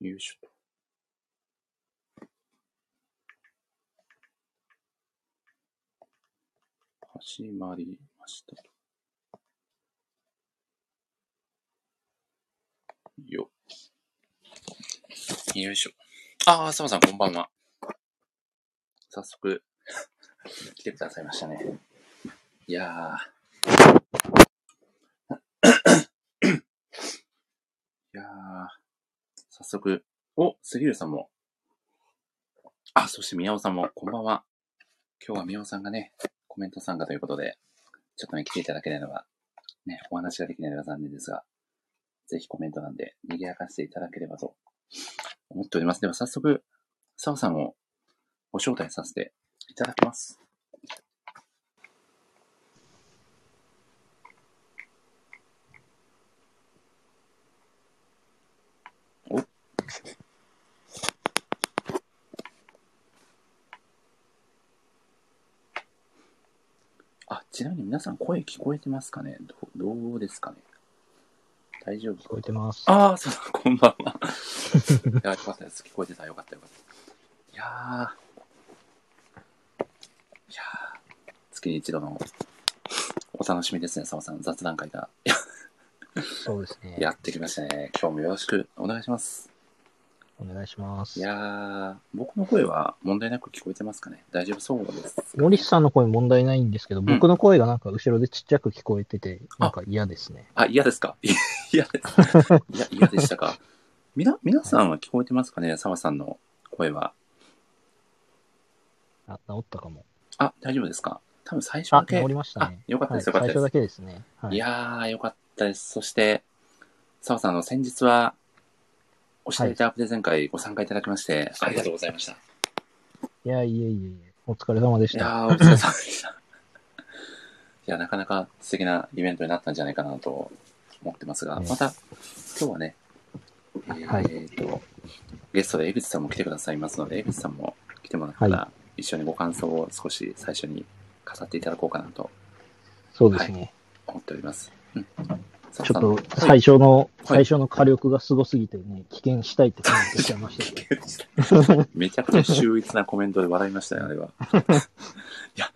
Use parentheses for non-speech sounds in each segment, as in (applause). よいしょと。始まりましたと。よっ。よいしょ。ああ、サボさんこんばんは。早速、来てくださいましたね。いやー。 (coughs) いやー。早速、お、杉浦さんも。あ、そして宮尾さんも、こんばんは。今日は宮尾さんがね、コメント参加ということで、ちょっとね、来ていただけないのが、ね、お話ができないのが残念ですが、ぜひコメント欄で賑やかしていただければと思っております。では早速、澤さんをご招待させていただきます。おあ、ちなみに皆さん声聞こえてますかねどうどうですかね大丈夫聞こえてます。ああ、そうだ、こんばん (laughs) は。いや、よかったです。聞こえてた。よかった、よかった。いやー。いやー。月に一度のお楽しみですね、澤さん。雑談会がそうですね。やってきましたね。今日もよろしくお願いします。お願いしますい。やー、僕の声は問題なく聞こえてますかね大丈夫そうですか。森下さんの声問題ないんですけど、ん僕の声がなんか後ろでちっちゃく聞こえてて、なんか嫌ですね。あ、嫌ですか (laughs) いや嫌です。いや、嫌でしたか。みな、皆さんは聞こえてますかね澤さんの声は。あ、治ったかも。あ、大丈夫ですか多分最初だあ、け。治りましたあね。、よかったはでい、す、よ最かったで初すだ。けですね。はいい、やー、よかったです。そして、澤さん、あの、先日は、おしゃれタープレゼン会ご参加いただきまして、ありがとうございました。いや、いえいえいえ、お疲れ様でいしやた。ー、お疲れ様でした。い (laughs) や、なかなか素敵なイベントになったんじゃないかなと思ってますが、ねまた、今日はね、えーはいと、ゲストで江口さんも来てくださいますので、江口さんも来てもらったら、一緒にご感想を少し最初に飾っていただこうかなとそうですね。思っております。うん。澤ちさんょっと最初の、はい最初の火力がすごすぎてね、危険したいって感じてちゃいました (laughs) けど。めちゃくちゃ秀逸なコメントで笑いましたね、あれ (laughs) は。いや、い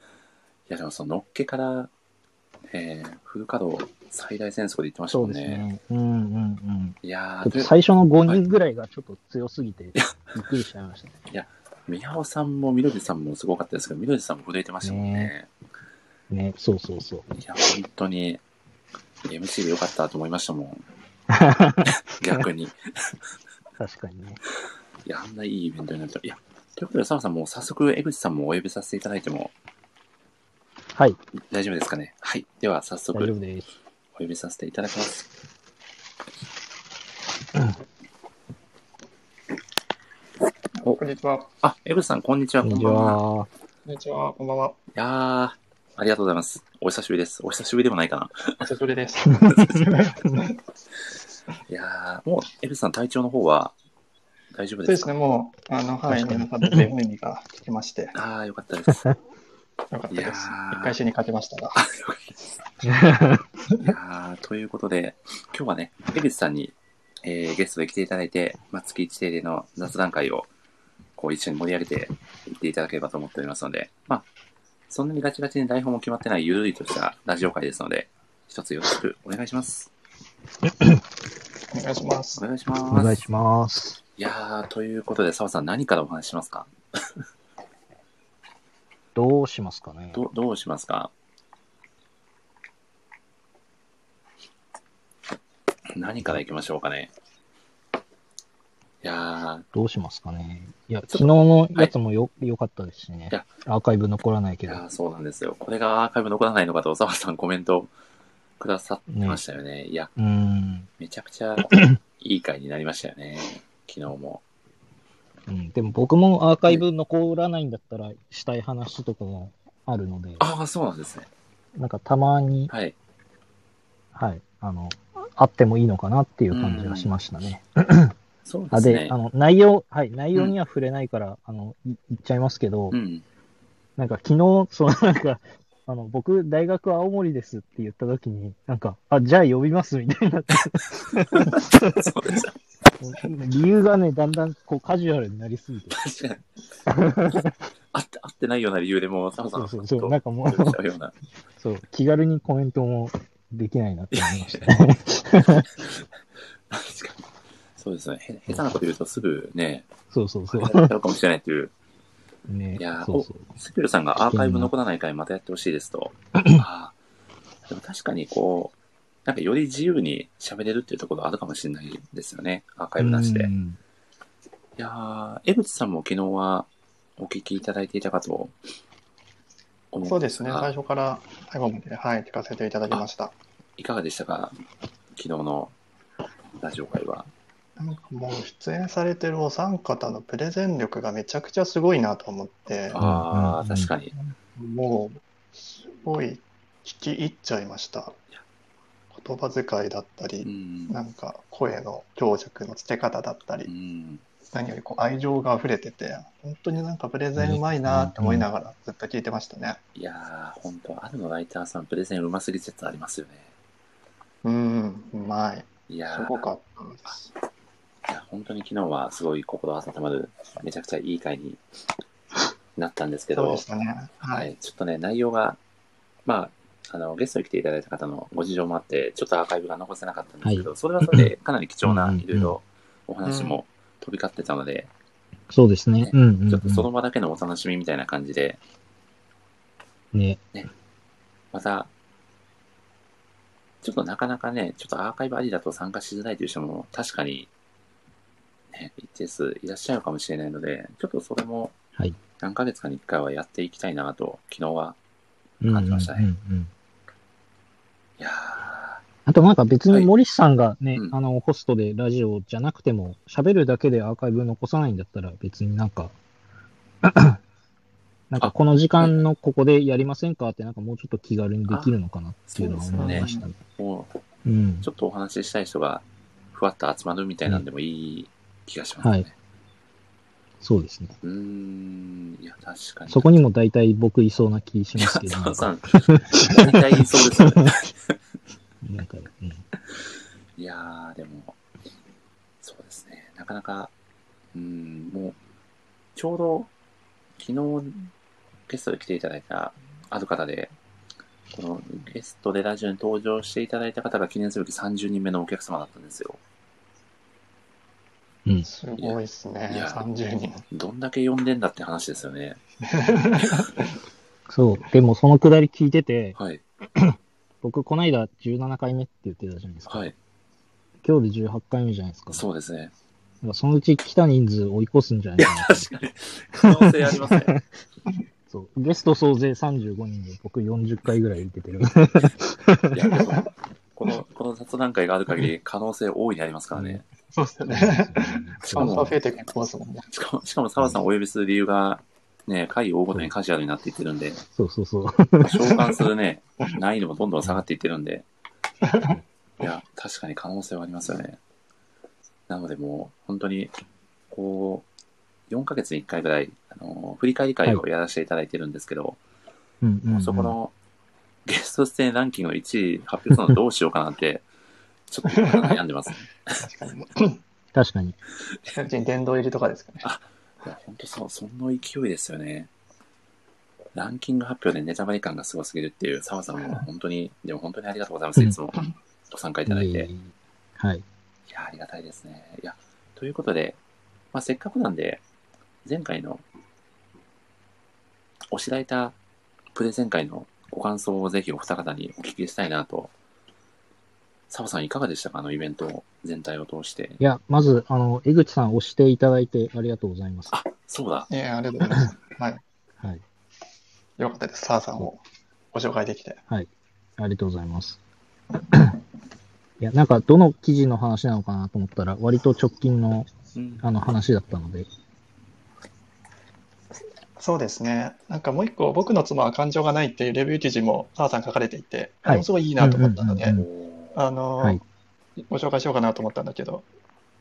やでもその、のっけから、えー、フル稼働最大戦争で言ってましたそもうんですね。ね。うんうんうん。いやちょー、っとという最初の5人ぐらいがちょっと強すぎて、びっくりしちゃいましたね。宮尾さんも緑さんもすごかったですけど、緑さんも震えてましたもんね。ね、そうそうそう。いや、本当に、MC でよかったと思いましたも (laughs) ん。逆に。い確かにね。や、あんないいイベントになると。いや、ということで、澤さんもう早速、江口さんもお呼びさせていただいてもはい、大丈夫ですかね。はい。では、早大丈速、夫です。お呼びさせていただきます。こんにちは。こあ、エブさん、こんにちは、こんこんにちばんは。は。 (laughs) んにちは。こんばんは。いやー、ありがとうございます。お久しぶりです。お久しぶりでもないかな。お久しぶりです。いやー、もう、エブさん、体調の方は大丈夫そうでですすかね、もう、あの、はい、確かに眠かった全部耳が聞きまして、よあー、よかったです。かったいやでーす。一回死にかけましたが、 (laughs) いやー、ということで、今日はね、エブさんに、えー、ゲストで来ていただいて、まあ、月1定例の雑談会を、こう、一緒に盛り上げていっていただければと思っておりますので、まあ、そんなにガチガチに台本も決まってないゆるいとしたラジオ会ですので、一つよろしくお願いします。お願いしますお。願いします。お願いします。いやー、ということで、澤さん、何からお話ししますかどうしますかね。どどうしますか何からいきましょうかねいやどうしますかね。いや、昨日のやつもよ、良、かったですしねいや。アーカイブ残らないー、いけど。やーそうなんですよ。これがアーカイブ残らないのかと、澤さんコメントくださってましたよね。いや、うーん。めちゃくち (coughs) ゃいい回になりましたよね。昨日も。うん。でも僕もアーカイブ残らないんだったら、したい話とかもあるので、ああ、そうなんですね。なんかたまに、はい。はい、あの、あってもいいのかなっていう感じがしましたね。そうであすでね、あ。の、内容、はい、内容には触れないから、あの、い言っちゃいますけど、うん。なんか昨日、そのなんか、 (laughs) あの、僕、大学青森ですって言った時に、なんか、あ、じゃあ呼びますみたいになって、そうでした。理由がね、だんだんこうカジュアルになりすぎて。確かに。合って、合ってないような理由でもう、サムさんそうのそことうそう。をなんかもどうしう、たような。そう、気軽にコメントもできないなって思いましたね。確かに。そうですね。へ下手なこと言うとすぐね、そうそうそう。 (laughs) やるかもしれないという。ねいやーそうそう。スピルさんがアーカイブ残らない回またやってほしいです (laughs) と。あーでも確かにこう、なんかより自由に喋れるっていうところあるかもしれないですよね。アーカイブなしで。ういんやー、江口さんも昨日はお聞きいただいていたかと思そうですね、が最初から最後まで、はい、聞かせていただきました。いかがでしたか昨日のラジオ会は。なんかもう出演されてるお三方のプレゼン力がめちゃくちゃすごいなと思って、ああ、うん確かに。もう、すごい聞き入っちゃいました。言葉遣いだったうり、ん。なんか声の強弱のつけ方だったうり、ん、何よりこう愛情が溢れてて、本当になんかプレゼンうまいなって思いながらずっと聞いてましたね。いやー、本当あるのライターさん、プレゼンうますぎ説ありますよね。うん、うまい。いやすーごかったです。いや、本当に昨日はすごい心温まる、めちゃくちゃいい回になったんですけそうでどし、たね。ははい。い、ちょっとね、内容が、まあ、あの、ゲストに来ていただいた方のご事情もあって、ちょっとアーカイブが残せなかったんですけど、それはそれ (laughs) でかなり貴重なう、んいろいろお話も飛び交ってたので、そうですね。うんうんうん。ちょっとその場だけのお楽しみみたいな感じで、ね。また、ちょっとなかなかね、ちょっとアーカイブありだと参加しづらいという人も確かに、ね、一定数いらっしゃるかもしれないので、ちょっとそれもはい、何ヶ月かに1回はやっていきたいなと、昨日は。うんう感んじうんましたねうんいやあとなんか別はいに森さんがねう、んあの、ホストでラジオじゃなくても、喋るだけでアーカイブ残さないんだったら別になんか、 (clears throat) なんあかこの時間のここでやりませんかってなんかもうちょっと気軽にできるのかなっていうのは思いましたね。ー、もううんちょ。っとお話ししたい人がふわっと集まるみたいなんでもいい気がしますね。はいそうですね。うーん、いや、確かに。そこにも大体僕いそうな気しますけど。 (laughs) そうそう。 (laughs) 大体そうですよね。なんか、うん。いやー、でも、そうですね、なかなか、うん、もう、ちょうど、昨日、ゲストで来ていただいた、ある方で、このゲストでラジオに登場していただいた方が記念すべき30人目のお客様だったんですよ。うん。すごいですねいや。 30人。どんだけ呼んでんだって話ですよね。そう。でもそのくだり聞いてて、はい、僕こないだ17回目って言ってたじゃないですか。はい、今日で18回目じゃないですか。そうですね。なんかそのうち来た人数追い越すんじゃないかな。確かに、可能性ありますね。そう。ゲスト総勢35人で僕40回ぐらい受 (laughs) けてる。いや、でもこの、この雑談会がある限り、可能性大いにありますからね。そうですよ (laughs) ね。しどかんどんも増、えていきますもんね。しかも、しかも澤さんお呼びする理由が、ね、会を追うごとにカジュアルになっていってるんで、そうそ (laughs) うそう。召喚するね、難易度もどんどん下がっていってるんで、いや、確かに可能性はありますよね。なのでもう、本当に、こう、4ヶ月に1回ぐらい、あの振り返り会をやらせていただいてるんですけど、うんうん、もうそこ。のゲスト出演ランキングの1位発表するのどうしようかなって、ちょっと悩んでます。い確かに。確かに。うちに殿堂入りとかですかね。や、本当そう、その勢いですよね。ランキング発表でネタバレ感がすごすぎるっていう、澤さんも本当に、でも本当にありがとうございます。いつもご参加いただいいえていえ。いえはい。いや、ありがたいですね。いや、ということで、まあ、せっかくなんで、前回の、おしらいたプレゼン会のご感想をぜひお二方にお聞きしたいなと。サボさん、いかがでしたかあのイベント全体を通して。いや、まず、あの、江口さん押していただいてありがとうございます。あ、そうだ。ええありがとうございます。はい。はい。よかったです。サーさんをご紹介できて。ありがとうございます。 (coughs) いや、なんか、どの記事の話なのかなと思ったら、割と直近の、うんあの、話だったので。そうですね。なんかもう一個、僕の妻は感情がないっていうレビュー記事もサーさん書かれていて、はいあれもすごいいいなと思ったのうんでうん、あの、はいご紹介しようかなと思ったんだけど、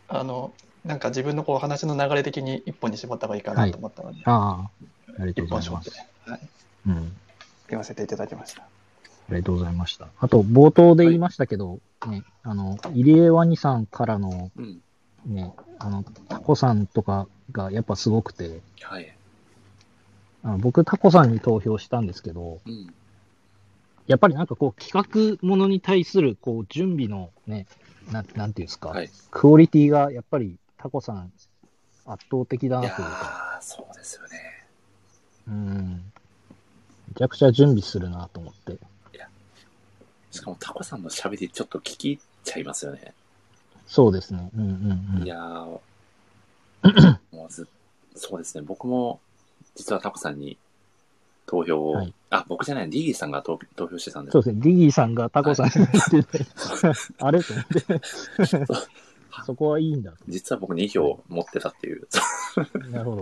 あの、なんか自分のこう話の流れ的に一本に絞った方がいいかなと思ったので、ああ、あり一がとうご本ざい絞まってす。、はい、うん。言わせていただきました。ありがとうございました。あと、冒頭で言いましたけど、ね、あの、入江ワニさんからのうん。ね、あの、タコさんとかがやっぱすごくて、はい。あの僕タコさんに投票したんですけど、うん。やっぱりなんかこう企画ものに対するこう準備のね、ななんていうんですか、はい。いクオリティがやっぱりタコさん圧倒的だなやというか、ー、そうですよね。うん。めちゃくちゃ準備するなと思って。しかもタコさんの喋りちょっと聞き入っちゃいますよね。そうですね。うんうんうん。いやー、 (coughs) もうずそうですね、僕も実はタコさんに投票を、はいあ、僕じゃない、リリーさんが投投票してたんでそうですね。ディギーさんがタコさんに言ってて、 (laughs) あれと思って、 (laughs) そこはいいんだと。実は僕2票持ってたっていう。なる (laughs) ほど。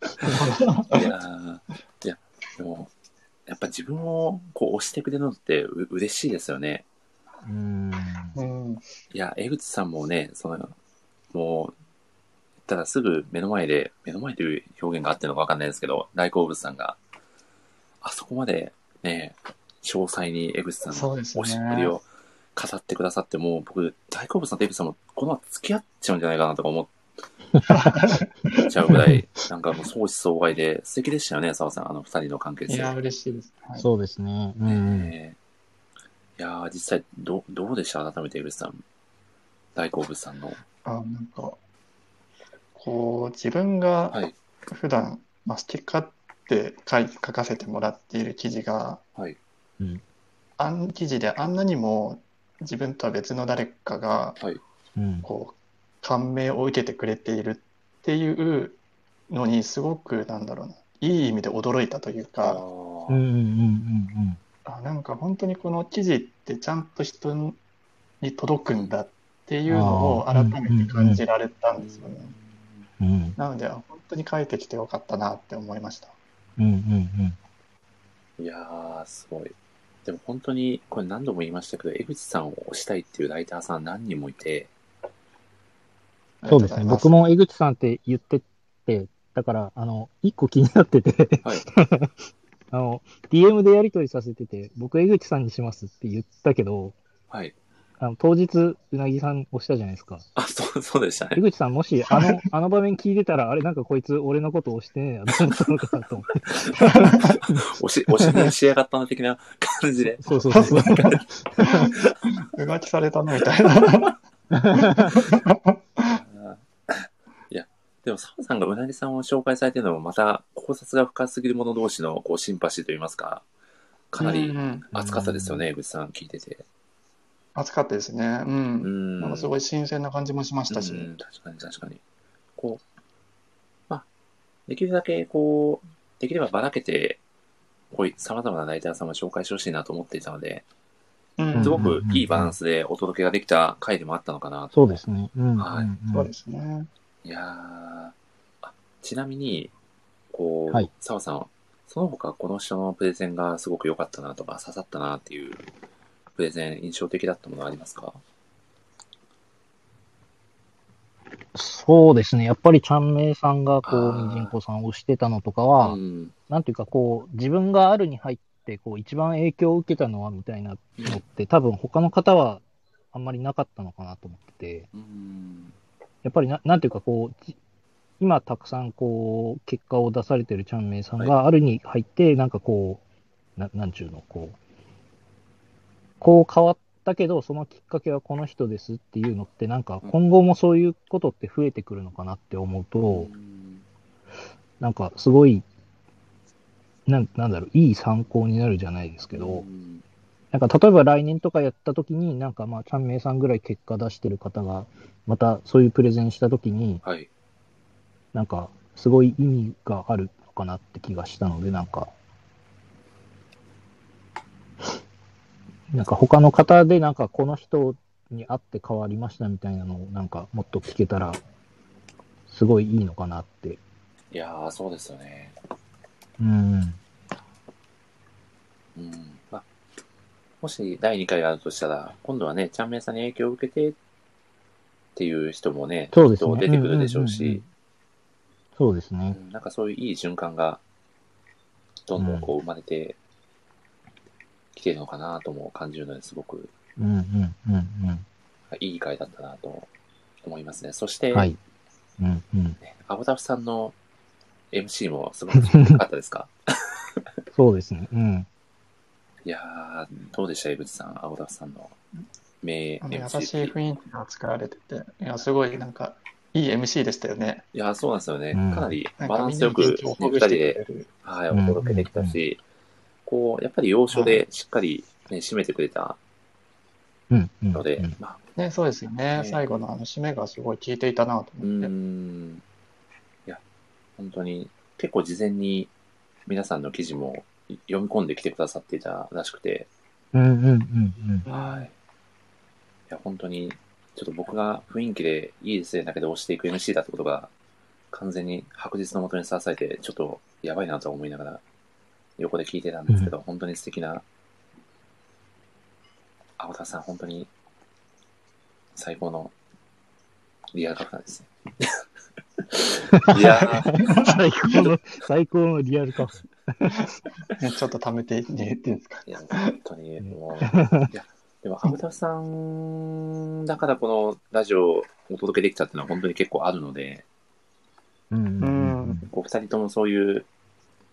いやーいや、でも、やっぱ自分をこう押してくれるのってう嬉しいですよね。うん。うん。いや、江口さんもね、その、もう、ただすぐ目の前で、目の前という表現があってるのかわかんないですけど、大好物さんが、あそこまでね、詳細に江口さんのそうですねおしっぷりを語ってくださって、もう僕、大好物さんと江口さんもこのまま付き合っちゃうんじゃないかなとか思っちゃうぐらい、 (laughs) なんかもう相思相愛で素敵でしたよね、澤さん、あの二人の関係い性。や、嬉しいです。はいそうですね。うんうん。ねえいやー実際ど、どうでした改めて江口さん。大好物さんの。あなんか、こう、自分がはい普段、まあ、ステッカーって書い書かせてもらっている記事が、はい。あん記事であんなにも自分とは別の誰かが、うん。こう、感銘を受けてくれているっていうのに、すごく、なんだろうな、いい意味で驚いたというあか、うんうんうんーうんあ、なんか本当にこの記事ってちゃんと人に届くんだっていうのをあー改めて感じられたんですよね。うん。うんなので、あ本当に書いてきてよかったなって思いました。うんうんいやー、すごい。でも本当に、これ何度も言いましたけど、江口さんを推したいっていうライターさん何人もいて、うん。そうですね。僕も江口さんって言ってて、だから、あの、一個気になってて、 (laughs) はい。あの、DM でやり取りさせてて、僕江口さんにしますって言ったけど、はい。あの当日、うなぎさん押したじゃないですか。あ、そう、そうでした江ね。口さん、もし、あの、あの場面聞いてたら、あれ、なんかこいつ、俺のこと押してねえな、どうなったのかなと思って。推し、推し (laughs) に仕上がったな的な感じで。 (laughs) そうそうそう。も。浮気されたなみたいな。いや、でも澤さんがうなぎさんを紹介されてるのも、また考察が深すぎる者同士の、こう、シンパシーといいますか、かなうりんうん熱かったですよね、江口さん聞いてて。熱かったですね。うう。んん。なんかすごい新鮮な感じもしましたし。うん、確かに確かに。こう、まあ、できるだけこう、できればばらけて、こういう様々なライターさんを紹介してほしいなと思っていたので、うんうんすごくいいバランスでお届けができた回でもあったのかなと。そうですね。うん。はいうんそうですね。いやーあちなみに、こ、はいう澤、さん、その他この人のプレゼンがすごく良かったなとか、刺さったなっていうプレゼン印象的だったものはありますかそうですね。やっぱり、ちゃんめいさんが、こあーう、にじんこさんを押してたのとかは、うん。なんていうか、こう、自分があるに入って、こう、一番影響を受けたのは、みたいなのって、多分、他の方は、あんまりなかったのかなと思ってて。うん。やっぱりな、なんていうかこう、じ今たくさんこう、結果を出されてるチャンメイさんが、あるに入って、なんかこう、ななんちゅうの、こう、こう変わったけど、そのきっかけはこの人ですっていうのって、なんかうん今後もそういうことって増えてくるのかなって思うとう、んなんかすごい、なんなんだろう、いい参考になるじゃないですけど、うんなんか例えば来年とかやった時に、なんかまあ、チャンメイさんぐらい結果出してる方が、またそういうプレゼンした時に、はい。なんか、すごい意味があるのかなって気がしたので、なんか、なんか他の方で、なんかこの人に会って変わりましたみたいなのを、なんかもっと聞けたら、すごいいいのかなって。いやー、そうですよね。うん。うん。まあ、もし第2回があるとしたら、今度はね、ちゃんめいさんに影響を受けてっていう人もね、そうですねきっと出てくるでしょうし、うんうんうんそうですね。うんなんかそういういい循環が、どんどんこう生まれてきてるのかなとも感じるのですごくうんうんうんうん。いい回だったなと思いますね。そして、はい。うん、うん。アボタフさんの MC もすごく良かったですか (laughs) そうですね。うん。いやー、どうでした、江口さん、アボタフさんの名あの MC。優しい雰囲気が使われてて、いや、すごいなんか、いい MC でしたよね。いやー、そうなんですよね。うんかなりなんバかランみんスなよにく、ね元気を、二人戻してでくれる。はい、おうん届けできたし、こう、やっぱり要所でしっかり、ね、締めてくれたうん、うん。のでうん、まあ、ね、そうですよね。ね最後のあの締めがすごい効いていたなとう思って。ーん。いや、本当に、結構事前に皆さんの記事も読み込んできてくださっていたらしくて、うん、うん、 (laughs) うん。はい。いや、本当に、ちょっと僕が雰囲気でいいですね、だけど押していく MC だってことが、完全に白日のもとにさらされて、ちょっとやばいなとは思いながら、横で聞いてたんですけど、本当に素敵な、青田さん、本当に、最高の、リアルカフェ (laughs) ですね。いやー、うん。最高の、最高のリアルカフねちょっと貯めていっていいですか。いや、本当に、もう、いや、でも、アブタフさんだからこのラジオをお届けできたっていうのは本当に結構あるので、ェ。うん、うん。うんお二人ともそういう、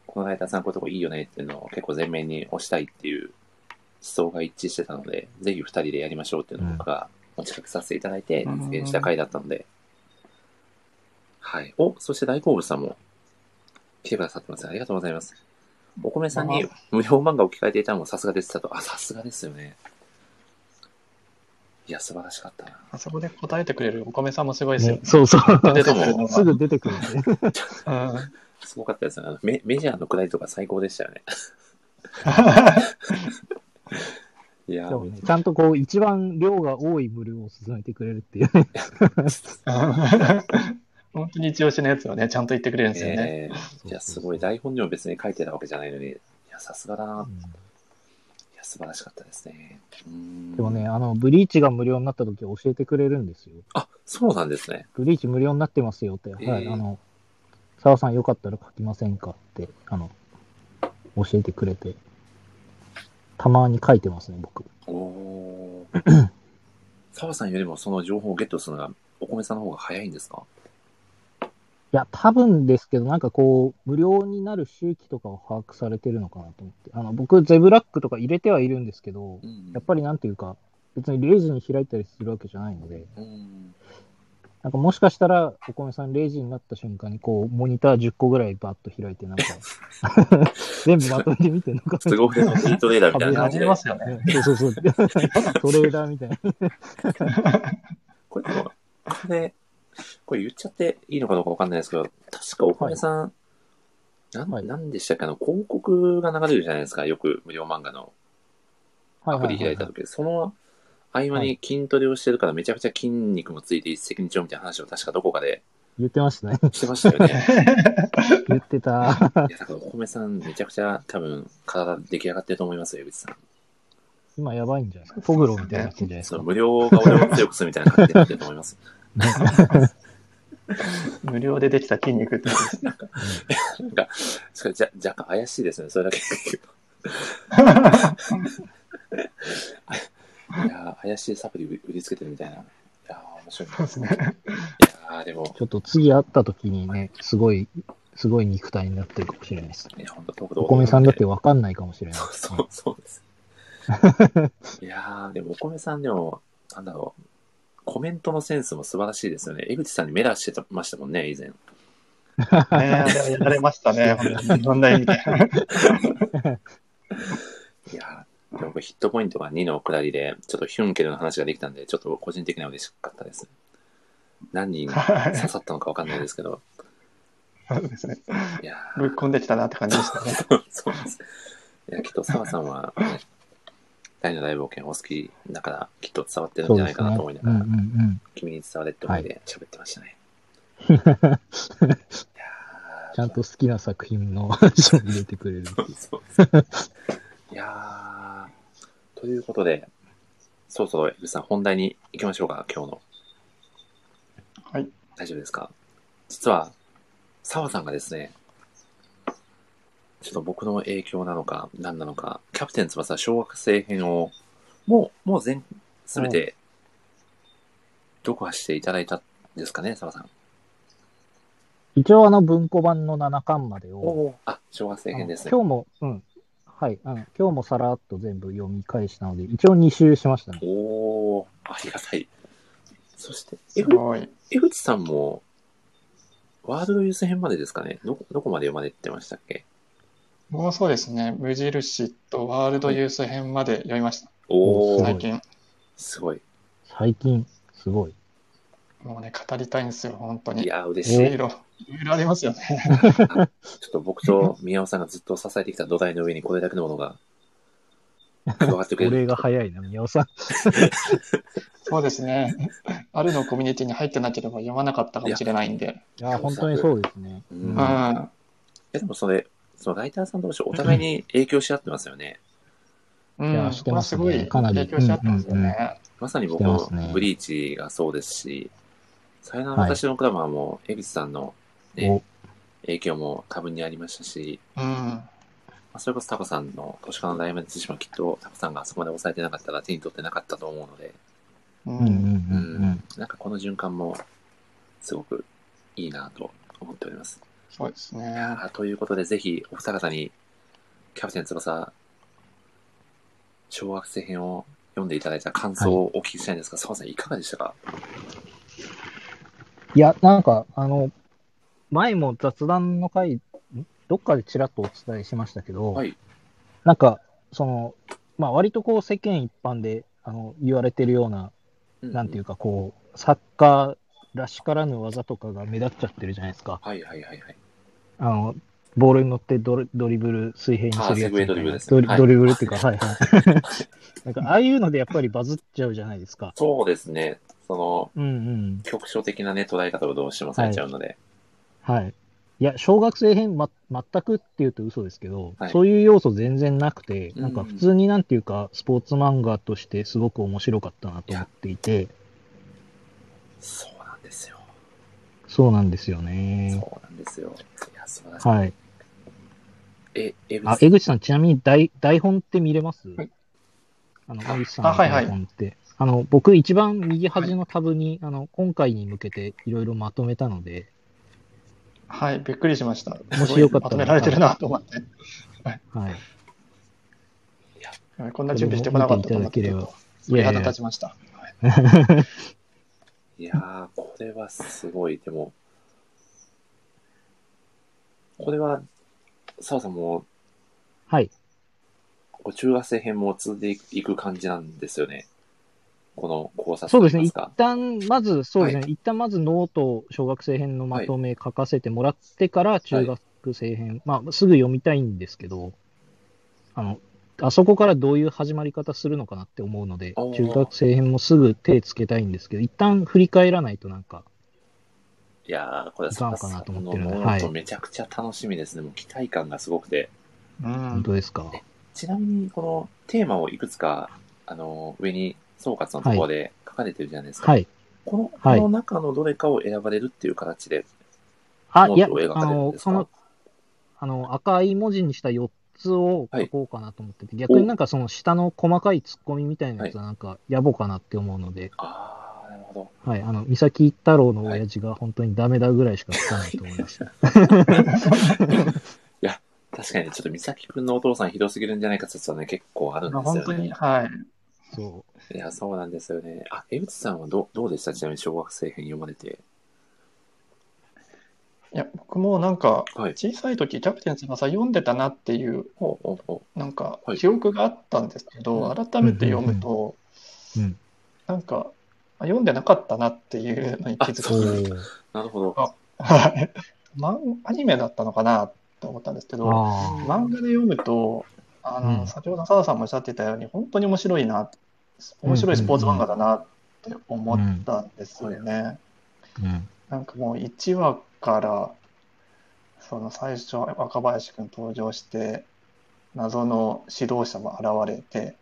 このライターさんこういうとこいいよねっていうのを結構前面に推したいっていう思想が一致してたので、ぜひ二人でやりましょうっていうのを僕が持ちかけさせていただいてうん実現した回だったので、はい。お、そして大好物さんも来てくださってます。ありがとうございます。お米さんに無料漫画を置き換えていたのもさすがですだと、あ、さすがですよね。いや、素晴らしかったな。 (laughs) あそこで答えてくれるお米さんもすごいですよね。そうそう。出てくるのすが。ぐ出てくるん (laughs) で。 (laughs) うんすごかったですね。あのメメジャーのくだりとか最高でしたよね。いやー、そうねちゃんとこう、一番量が多いブルーを進めてくれるっていうね。 (laughs) 本当に一押しのやつをね、ちゃんと言ってくれるんですよね。ええいや、すごい。台本にも別に書いてたわけじゃないのに、いや、さすがだな。いや、素晴らしかったですね。うーんでもね、。あの、ブリーチが無料になった時教えてくれるんですよ。あ、そうなんですね。ブリーチ無料になってますよって、はえい、ーあの、澤さんよかったら書きませんかって、あの、教えてくれて、たまに書いてますね、僕。おお。澤さんよりもその情報をゲットするのが、お米さんの方が早いんですかいや、多分ですけど、なんかこう、無料になる周期とかを把握されてるのかなと思って。あの、僕、ゼブラックとか入れてはいるんですけど、うんやっぱりなんていうか、別に0時に開いたりするわけじゃないので、うん。なんかもしかしたら、お米さん0時になった瞬間に、こう、モニター10個ぐらいバッと開いて、 (laughs) なんか、全部まとめて見てんのかなすごい、ヒートレーダーみたいな感始じめでま。すよね。ね (laughs) そう (laughs) そうそう。トレーダーみたいな。これでも、これ、これ言っちゃっていいのかどうかわかんないですけど、確かお米さん、なんはいなんでしたっけあの、広告が流れるじゃないですか。よく無料漫画の。アプリ開いたは時、その合間に筋トレをしてるからめちゃくちゃ筋肉もついて一石二鳥みたいな話を確かどこか (laughs) でい。言ってましたね。してました (laughs) よね。言ってた。いや、だからお米さんめちゃくちゃ多分体出来上がってると思いますよ、江口さん。今やばいんじゃないですか。ポグロみたいな感じじゃないですそかの。無料が俺を強くするみたいな感じになってると思います。無料でできた筋肉ってことですね。なんか、しかしじゃ若干怪しいですね、それだけ聞 (laughs) くと。いやー、怪しいサプリ売りつけてるみたいな。いやー、面白い。いそうです (laughs) ね。やー、でも、ちょっと次会った時にね、すごい、すごい肉体になってるかもしれないです。いや、ほんと、トークお米さんだってわかんないかもしれない。 (laughs) そうそうです。いやー、でもお米さんでも、なんだろう、コメントのセンスも素晴らしいですよね。江口さんに目出してましたもんね、以前。ねえあれはやられましたね。本当にいろんな意味で。いやー、でも僕ヒットポイントが2の下りで、ちょっとヒュンケルの話ができたんで、ちょっと個人的には嬉しかったです。何人刺 (laughs) はいさったのかわかんないですけど、そうですね。いやーぶっ込んできたなって感じでしたね。 (laughs) そうです。いや、きっと澤さんは、ね、大の大冒険お好きだから、きっと伝わってるんそうじゃなでいすかね。なと思いながら、うんうんうん。君に伝われって思いで喋ってましたね。い、やーちゃんと好きな作品の (laughs) 話を入れてくれるっていう。 (laughs) そうそういやーということで、そろそろ、エルさん、本題に行きましょうか、今日の。はい。大丈夫ですか実は、澤さんがですね、ちょっと僕の影響なのか、何なのか、キャプテン翼小学生編を、もう、もう全、すべてどこはしていただいたんですかね、澤さん。一応あの文庫版の7巻までを、あ、小学生編ですね。今日も、うん。はい、あの今日もさらっと全部読み返したので、一応2周しましたね。おおありがたい。そして、すごい。江口さんも、ワールドユース編までですかねどこ、どこまで読まれてましたっけもうそうですね、無印とワールドユース編まで読みました、おおお、ー最近。すごい。最近、すごい。もうね、語りたいんですよ、本当いに。いやー、嬉しい。ちおろいろ、いろいろありますよね。ょっと僕と宮尾さんがずっと支えてきた土台の上にこれだけのものが、加わってくれる。俺が早いな、宮尾さん。そうですね。 (laughs) あるのコミュニティに入ってなければ読まなかったかもしれないんで。いや、本当にそうですね。ううんん。いあや、でもそれ、そのライターさん同士お互いに影響し合ってますよね。ういやん、知っそてこはますすねごいかなり影響し合ったんですよね。まさに僕してまもすねブリーチがそうですし、さよなら私のクラブはもう、江口さんの、ねお影響も多分にありましたし、うん。まあ、それこそタコさんの都市化のダイヤモンドもきっとタコさんがあそこまで抑えてなかったら手に取ってなかったと思うので、ううんうんん。うんうん。なんかこの循環もすごくいいなと思っております。そうですいねや。ーということでぜひお二方にキャプテン翼小学生編を読んでいただいた感想をお聞きしたいんですが、澤さんいかがでしたかいや、なんか、あの、前も雑談の回、んどっかでちらっとお伝えしましたけど、はいなんか、その、まあ、割とこう世間一般で、あの、言われてるような、なんていううか、こう、サッカーらしからぬ技とかが目立っちゃってるじゃないですか。ん。はいはいはいはい。あの、ボールに乗ってドリドリブル、水平にするやつみたいなあーセグウェイドリブルですねドリはいドリブルっていうか、はい (laughs) はい。なんか、ああいうのでやっぱりバズっちゃうじゃないですか。そうですね。その、うんうん。局所的なね、捉え方をどうしてもされちゃうので。はい。いや、小学生編、ま、全くっていうと嘘ですけど、はいそういう要素全然なくて、うんなんか普通になんていうか、スポーツ漫画としてすごく面白かったなと思っていて、そうなんですよ。そうなんですよね。そうなんですよ。いや、素晴らしい。はい。え、えぐあ、江口さん、ちなみに台台本って見れます、はいあの、江口さんあのはいはい台本って。あの、僕一番右端のタブに、あの、今回に向けていろいろまとめたので、はい、びっくりしました。もしよかったらまとめられてるなと思って。はい。こんな準備してこなかったと思って、これちもょ見っていただければいやいと鳥肌や立ちました。はいいやー、これはすごい。でも、これは、澤さんも、はい。こう中学生編も続いていく感じなんですよね。この考察そうですとね。いい一ますか。旦、まず、そうですね。一旦、まずノートを小学生編のまとめ書かせてもらってから、中学生編、まあ、すぐ読みたいんですけど、あの、あそこからどういう始まり方するのかなって思うのでお、ー中学生編もすぐ手つけたいんですけど、一旦振り返らないとなんか、いやー、これはいか澤んかさなんと思のってるんでノートはいめちゃくちゃ楽しみですね。もう期待感がすごくて。う本ん当ですか。ちなみに、このテーマをいくつか、あの、上に総括のところで書かれてるじゃないですか。はい。この、はいこの中のどれかを選ばれるっていう形で、あ、ノいやートを、描あかれるんので、すそかの、あの、赤い文字にした4つを書こうかなと思ってて、逆になんかその下の細かい突っ込みみたいなやつはなんか、野暮かなって思うので、ああ、なるほど。はい、あの、三崎太郎の親父が本当にダメだぐらいしかつかないと思います。確かにね、ちょっと美咲くんのお父さんひどすぎるんじゃないか説はね、結構あるんまあですよ本当に、ね。はい。そ (laughs) いや、そうなんですよね。あ、江口さんはどどうでしたちなみに小学生編読まれて。いや、僕もなんか、はい。小さい時、キャプテン翼読んでたなっていう、ほうほうほなんかはい、記憶があったんですけうど、ん改めて読むと、う。うん。なんか、あ読んでなかったなっていうのに気づあそうく。う。なるほど。はいまんアニメだったのかなと思ったんですけど、ああ。漫画で読むと、あの、うん先ほど澤さんもおっしゃってたように、本当に面白いな、面白いスポーツ漫画だなって思ったんですよね。うん。なんかもう1話から、その最初、若林くん登場して、謎の指導者も現れて、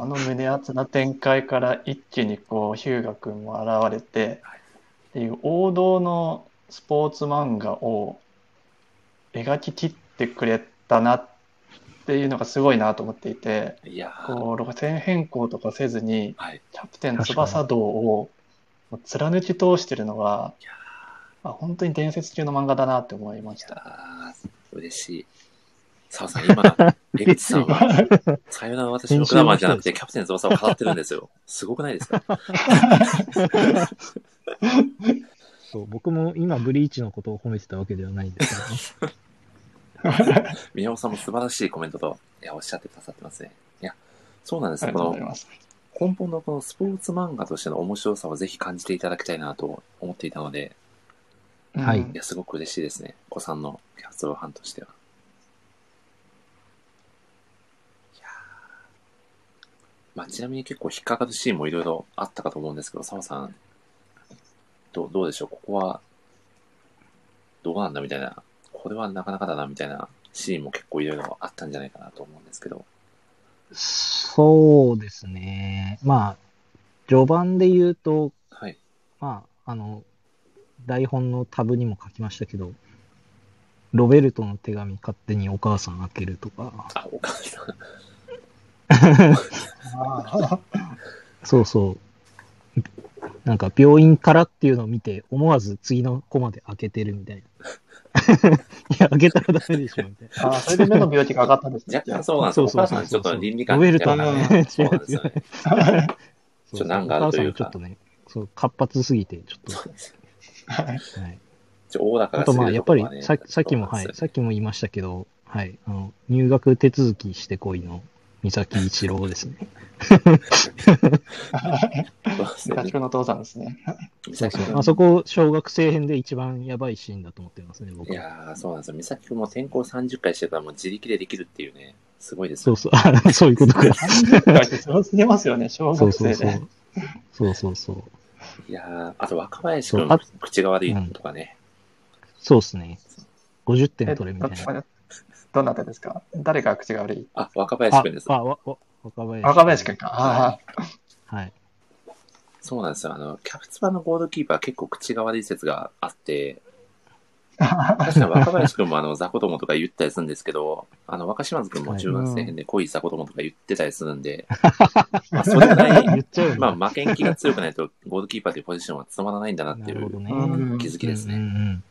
あの胸熱な展開から一気にこう、ヒューガくんも現れて、っていう王道のスポーツ漫画を描き切ってくれたなっていうのがすごいなと思っていて、いやーこう、路線変更とかせずに、はい。キャプテン翼道をもう貫き通してるのが、あ本当に伝説級の漫画だなって思いましいた。やー嬉しい。澤さん、 (laughs) 今、江口さんは、さよなら私のクラマーじゃなくて、キャプテン翼を語ってるんですよ。すごくないですかそう僕も今、ブリーチのことを褒めてたわけではないんですけどね、宮尾さんも素晴らしいコメントと、いや、おっしゃってくださってますね。いや、そうなんですありよ。こがとうのございます。根本のこのスポーツ漫画としての面白さをぜひ感じていただきたいなと思っていたので、はいうんいや、すごく嬉しいですね。子さんのキャプツファンとしては。いやーまあ、ちなみに結構引っかかるシーンもいろいろあったかと思うんですけど、澤さん、どうどうでしょうここは、どうなんだみたいな、これはなかなかだなみたいなシーンも結構いろいろあったんじゃないかなと思うんですけど。そうですね。まあ、序盤で言うと、はい。まあ、あの、台本のタブにも書きましたけど、ロベルトの手紙勝手にお母さん開けるとか、あ、お母さん。あ (laughs) そうそう。なんか病院からっていうのを見て、思わず次のコマで開けてるみたいな。い (laughs) や、開けたらダメでしょ、みたい (laughs) な。ーあー、それで目の病気が上がったんですね。若干 (laughs) そうなんですよ。お母さんちょっと倫理観ロベルトがのねね、そ違ううなんです違よう。ね。そうちょっと難があるというかお母さんちょっとね、そう、活発すぎて、ちょそうっなんですよ。と。はい、ちょっと大高あがと、まあ、過ぎやるっぱりこ、とさがねさっきも、はい、さっきも言いましたけど、はい、あの、入学手続きしてこいの、三崎一郎です (laughs) ね。そうですガねチ君のお父さんですね。美そう咲そくう。あそこ、小学生編で一番やばいシーンだと思ってますね、ん。僕いは。やー、そうなんですよ。美咲くんも転校30回してたらもう自力でできるっていうね。すごいですそよう。そう、あそういう (laughs) こと (laughs) か。 30回ってすごすぎますよね、小そう学そう生そで。う。そうそうそう。いやー、あと若林くそうんあ、口が悪いとかね。そうっすね。50え点取れみたいな。どどなたですか誰が口が悪いあ、若林あくんです、。あ、わ、わ、若林。若林君か。あはい。そうなんですよ。あの、キャプツバのゴールドキーパー結構口が悪い説があ (laughs) って、あ。確か若林くんもあの、雑魚どもとか言ったりするんですけど、あの、若島津くんもはい中学生編で恋雑魚どもとか言ってたりするん (laughs) で、まあ、それぐらい、言っちゃうんだまあ、負けん気が強くないと、ゴールドキーパーというポジションは務まらないんだなっなているほどうね。うん気づきですね。うんうんうん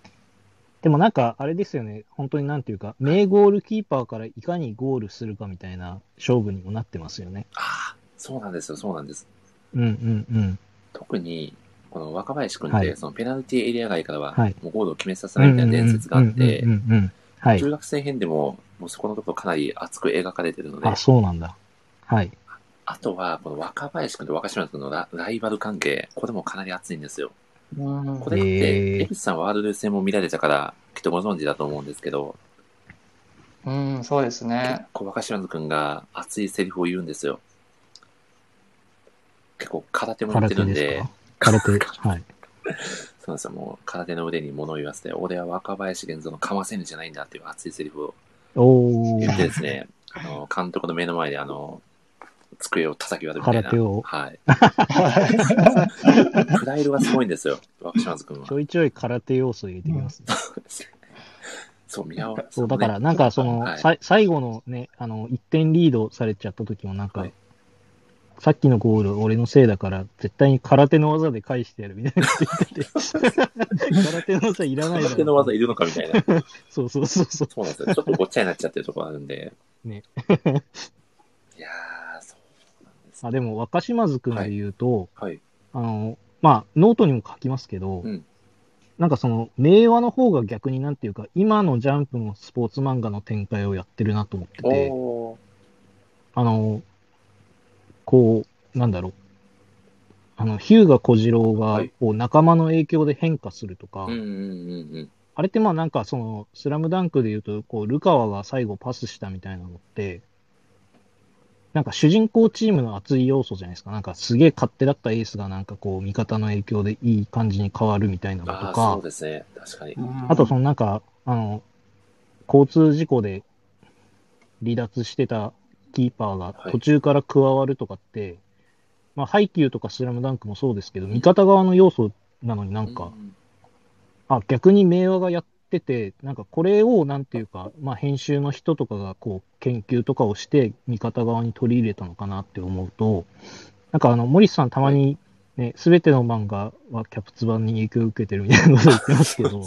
でもなんか、あれですよね。本当になんていうか、名ゴールキーパーからいかにゴールするかみたいな勝負にもなってますよね。ああ、そうなんですよ、そうなんです。うんうんうん。特に、この若林君っはて、いそのペナルティーエリア外からははい、もうゴールを決めさせないみたいな伝説があっうてん、うんうんうんうん。はい中。学生編でも、もうそこのところかなり熱く描かれてるのであ、、そうなんだ。はい。あとは、この若林君と若島君のラライバル関係、これもかなり熱いんですよ。うんこれっへて、ー江口さんワールド戦も見られたから、きっとご存知だと思うんですけど、うん、そうです結ね。構若島君が熱いセリフを言うんですよ。結構空手もやっ空て手るんですでか、空手。はい。そうですよ、もう空手の腕に物を言わせて、俺は若林源三のかませぬじゃないんだっていう熱いセリフをお言ってーで。すね、あの監督の目の前であの机を叩き割るみたいな。空手を (laughs) はい。プライドがすごいんですよ、若島津君はち。ょいちょい空手要素入れてきますね。そう、宮尾そう、だから、なんかその、はいさい最後のね、あの、1点リードされちゃった時もなんか、はいさっきのゴール俺のせいだから、絶対に空手の技で返してやるみたいなこと (laughs) 言ってて空手の技いらないだろ空手の技いるのかみたいな。そうそうそうそう。そうなんですよ。ちょっとごっちゃになっちゃってるところあるんで。 (laughs) ねいやー、そうなんです。あでも、若島津くんで言うと、はい。あの、まあ、ノートにも書きますけど、うんなんかその、名和の方が逆になんていうか、今のジャンプのスポーツ漫画の展開をやってるなと思ってて、おー。あの、こう、なんだろう。あの、ヒューガ小次郎はがい、こう、仲間の影響で変化するとか、うんうんうんうん。あれってまあなんかその、スラムダンクで言うと、こう、ルカワが最後パスしたみたいなのって、なんか主人公チームの熱い要素じゃないですか。なんかすげえ勝手だったエースがなんかこう、味方の影響でいい感じに変わるみたいなのあとあ、かそう、ですね。確かに。あとその、のなんか、あの、交通事故で離脱してたキーパーがはい途中から加わるとかって、まあ、ハイキューとかスラムダンクもそうですけど、味方側の要素なのになんか、うんあ、逆に明和がやってて、なんかこれをなんていうか、まあ、編集の人とかがこう、研究とかをして、味方側に取り入れたのかなって思うと、なんかあの、森さんたまに、ね、すべての漫画はキャプツ版に影響を受けてるみたいなこと言ってますけど、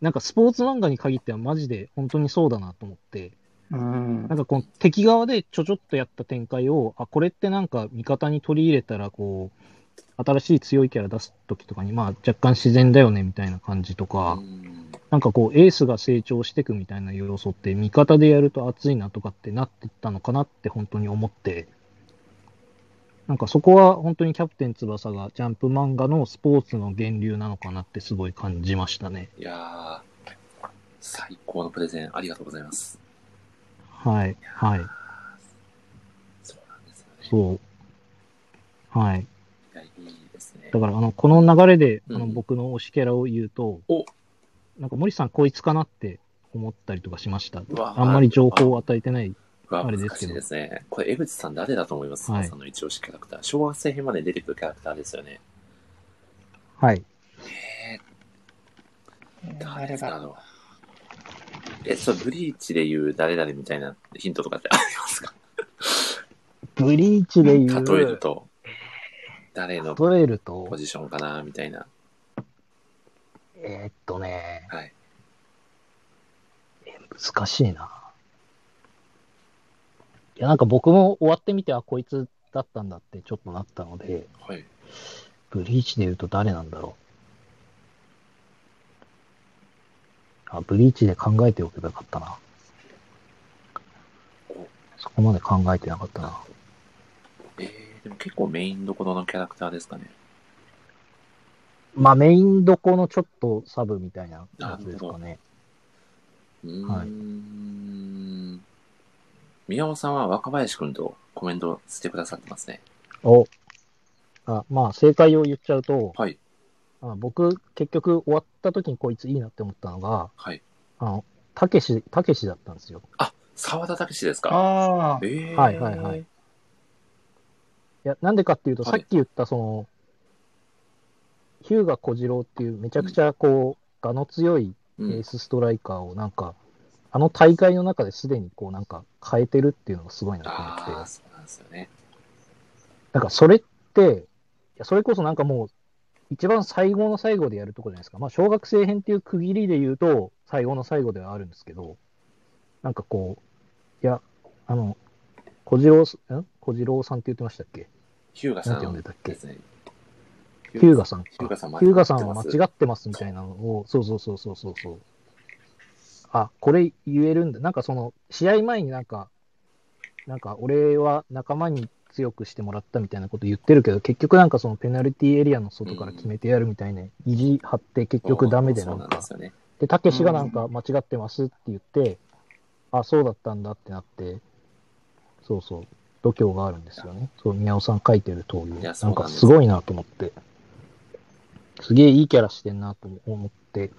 なんかスポーツ漫画に限ってはマジで本当にそうだなと思って、うんなんかこの敵側でちょちょっとやった展開を、あ、これってなんか味方に取り入れたら、こう、新しい強いキャラ出すときとかに、まあ若干自然だよねみたいな感じとか、うんなんかこうエースが成長していくみたいな要素って味方でやると熱いなとかってなってったのかなって本当に思って、なんかそこは本当にキャプテン翼がジャンプ漫画のスポーツの源流なのかなってすごい感じましたね。いやー最高のプレゼンありがとうございます。はい。はい。そうなんですよね。そう。はい。いや、いいですねだ。から、あの、この流れで、あうんの、僕の推しキャラを言うと、おなんか、森さん、こいつかなって思ったりとかしました。うわーあんまり情報を与えてない。うわあれです難しけどいですね。これ、江口さん誰だと思いますはい皆さんの一押しキャラクター。小学生編まで出てくるキャラクターですよね。はい。えー、誰誰ですかだあの。え、そう、ブリーチで言う誰々みたいなヒントとかってありますかブリーチで言う、例えると、誰の例えるとポ、ジションかなみたいな。えーっとね、はい。難しいな。いや、なんか僕も終わってみて、あ、こいつだったんだってちょっとなったので、はい。ブリーチで言うと誰なんだろう。あ、ブリーチで考えておけばよかったな。そこまで考えてなかったな。えー、でも結構メインどころのキャラクターですかね。まあメインどこのちょっとサブみたいなやつですかね。うーん。はい宮尾さんは若林くんとコメントしてくださってますね。おあまあ正解を言っちゃうと、はい。あ僕結局終わった時にこいついいなって思ったのが、はい。あの、たけし、たけしだったんですよ。あ、沢田武史ですか。ああ、えー、はいはいはい。いや、なんでかっていうと、はいさっき言ったその、ヒューガ小次郎っていうめちゃくちゃこう、我の強いエうん、ースストライカーをなんか、あの大会の中ですでにこうなんか変えてるっていうのがすごいなと思ってああ、て、そうなんですよね。なんかそれって、いやそれこそなんかもう、一番最後の最後でやるとこじゃないですか。まあ、小学生編っていう区切りで言うと、最後の最後ではあるんですけど、なんかこう、いや、あの、小次郎、ん小次郎さんって言ってましたっけヒューガなんさて呼んでんたっけですね。ヒューガさんか。ヒューガさん間違ってますヒューガさんは間違ってますみたいなのを、そうそうそうそうそうそう。あ、これ言えるんだ。なんかその、試合前になんか、なんか俺は仲間に強くしてもらったみたいなこと言ってるけど、結局なんかそのペナルティーエリアの外から決めてやるみたいな、意地張って結局ダメでなんそうなんかで、すよね。で、たけしがなんか間違ってますって言って、あ、そうだったんだってなって、そうそう、度胸があるんですよね。そう、宮尾さん書いてる通りいで、やなそうんなんかですすごいなと思って、すげえいいキャラしてんなと思って、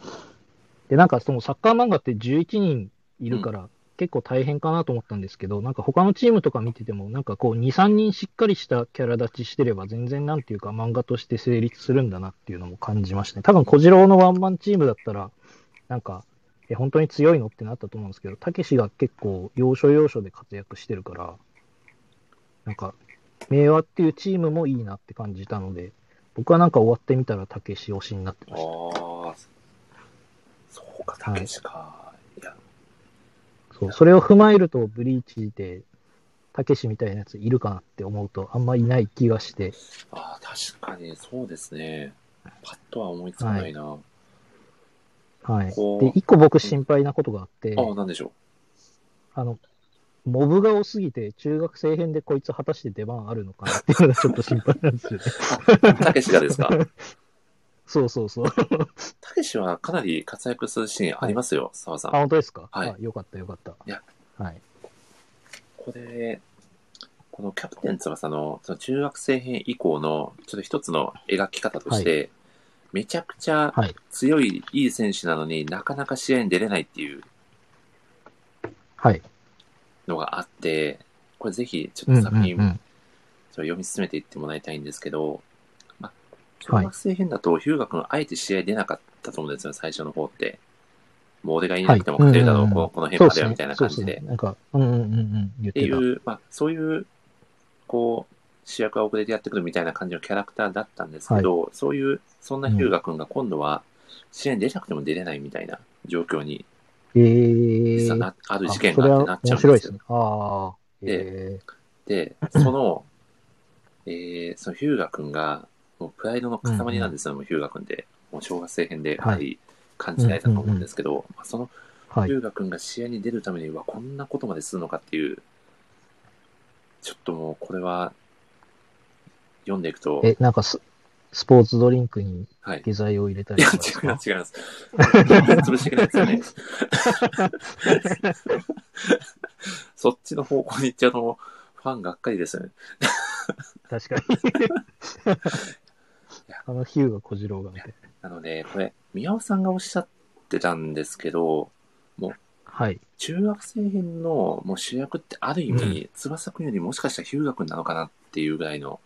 で、なんかそのサッカー漫画って11人いるから、結構大変かなと思ったんですけど、なんか他のチームとか見てても、なんかこう2、3人しっかりしたキャラ立ちしてれば全然なんていうか漫画として成立するんだなっていうのも感じましたね。多分小次郎のワンマンチームだったら、なんか、え、本当に強いのってなったと思うんですけど、たけしが結構要所要所で活躍してるから、なんか、明和っていうチームもいいなって感じたので、僕はなんか終わってみたらたけし推しになってああました。ー、そうか、たけしか。いや、そう、それを踏まえると、ブリーチで、たけしみたいなやついるかなって思うと、あんまいない気がして、ああ、確かにそうですね。パッとは思いつかないな。はい。こうで、一個僕心配なことがあって、ああ、なんでしょあの、モブが多すぎて、中学生編でこいつ果たして出番あるのかなっていうのがちょっと心配なんで (laughs) すよね。う。たけしが (laughs) ですか。そうそうそう。たけしはかなり活躍するシーンありますよ、澤さあ、ん。本当ですかはいあよかったよかった。いやはい。これ、このキャプテン翼のその中学生編以降の、ちょっと一つの描き方として、めちゃくちゃはい。強い、いい選手なのになかなか試合に出れないっていうはい。のがあって、これぜひちょうっんうとん作品、うん。それ読み進めていってもらいたいんですけど、まあ、小はい学生編だと、ヒューガ君、あえて試合出なかったと思うんですよ、最初の方って。もう俺がいなくても勝てるだろう、はいうんうんこうのんこのそ辺うまでは、みたですねいなそ感うでじすで。ね。なんか、うんうんうんうん。言っっててた。いう、まあ、そういう、こう、主役は遅れてやってくるみたいな感じのキャラクターだったんですけど、そういう、そんなヒューガ君が今度は試合に出なくても出れないみたいな状況に、え実はー。な、あるあ事件そがれあってなはっちゃ面うん白でいですよすね。。ああ。えで、その、えー、そのヒューガ君が、もうプライドの塊なんですよ、もうヒューガ君って。もう小学生編で、はいかなり感じられたと思うんですけど、まあ、そのー。はいヒ。ューガ君が試合に出るためには、こんなことまでするのかっていう、ちょっともう、これは、読んでいくと、え、なんかス、スポーツドリンクにはい。下剤を入れたいりや、とかです違いかま。す、違い (laughs) ます。潰していけないですよね。 (laughs) そっちの方向に行っちゃうと、もうファンがっかりですよね。確かに。あのヒューが小次郎が見て。なので、これ、宮尾さんがおっしゃってたんですけど、はい。中学生編のもう主役ってある意味、翼くんよりもしかしたらヒューガくんなのかなっていうぐらいの、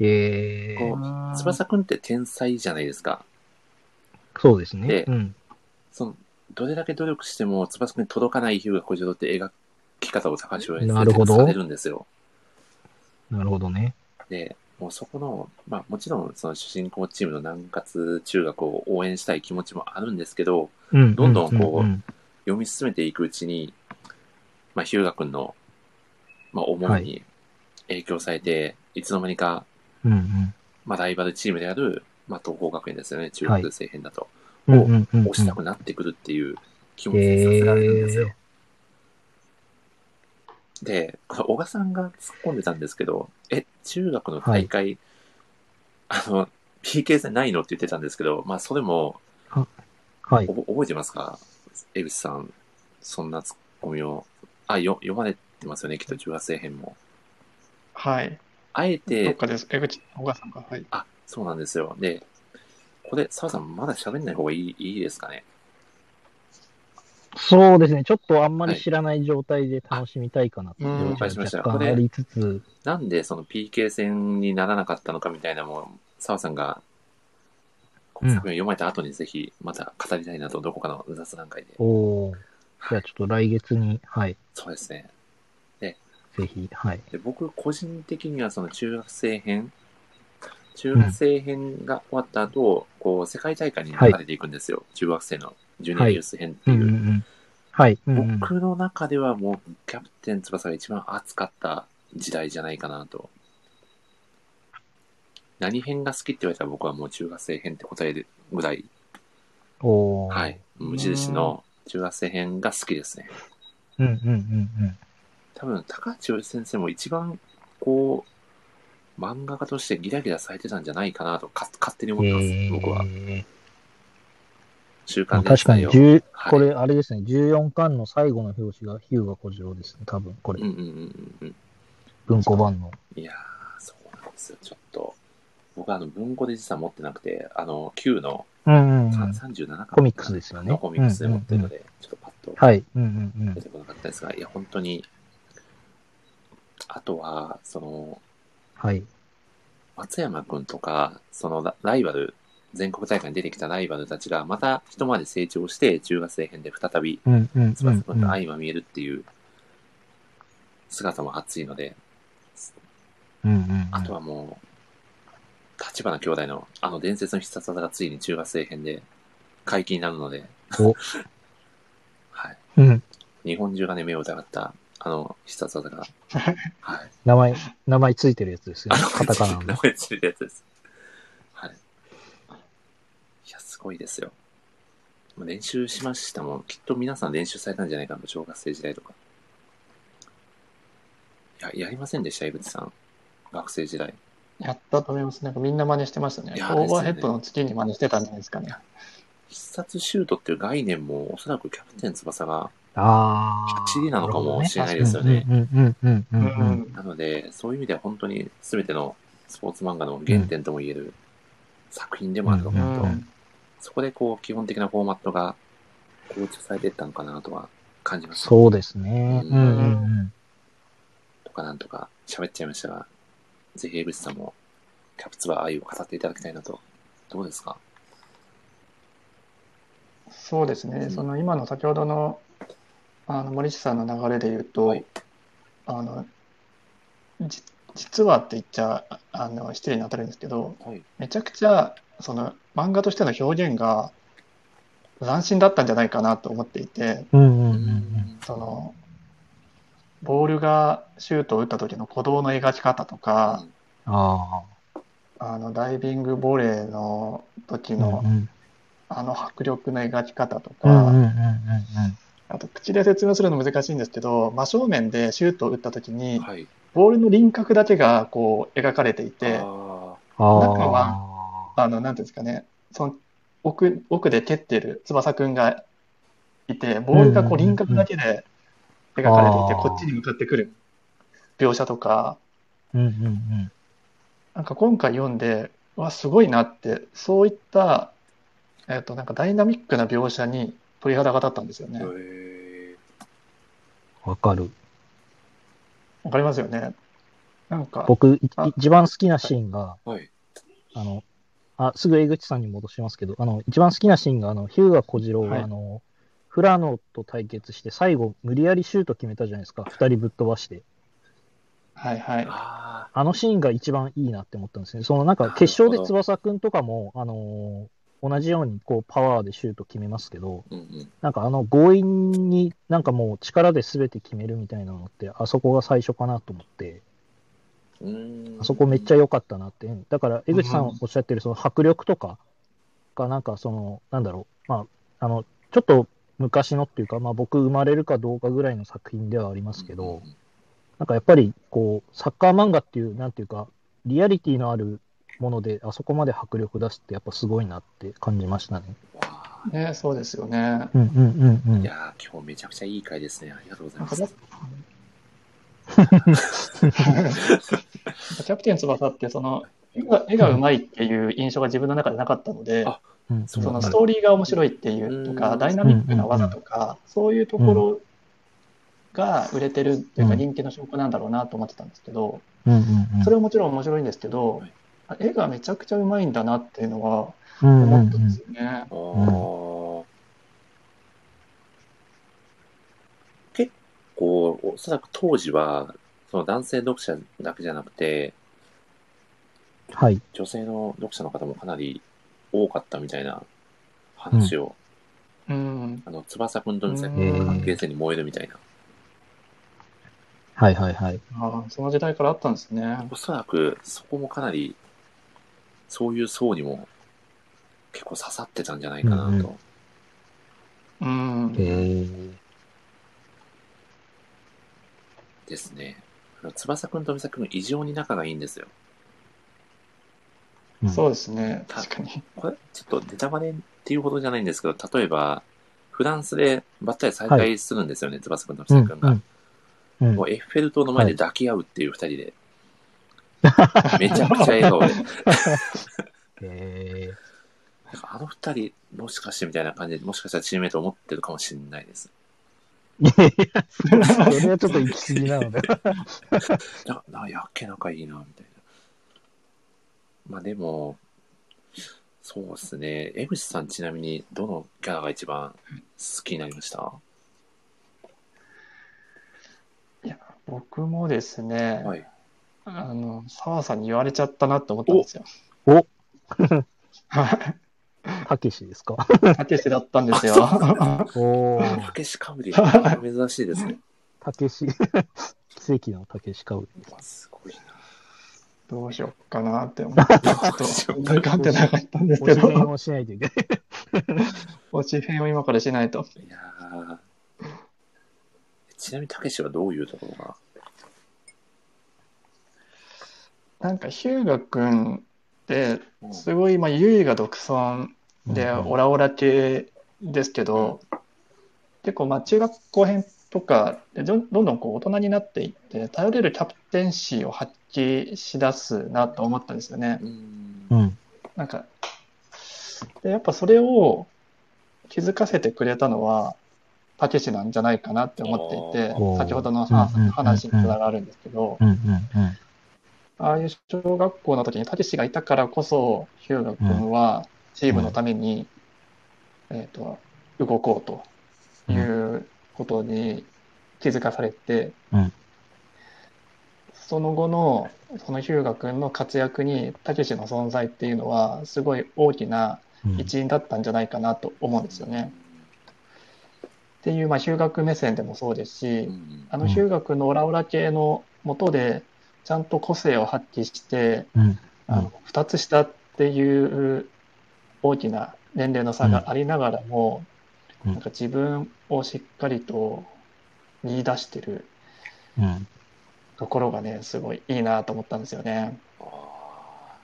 えこー。翼くんって天才じゃないですか。そうですねで。うん。その、どれだけ努力しても翼くんに届かないヒューガ小次郎って描き方を高橋英なるほどされるんですよ。なるほどね。で、もうそこの、まあもちろんその主人公チームの南葛中学を応援したい気持ちもあるんですけど、うん。どんどんこうううん読み進めていくうちに、まあ、ヒューガ君の、まあ、思いに影響されて、い、つの間にか、うんうん。まあ、ライバルチームである、まあ、東邦学園ですよね、中学生編だと、うんうんうんうん押したくなってくるっていう気持ちにさせられるんですよ。で、これ小賀さんが突っ込んでたんですけど、え、中学の大会、あの、PK 戦ないのって言ってたんですけど、まあ、それも、はいお。ぼ覚えてますか江口さん、そんなツッコミを。あ、よ読まれてますよね、きっと中学生編も。はい。あえ、どってかです。江口、小川さんが。はい。あ、そうなんですよ。で、これ、澤さん、まだ喋んない方がいいいいですかね。そうですね。ちょっとあんまり知らない状態で楽しみたいかなってはいうんいう了解しました若干ありつつ、なんで、その PK 戦にならなかったのかみたいなのも、澤さんが、この作品を読まれた後にぜひ、また語りたいなと、どこかの雑談会で。おーじゃあちょっと来月に、はい。そうですね。ぜひ、はい。で僕個人的にはその中学生編中学生編が終わった後、こう世界大会に流れていくんですよ、中学生のジュニアユース編ってういんうんうう、ん。はい。うんうん僕の中ではもうキャプテン翼が一番熱かった時代じゃないかなと何編が好きって言われたら僕はもう中学生編って答えるぐらい、おーはい、無印の中学生編が好きですねうんうんうん多分高橋先生も一番こう漫画家としてギラギラされてたんじゃないかなとか勝手にう思ん。ってます、えー僕は週刊まあ連確か載に、を10はいこれ、あれですね、14巻の最後の表紙がヒューガ小次郎ですね、多分、これうん、うんうんうん文庫版の。うんいやーそうなんですよちょっと僕はあの文庫で実は持ってなくてあの9のうんうんうん。 37巻コミックスですよねのコミックスで持ってるので、ちょっとパッとはい。うんうんうん出。てこなかったですがいや本当にあとはそのはい。松山君とか、そのラライバル、全国大会に出てきたライバルたちが、また一回り成長して、中学生編で再び、うんうんうん翼う君ん。と相まみえるっていう姿も熱いので、うんうんうん。あとはもう、立花兄弟のあの伝説の必殺技がついに中学生編で解禁になるので、お (laughs) はい。うん。日本中がね、目を疑った、あの必殺技が、はい。名前、名前ついてるやつですよあねの、。カタカナ名の。前ついたやつです。はい。いや、すごいですよ。もう練習しましたもん。きっと皆さん練習されたんじゃないかな、小学生時代とか。いや、やりませんでした、江口さん。学生時代。やったと思います。なんかみんな真似してましたねい。やオーバーヘッドの月に真似してたんじゃないですかね。必殺シュートっていう概念も、おそらくキャプテン翼が、ああ。走りなのかもしれないですようね。んうんうんううんうんんうん。なので、そういう意味では本当に全てのスポーツ漫画の原点とも言える作品でもあるとう思うと、んそこでこう基本的なフォーマットが構築されていったのかなとは感じます。そうですね。うんうんうん。とかなんとか喋っちゃいましたが、ぜひ江口さんもキャプツバ愛を語っていただきたいなと。どうですかそうですね。その今の先ほどのあの森下さんの流れで言うと、はいあのじ実はって言っちゃあの失礼に当たるんですけど、はい。めちゃくちゃその漫画としての表現が斬新だったんじゃないかなと思っていて、うんうんううんんそのボールがシュートを打った時の鼓動の描き方とか、ああのダイビングボレーの時あ。うんのうんあの迫力の描き方とうんうんうんうか、んあと口で説明するの難しいんですけど、真正面でシュートを打った時に、はい。ボールの輪郭だけがこう描かれていて、あ中ああ。あの、なんていうんですかね、その奥奥で蹴ってる翼くんがいて、ボールがこううんうんうんうん輪郭だけで描かれていて、あーこっちに向かってくる描写とか、うんうんうん。なんか今回読んで、うわ、すごいなって、そういった、えっと、なんかダイナミックな描写に鳥肌が立ったんですよあ。ね。へわえ。わかる。かりますよね。なんか、僕、いあ一番好きなシーンが、はい。あの、あ、すぐ江口さんに戻しますけど、あの、一番好きなシーンが、あの、ヒューガ小次郎が、はいあの、フラノと対決して、最後、無理やりシュート決めたじゃないですか。二人ぶっ飛ばして。はいはい。ああのシーンが一番いいなって思ったんですね。そのなんなかるほど決勝で翼くんとかも、あのー同じようにこうパワーでシュート決めますけど、あ。うんうん。なんかあの強引になんかもう力で全て決めるみたいなのって、あそこが最初かなと思って、うーんあそこめっちゃ良かったなって。だから江口さうんんおっしゃってるその迫力とかがなんかその、なんだろう、まあ、あの、ちょっと昔のっていうか、まあ僕生まれるかどうかぐらいの作品ではありますけど、うんうんなんかやっぱりこうサッカー漫画っていうなんていうかリアリティのあるものであそこまで迫力出すってやっぱすごいなって感じましたね。うんわね、そうですよね。うんうんうんうーいん。やー、今日めちゃくちゃいい回ですね。ありがとうございなんまかす。ねキャプテン翼ってその絵が絵がうまいっていう印象が自分の中でなかったので、あうんそそのうストーリーが面白いっていうとうか、んダイナミックな技とか、そういうところが売れてるといううか、ん人気の証拠なんだろうなと思ってたんですけど、うんうんうん。それはもちろん面白いんですけどはい、あ絵がめちゃくちゃうまいんだなっていうのはうんうんう思んったんですよね。あー結構、おそらく当時は、その男性読者だけじゃなくて、はい。女性の読者の方もかなり多かったみたいな話を、うん。あの、翼くんとのうねん関係性に燃えるみたいな。はいはいはい。あーその時代からあったんですね。おそらく、そこもかなり、そういう層にも結構刺さってたんじゃないかなと。うん。へーですね。あの翼くんと美咲くん、異常に仲がいいんですよ。うんそうですね。確かに。これ、ちょっとネタバレっていうほどじゃないんですけど、例えば、フランスでばったり再会するんですよね、翼くんと美うん咲くんが。うんうんもうエッフェル塔の前で抱き合うっていう二人 (laughs) で。めちゃくちゃ笑顔で。へーなんかあの二人、もしかしてみたいな感じで、もしかしたらチームメイト思ってるかもしれないです。いやいや、 (laughs) それはちょっと行き過ぎな (laughs) ので。な、な、やっけ仲いいな、みたいな。まあでも、そうですね。江口さんちなみに、どのキャラが一番好きになりましたいや、僕もですね、はい。あの、澤さんに言われちゃったなって思ったんですよ。おはたけしですか。いたけしだったんですよ。おーたけしかぶり、珍しいですね。たけし。奇跡のたけしかぶり。うわすごいな。どうしよっかなって思って、ちょっと思い浮かんでなかったんですおけ支援ど、をしないといけない。推し編を今からしないと。いやーちなみにたけしはどういうところがなんか、ヒューガ君って、うんすごい、まあ、優位が独尊で、うんうんオラオラ系ですけど、結構、まあ、中学校編とかで、どんどんどんこう大人になっていって、頼れるキャプテンシーを発揮しだすなと思ったんですよね。うーんうん。なんか、で、やっぱそれを気づかせてくれたのは、たけしなんじゃないかなって思っていておー、先ほどのうんうんうんうん話話につながるんですけど、うんうんうん。ああいう小学校の時にたけしがいたからこそ、ヒューガ君はチームのために、えっと、動こうということに気づかされてうん、その後のそのヒューガ君の活躍にたけしの存在っていうのはすごい大きなうん一員だったんじゃないかなと思うんですよね。っていう、まあ、ヒューガ君目線でもそうですしう、んあのヒューガ君のオラオラ系の元でちゃんと個性を発揮して、うんあの2つ下っていう大きな年齢の差がありながらも、うんなんか自分をしっかりと見出してるうんところがね、すごいいいなと思ったんですよね。あ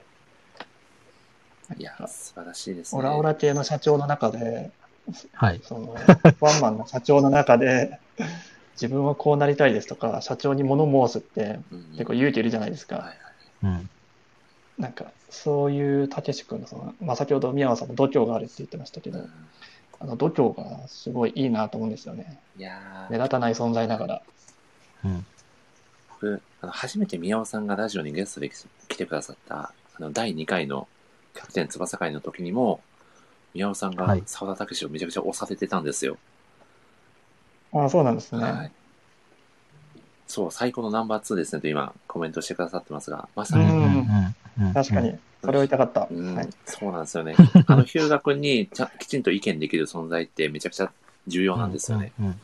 ーいや、素晴らしいですね。オラオラ系の社長の中で、はい。(laughs) そのワンマンの社長の中で、自分はこうなりたいですとか、社長に物申すってうん、結構勇気いるじゃないですはいはか。いうん。なんか、そういうたけし君のその、まあ、先ほど宮野さんも度胸があるって言ってましたけうど、んあの度胸がすごいいいなと思うんですよね。いや目ー立たない存在ながら。うん。僕あの、初めて宮尾さんがラジオにゲストで来てくださった、あの、第2回のキャプテン翼会の時にも、宮尾さんはがい澤田武史をめちゃくちゃ押させてたんですよ。ああ、そうなんですね。はい。そう、最高のナンバー2ですねと今、コメントしてくださってますが、まさに、うんうん確か。に、それを言いたかった。うんはい、そうなんですよ (laughs) ね。あの、ヒューガ君にちゃきちんと意見できる存在ってめちゃくちゃ重要なんですよね。うん。うん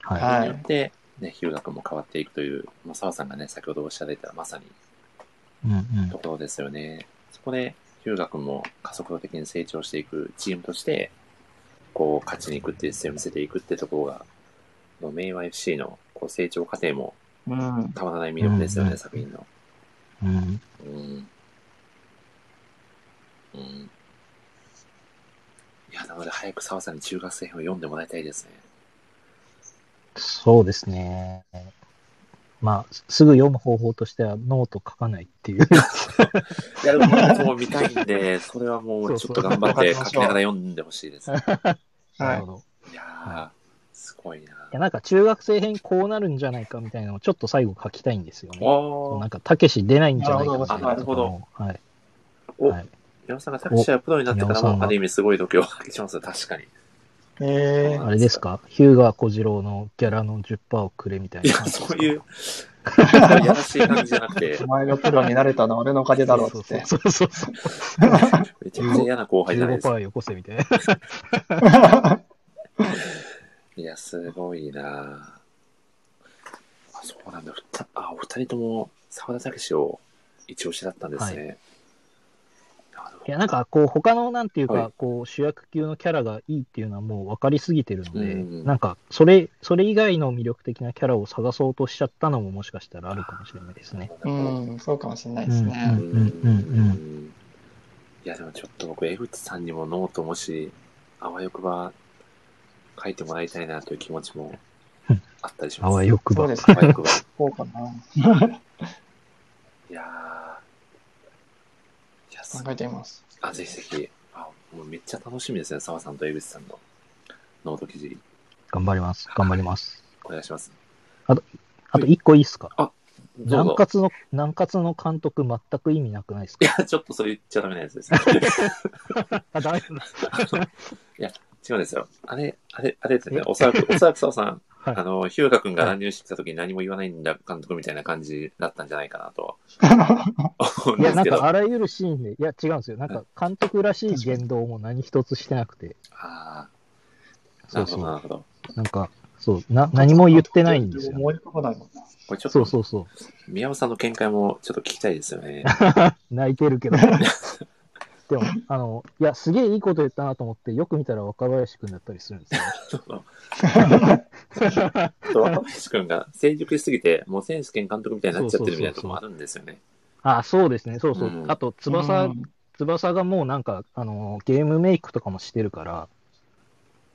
ははそいれによって、ね、ヒューガ君も変わっていくという、まあ、澤さんがね、先ほどおっしゃられたまさにい。うんうんところですよね。そこで、ヒューガ君も加速度的に成長していくチームとして、こう、勝ちに行くっていう姿勢を見せていくってところが、この明和 FC のこう成長過程もうん。たまらない魅力ですよね、うん作品の。うん。うん。うん。いや、なので早く澤さんに中学生編を読んでもらいたいですね。そうですね。まあ、すすぐ読む方法としては、ノート書かないっていう。いや、でもま (laughs) だもう見たいんで、それはもそううちそょっうと頑張って書きながら読んでほしい (laughs) です。いなはるいほ。ど。いやー、すごいな。や、なんか中学生編こうなるんじゃないかみたいなのをちょっと最後書きたいんですよね。そうおなーん、か、たけし出ないんじゃないかみたいななるほどとかもはい。お、はい宮本さんが作者やプロになってから宮本さんも、がある意味すごい度胸を発揮しますよ確かに。えそうあれですか、ヒューガー小次郎のギャラの10%をくれみたいいなや、感じですそか。う (laughs) いう、いやらしい感じじゃなくてー、お、前がプロになれたのは俺のおかげだろ (laughs) うっつって。そうそうそうそう。めちゃくちゃ嫌な後輩じゃないですか。 15%よこせみたいな。いや、すごいなあそうなんだ。ふたあ、お二人とも沢田武史を一押しだったんですね。なるほいどや、なんか、こう、他の、なんていうはか、こう、主役級のキャラがいいっていうのはもう分かりすぎてるので、うんなんか、それ、それ以外の魅力的なキャラを探そうとしちゃったのももしかしたらあるかもしれないですね。うなるほどん、そうかもしれないですううんんね。うんうんいや、でもちょっと僕、江口さんにもノートもし、あわよくば書いてもらいたいなという気持ちもあったりします。あわよくそうば。ですあね。わよくば。こうかな。いやーいや、す考えてみます。あ、ぜひぜひ。あ、もうめっちゃ楽しみですね。澤さんと江口さんのノート記事、頑張ります。頑張ります。お願いします。あと、一個いいっすかどう南ぞ。葛の、南葛の監督全く意味なくないですいかや、ちょっとそれ言っちゃダメなやつ (laughs) ですね。あ、ダメなんだ。違うんですよ。あれ、あれ、あれですねえ。おそら (laughs) く、おそらく澤さん、はいあの、ヒューガ君が乱入してきた時に何も言わないんだ、監督みたいな感じだったんじゃないかな (laughs) と思うんいでや、すなんけど。かああらゆるシーンで、いや、違うんですよ。なんか、監督らしい言動も何一つしてなくて、あー、なそるほど、うそなう。るほど。なんか、そう、な、何も言ってないんですよ。思い浮かばないもんな。これちょっそうと、そうそ宮尾さんの見解もちょっと聞きたいですよ (laughs) ね。う。泣いてるけど。 (laughs) でも、あの、いや、すげえいいこと言ったなと思って、よく見たら若林くんだったりす (laughs) るんですよ。ちょっと若林君が成熟しすぎて、もう選手兼監督みたいになっちゃってるみたいなとこもあるんですよね。あ、そうですね。そうそう。うんあと、う翼ん、翼がもうなんか、あの、ゲームメイクとかもしてるから、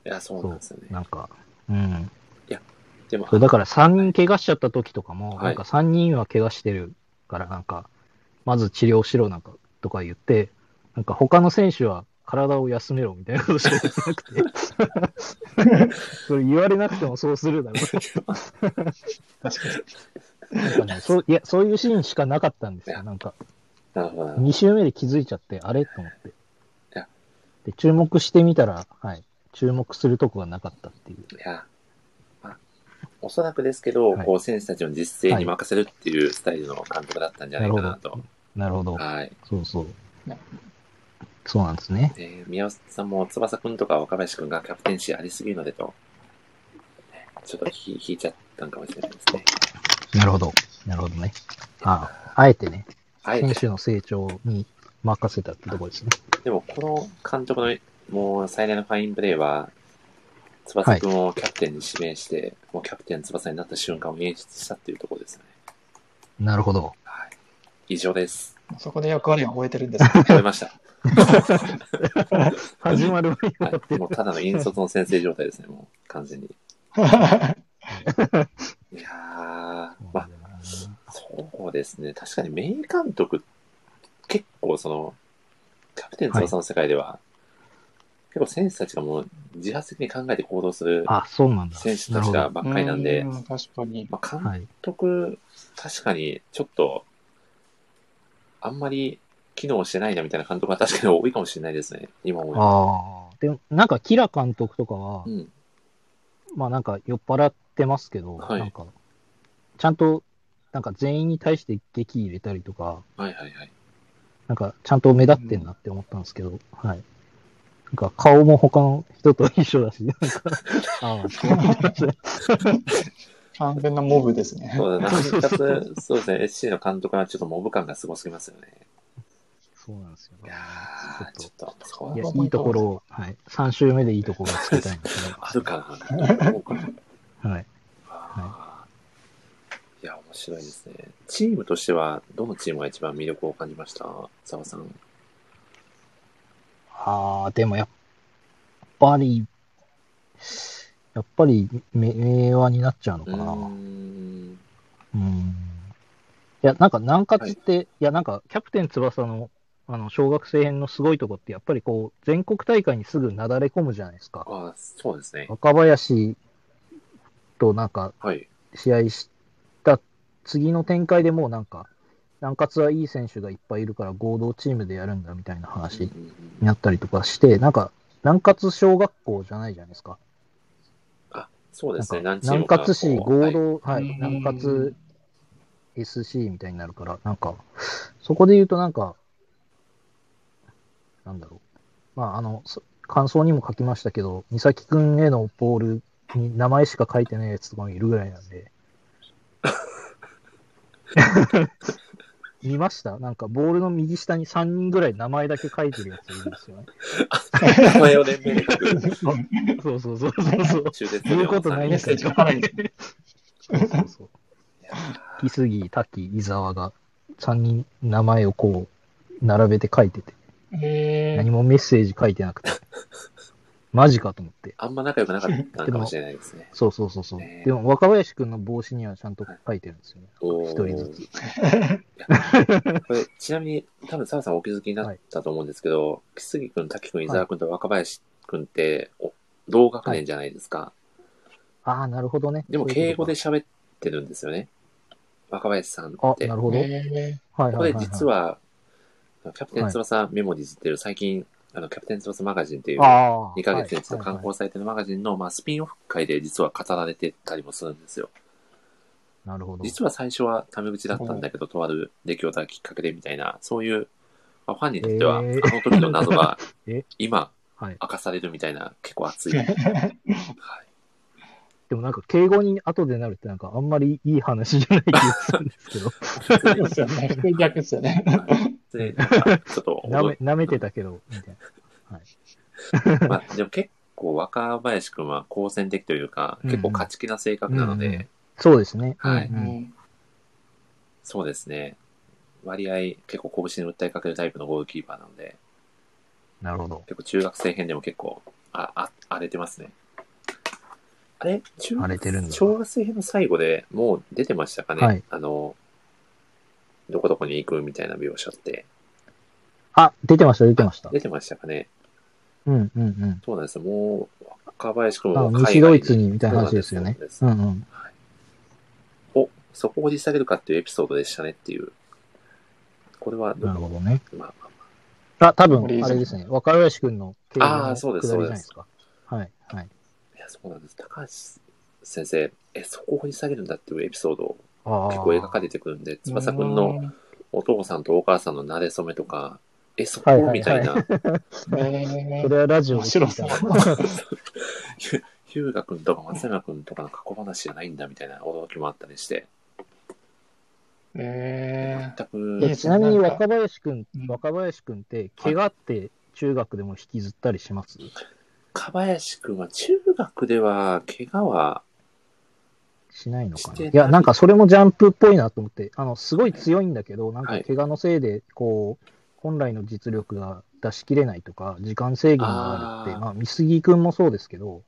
いや、そうなんですよね。なんか、うん。でも、そうだから3人怪我しちゃった時とかも、はいなんか3人は怪我してるから、なんか、まず治療しろなんかとか言って、なんか他の選手は体を休めろみたいなことしか言ってなく (laughs) て、それ言われなくてもそうするだろ確かに。う。なんかね、そういやそういうシーンしかなかったんですよ。なんか、なるほどなるほど。 2周目で気づいちゃって、あれと思ってや。で、注目してみたら、はい、注目するとこがなかったっていう。いや、まあ、おそらくですけど、はいこう選手たちの実践に任せるっていうスタイルの監督だったんじゃないかなと。なるほど。はい。そうそうね。そうなんですね。で、宮尾さんも翼くんとか若林くんがキャプテンシーありすぎるのでと、ちょっとひ引いちゃったんかもしれないですね。なるほど。なるほどね。ああ、あえてね、あえ選て、手の成長に任せたってとこですね。でもこの監督のもう最大のファインプレーは、翼くんをキャプテンに指名して、もうキャプテン翼になった瞬間を演出したっていうところですよね。なるほど。はい。以上です。そこで役割を終えてるんですけど終わりました。 (laughs) 始まる前にはい、もうただの引率の先生状態ですね、もう完 (laughs) 全に。いやー、まあ、そうですね、確かに名監督、結構その、キャプテン翼の世界では、結構選手たちがもう自発的に考えて行動するあ、そうなんだ。選手たちがばっかりなんでう、ん確かに。まあ、な監るほど。はい。督、確かにちょっと、あんまり機能してないなみたいな監督は確かに多いかもしれないですね、今思えば。ああ。でも、なんか、キラ監督とかはう、ん、まあなんか酔っ払ってますけど、はいなんか、ちゃんと、なんか全員に対して劇入れたりとか、はいはいはい。なんかちゃんと目立ってんなって思ったんですけど、はい。なんか顔も他の人と一緒だし、な (laughs) んか、ああ、そうなんですね完全なモブですね。そうだな、復活、そうですね、SC の監督はちょっとモブ感がすごすぎますよね。そうなんですよいねや。ー、ちちょょっっと、そこと、いはや、いいところを、はい。3周目でいいところをつけたいんですけあるかな。どうかな (laughs) ど、はい。あーいや、面白いですね。チームとしては、どのチームが一番魅力を感じました澤さん。ああ、でもやっぱり、やっぱり、め名和になっちゃうのうかーな。ん。うんいや、なんか、南葛って、い、や、なんか、キャプテン翼の、あの、小学生編のすごいとこって、やっぱりこう、全国大会にすぐなだれ込むじゃないですか。あーそうですね。若林となんか、はい。試合した次の展開でもうなんか、南葛はいい選手がいっぱいいるから合同チームでやるんだみたいな話うんになったりとかして、なんか、南葛小学校じゃないじゃないですか。あ、そうですね。なんか何チー南ムかこ葛う市合はい同、はい、うん南葛 SC みたいになるから、なんか、そこで言うとなんか、なんだろう。まあ、あの、そ感想にも書きましたけど、美咲くんへのボールに名前しか書いてないやつとかもいるぐらいな (laughs) んで。見ましたなんか、ボールの右下に3人ぐらい名前だけ書いてるやついるんですよね。名前を連名で書く。そうそうそうそうそう。中絶言うことないメでッすセけーどジ書かないんでそうそうそう。いやー木杉、滝、伊沢が3人名前をこう並べて書いてて、え何もメッセージ書いてなく (laughs) て、マジかと思って。あんま仲良くなかったんかもしれないですね。そうそうそうそう。ねえでも若林くんの帽子にはちゃんと書いてるんですよね。お一人ずーつ。これ、ちなみに、多分澤さんお気づきになったと思うんですけど、木杉くん、滝くん、伊沢くんと若林くんって、お同学年じゃないですか。ああ、なるほどね。でも、そうい敬うこ語とでか喋ってるんですよね。若林さんって。あ、なるほど。はいえはいこはい、れ、はい。実は、キャプテン翼メモディズっていう、最近、あの、キャプテン翼マガジンっていう、2ああ、ヶ月に一度刊はいはいは行されてるマガジンの、まあ、スピンオフ会で実は語られてたりもするんですよ。いなるほど。実は最初はタメ口だったんだけど、とある出来事がきっかけでみたいな、そういう、まあ、ファンにとっては、えあーの時の謎が (laughs) え、今、はい。明かされるみたいな、結構熱い。 (laughs) はい、でもなんか、敬語に後でなるってなんか、あんまりいい話じゃない気がするんです (laughs) けど、ーそうですよね。普通逆ですよね。でなんかちょっとなめ驚、舐めてたけど、みたいな。はい。まあ、でも結構若林くんは好戦的というか、うん結構勝ち気な性格なので、うんうんそうですね。はいうんうんうそうですね。割合、結構拳に訴えかけるタイプのゴールキーパーなので、なるほど。結構中学生編でも結構、あ、あ、荒れてますね。あれ中荒れてるんだ小学生編の最後でもう出てましたかね、はいあの、どこどこに行くみたいな描写って。あ、出てました、出てました。出てましたかねうんうんうん。そうなんですよ。もう、若林君あも海外西ドイツにみたいな話ですよねそうなんで。すうそんううなんですん。お、そこを掘り下げるかっていうエピソードでしたねっていう。これはど、なるほどね。まあまあ、あ、多分、あれですね。若林くんの経営のあーそうです下りじゃないですか。はい、はい。いや、そうなんです。高橋先生、え、そこを掘り下げるんだっていうエピソードをあ結構描かれてくるんで、翼くんのお父さんとお母さんの馴れ初めとか、え、そこ、はいはいはいみたいな、えそれはラジオで聞い面白たそう (laughs) ヒュヒューガくんとか松山くんとかの過去話じゃないんだみたいな驚きもあったりして、ー、え全いやくえ、ちなみになんか若林くんうん、若林くんって、怪我って中学でも引きずったりしますかばやしくんは中学では怪我は、しないのかしてなないいや、なんかそれもジャンプっぽいなと思って、あの、すごい強いんだけど、なんはかい怪我のせいで、こう、本来の実力が出し切れないとか、時間制限があるあって、ーまあ、美杉くんもそうですけど、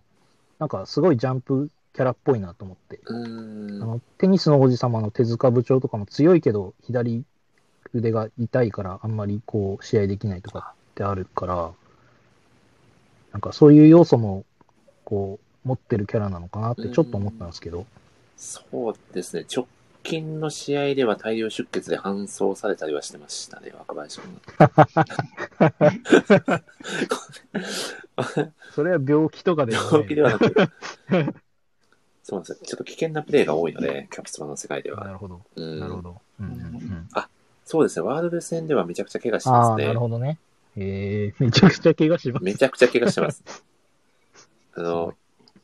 なんかすごいジャンプキャラっぽいなと思って。うあーん、の、テニスの王子様の手塚部長とかも強いけど、左腕が痛いから、あんまりこう、試合できないとかってあるから、なんかそういう要素も、こう、持ってるキャラなのかなってちょっと思ったんですけど、そうですね、直近の試合では大量出血で搬送されたりはしてましたね、若林くん。それは病気とかではない病気ではなく、そうなんですよ、ちょっと危険なプレーが多いので、キャプツバの世界では。なるほど、うんなるほど。うんうんうんそうですね、ワールド戦ではめちゃくちゃ怪我してあまあ、すなねる。ほどね。えー、めちゃくちゃ怪我します。めちゃくちゃ怪我して (laughs) ます。あすごの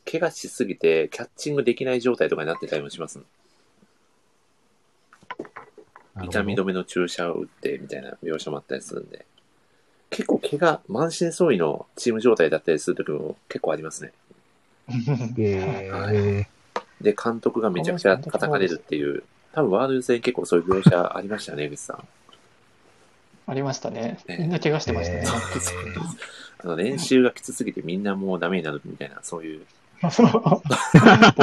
い、怪我しすぎてキャッチングできない状態とかになってたりもします。痛みなる止めの注射を打ってみたいな描写もあったりするんで。結構怪我、満身創痍のチーム状態だったりする時も結構ありますね。ほど。えー、で、監督がめちゃくちゃ叩かれるっていう。多分ワールド戦結構そういう描写ありましたよね、江口さん。ありましたね。ええみんな怪我してましたね。あの、練習がきつすぎてみんなもうダメになるみたいな、そういう。 (laughs) ボ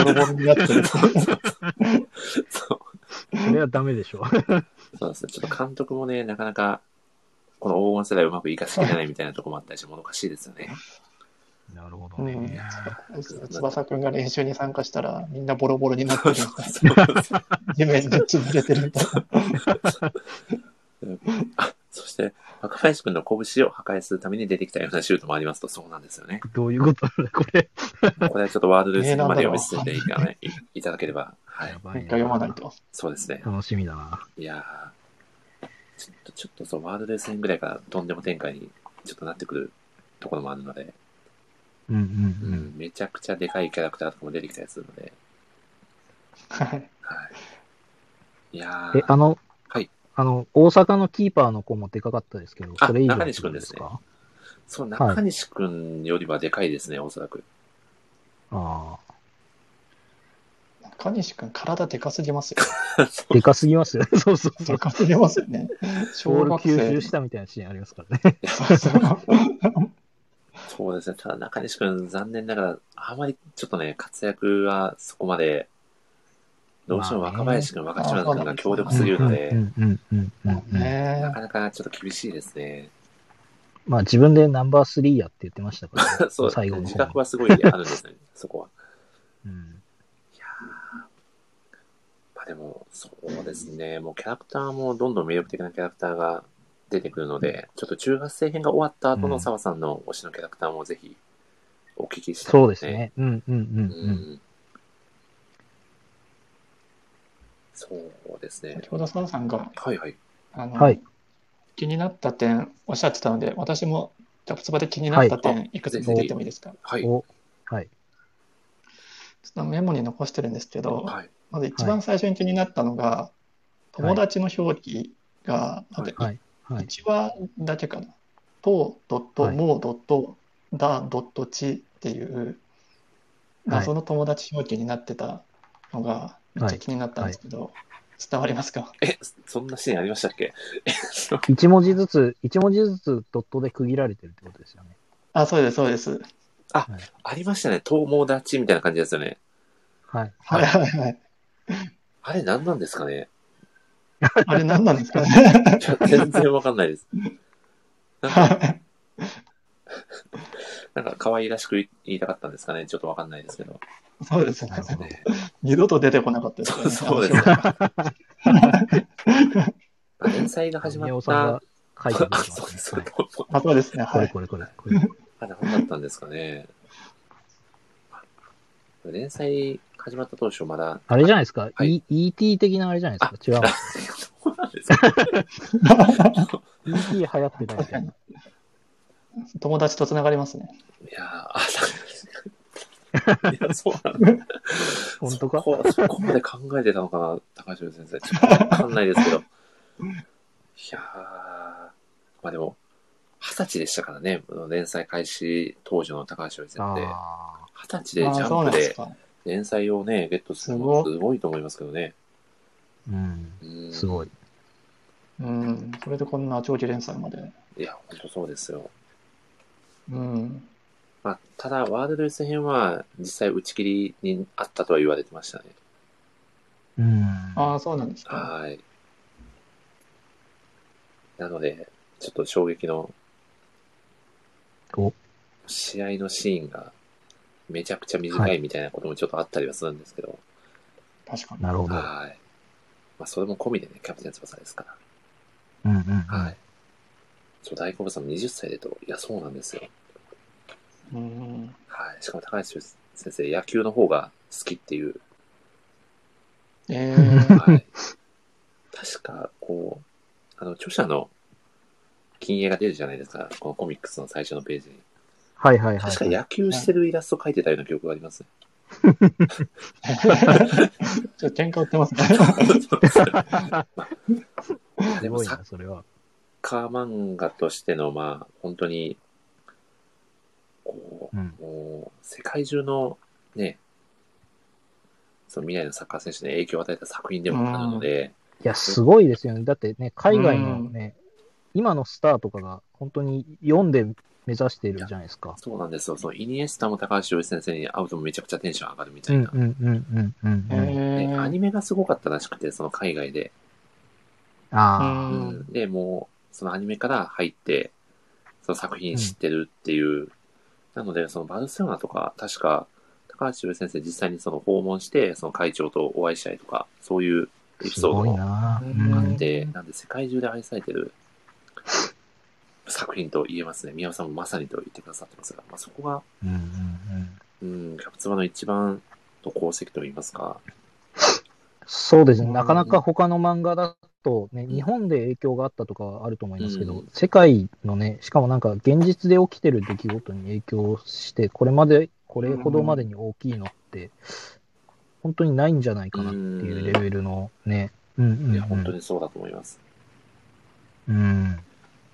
ロボロに (laughs) なってる。そう。それはダメでしょ。そうですね。ちょっと監督もね、なかなか、この黄金世代をうまく活かしきれないみたいなとこもあったりして、もどかしいですよね。なるほどうね。んいやー翼くんが練習に参加したら、みんなボロボロになってる。そうそう地面で潰れてるみたいな。あ (laughs) そして、若林君の拳を破壊するために出てきたようなシュートもありますと、そうなんですよね。どういうことなんだ、これ。これはちょっとワールドレスにまで読み進んでいかないいいただければ、はいや、ば一い回読まないな。と。そうですね。楽しみだな。いやーちょっと、ちょっとそう、ワールドレスぐらいからとんでも展開にちょっとなってくるところもあるので、うんううんうん。ん、めちゃくちゃでかいキャラクターとかも出てきたりするので、はいはい。いやーえ、あの、はいあの、大阪のキーパーの子もでかかったですけど、あそれ以上中西君ですねかそう、中西くんよりはでかいですね、おそら (laughs) く。あ中西くん、体でかすぎます (laughs) よ。あ、でかすぎますよね。そうそうそでう。かすぎますよね。ボー小ル学吸生収。したみたいなシーンありますからね。そうそうそうですね。ただ中西くん、残念ながら、あまりちょっとね、活躍はそこまで、どうしてもまあね若林くん、若島くんが強力すぎるうのんでう、んうんうんうんうなん。ねかなかちょっと厳しいですね。、まあ自分でナンバースリーやって言ってましたから、ね (laughs) そう、最後の自方覚はすごいあるんですね、 (laughs) そこは。うんまあでも、そうですね。もうキャラクターもどんどん魅力的なキャラクターが出てくるので、ちょっと中学生編が終わった後の澤さんの推しのキャラクターもぜひお聞きしたいそうです。ね。うんうんううんうん。ん。そうですね。先ほど澤さんが、はいはい。あの、はい気になった点おっしゃってたので、私もキャプツバで気になった点、い、くつ出てってもいいですかちょはい。お、はい。っとメモに残してるんですけど、はい。まず一番最初に気になったのが、友達の表記が、なんかはい。はい。 1話だけかな。と、ドット、はいもうドット、だ、ドット、ちっていう、謎の友達表記になってたのが、めっちゃ気になったんですけど、伝わりますかえ、そそんなシーンありましたっけそう一文字ずつ、一文字ずつドットで区切られてるってことですよね。あ、そうです、そうです。ありましたね。友達みたいな感じですよね。はい。はいはい (laughs) はい。あれ何なんですかねあれ何なんですかね。 (laughs) い (laughs) や全然わかんないです。なんか可愛らしく言いたかったんですかねちょっとわかんないですけど。そうですねな。るほど。二度と出てこなかったですよね。そうですね。まあ連載が始ま宮尾っさんたが。書いてくれて (laughs) あ、まそうですすね。ねはい。これあのそうですね。はい。これこれ。これあ、何だったんですかね。連載始まった当初ま (laughs) だ。あれじゃないですか、はい e、?ET 的なあれじゃないですか違う。そうなんですか ET 流行ってたみ (laughs) たいな。友達とつながりますね。いやー、あ、だからいや、そうなんだ。本当かそこそこまで考えてたのかな、高橋先生。ちょっとわかんないですけど。い (laughs) やー、まあでも、二十歳でしたからね、連載開始当時の高橋先生って。あ二十歳であージそャうなンんプですでか。連載をね、ゲットするのはすごいと思いますけどね。ーうん。うんすごい。うん。それでこんな長期連載まで。いや、本当そうですよ。うん。まあ、ただ、ワールドレス編は実際打ち切りにあったとは言われてましたね。うん。ああ、そうなんですか。はい。なので、ちょっと衝撃のお試合のシーンがめちゃくちゃ短はいみたいなこともちょっとあったりはするんですけど、確かに。なるはほい。ど。まあ、それも込みでね、キャプテン翼ですから。うんうん。はい。そう、大久保さんも20歳でと、いや、そうなんですよ。うん。はい。しかも高橋先生、野球の方が好きっていう、ええはい。確か、こう、あの、著者の金鋭が出るじゃないですか、このコミックスの最初のページに。はいはいはい確か。野球してるイラスト描いてたような記憶があります。ちょっと喧嘩売ってますね。 (laughs) ですもごいサッな、それは。カー漫画としての、まあ、本当に、こうんう、。もう世界中のね、その未来のサッカー選手に影響を与えた作品でもあるので、いや、すごいですよね。だってね、海外のね、今のスターとかが本当に読んで目指してるじゃないですか。そうなんですよ。そのイニエスタも高橋洋一先生に会うとめちゃくちゃテンション上がるみたういんな。うんうんうんうんえうん。でアニえメがすごかったらしくて、その海外で。あううんん、で、もう、そのアニメから入って、その作品知ってるっていう。なので、そのバルセロナとか、確か、高橋優先生実際にその訪問して、その会長とお会いしたりとか、そういうエあ、ピすソードごいもな。うあんっ、て、なんで世界中で愛されてる作品と言えますね。宮尾さんもまさにと言ってくださってますが、まあ、そこが、うんうんうんうん、キャプツバの一番の功績と言いますか、そうですね、うんなかなか他の漫画だと、ね、ん日本で影響があったとかはあると思いますけど、うん世界のね、しかもなんか現実で起きてる出来事に影響して、これまで、これほどまでに大きいのって、本当にないんじゃないかなっていうレベルのね、うんうんうん、いや、本当にそうだと思います。うん。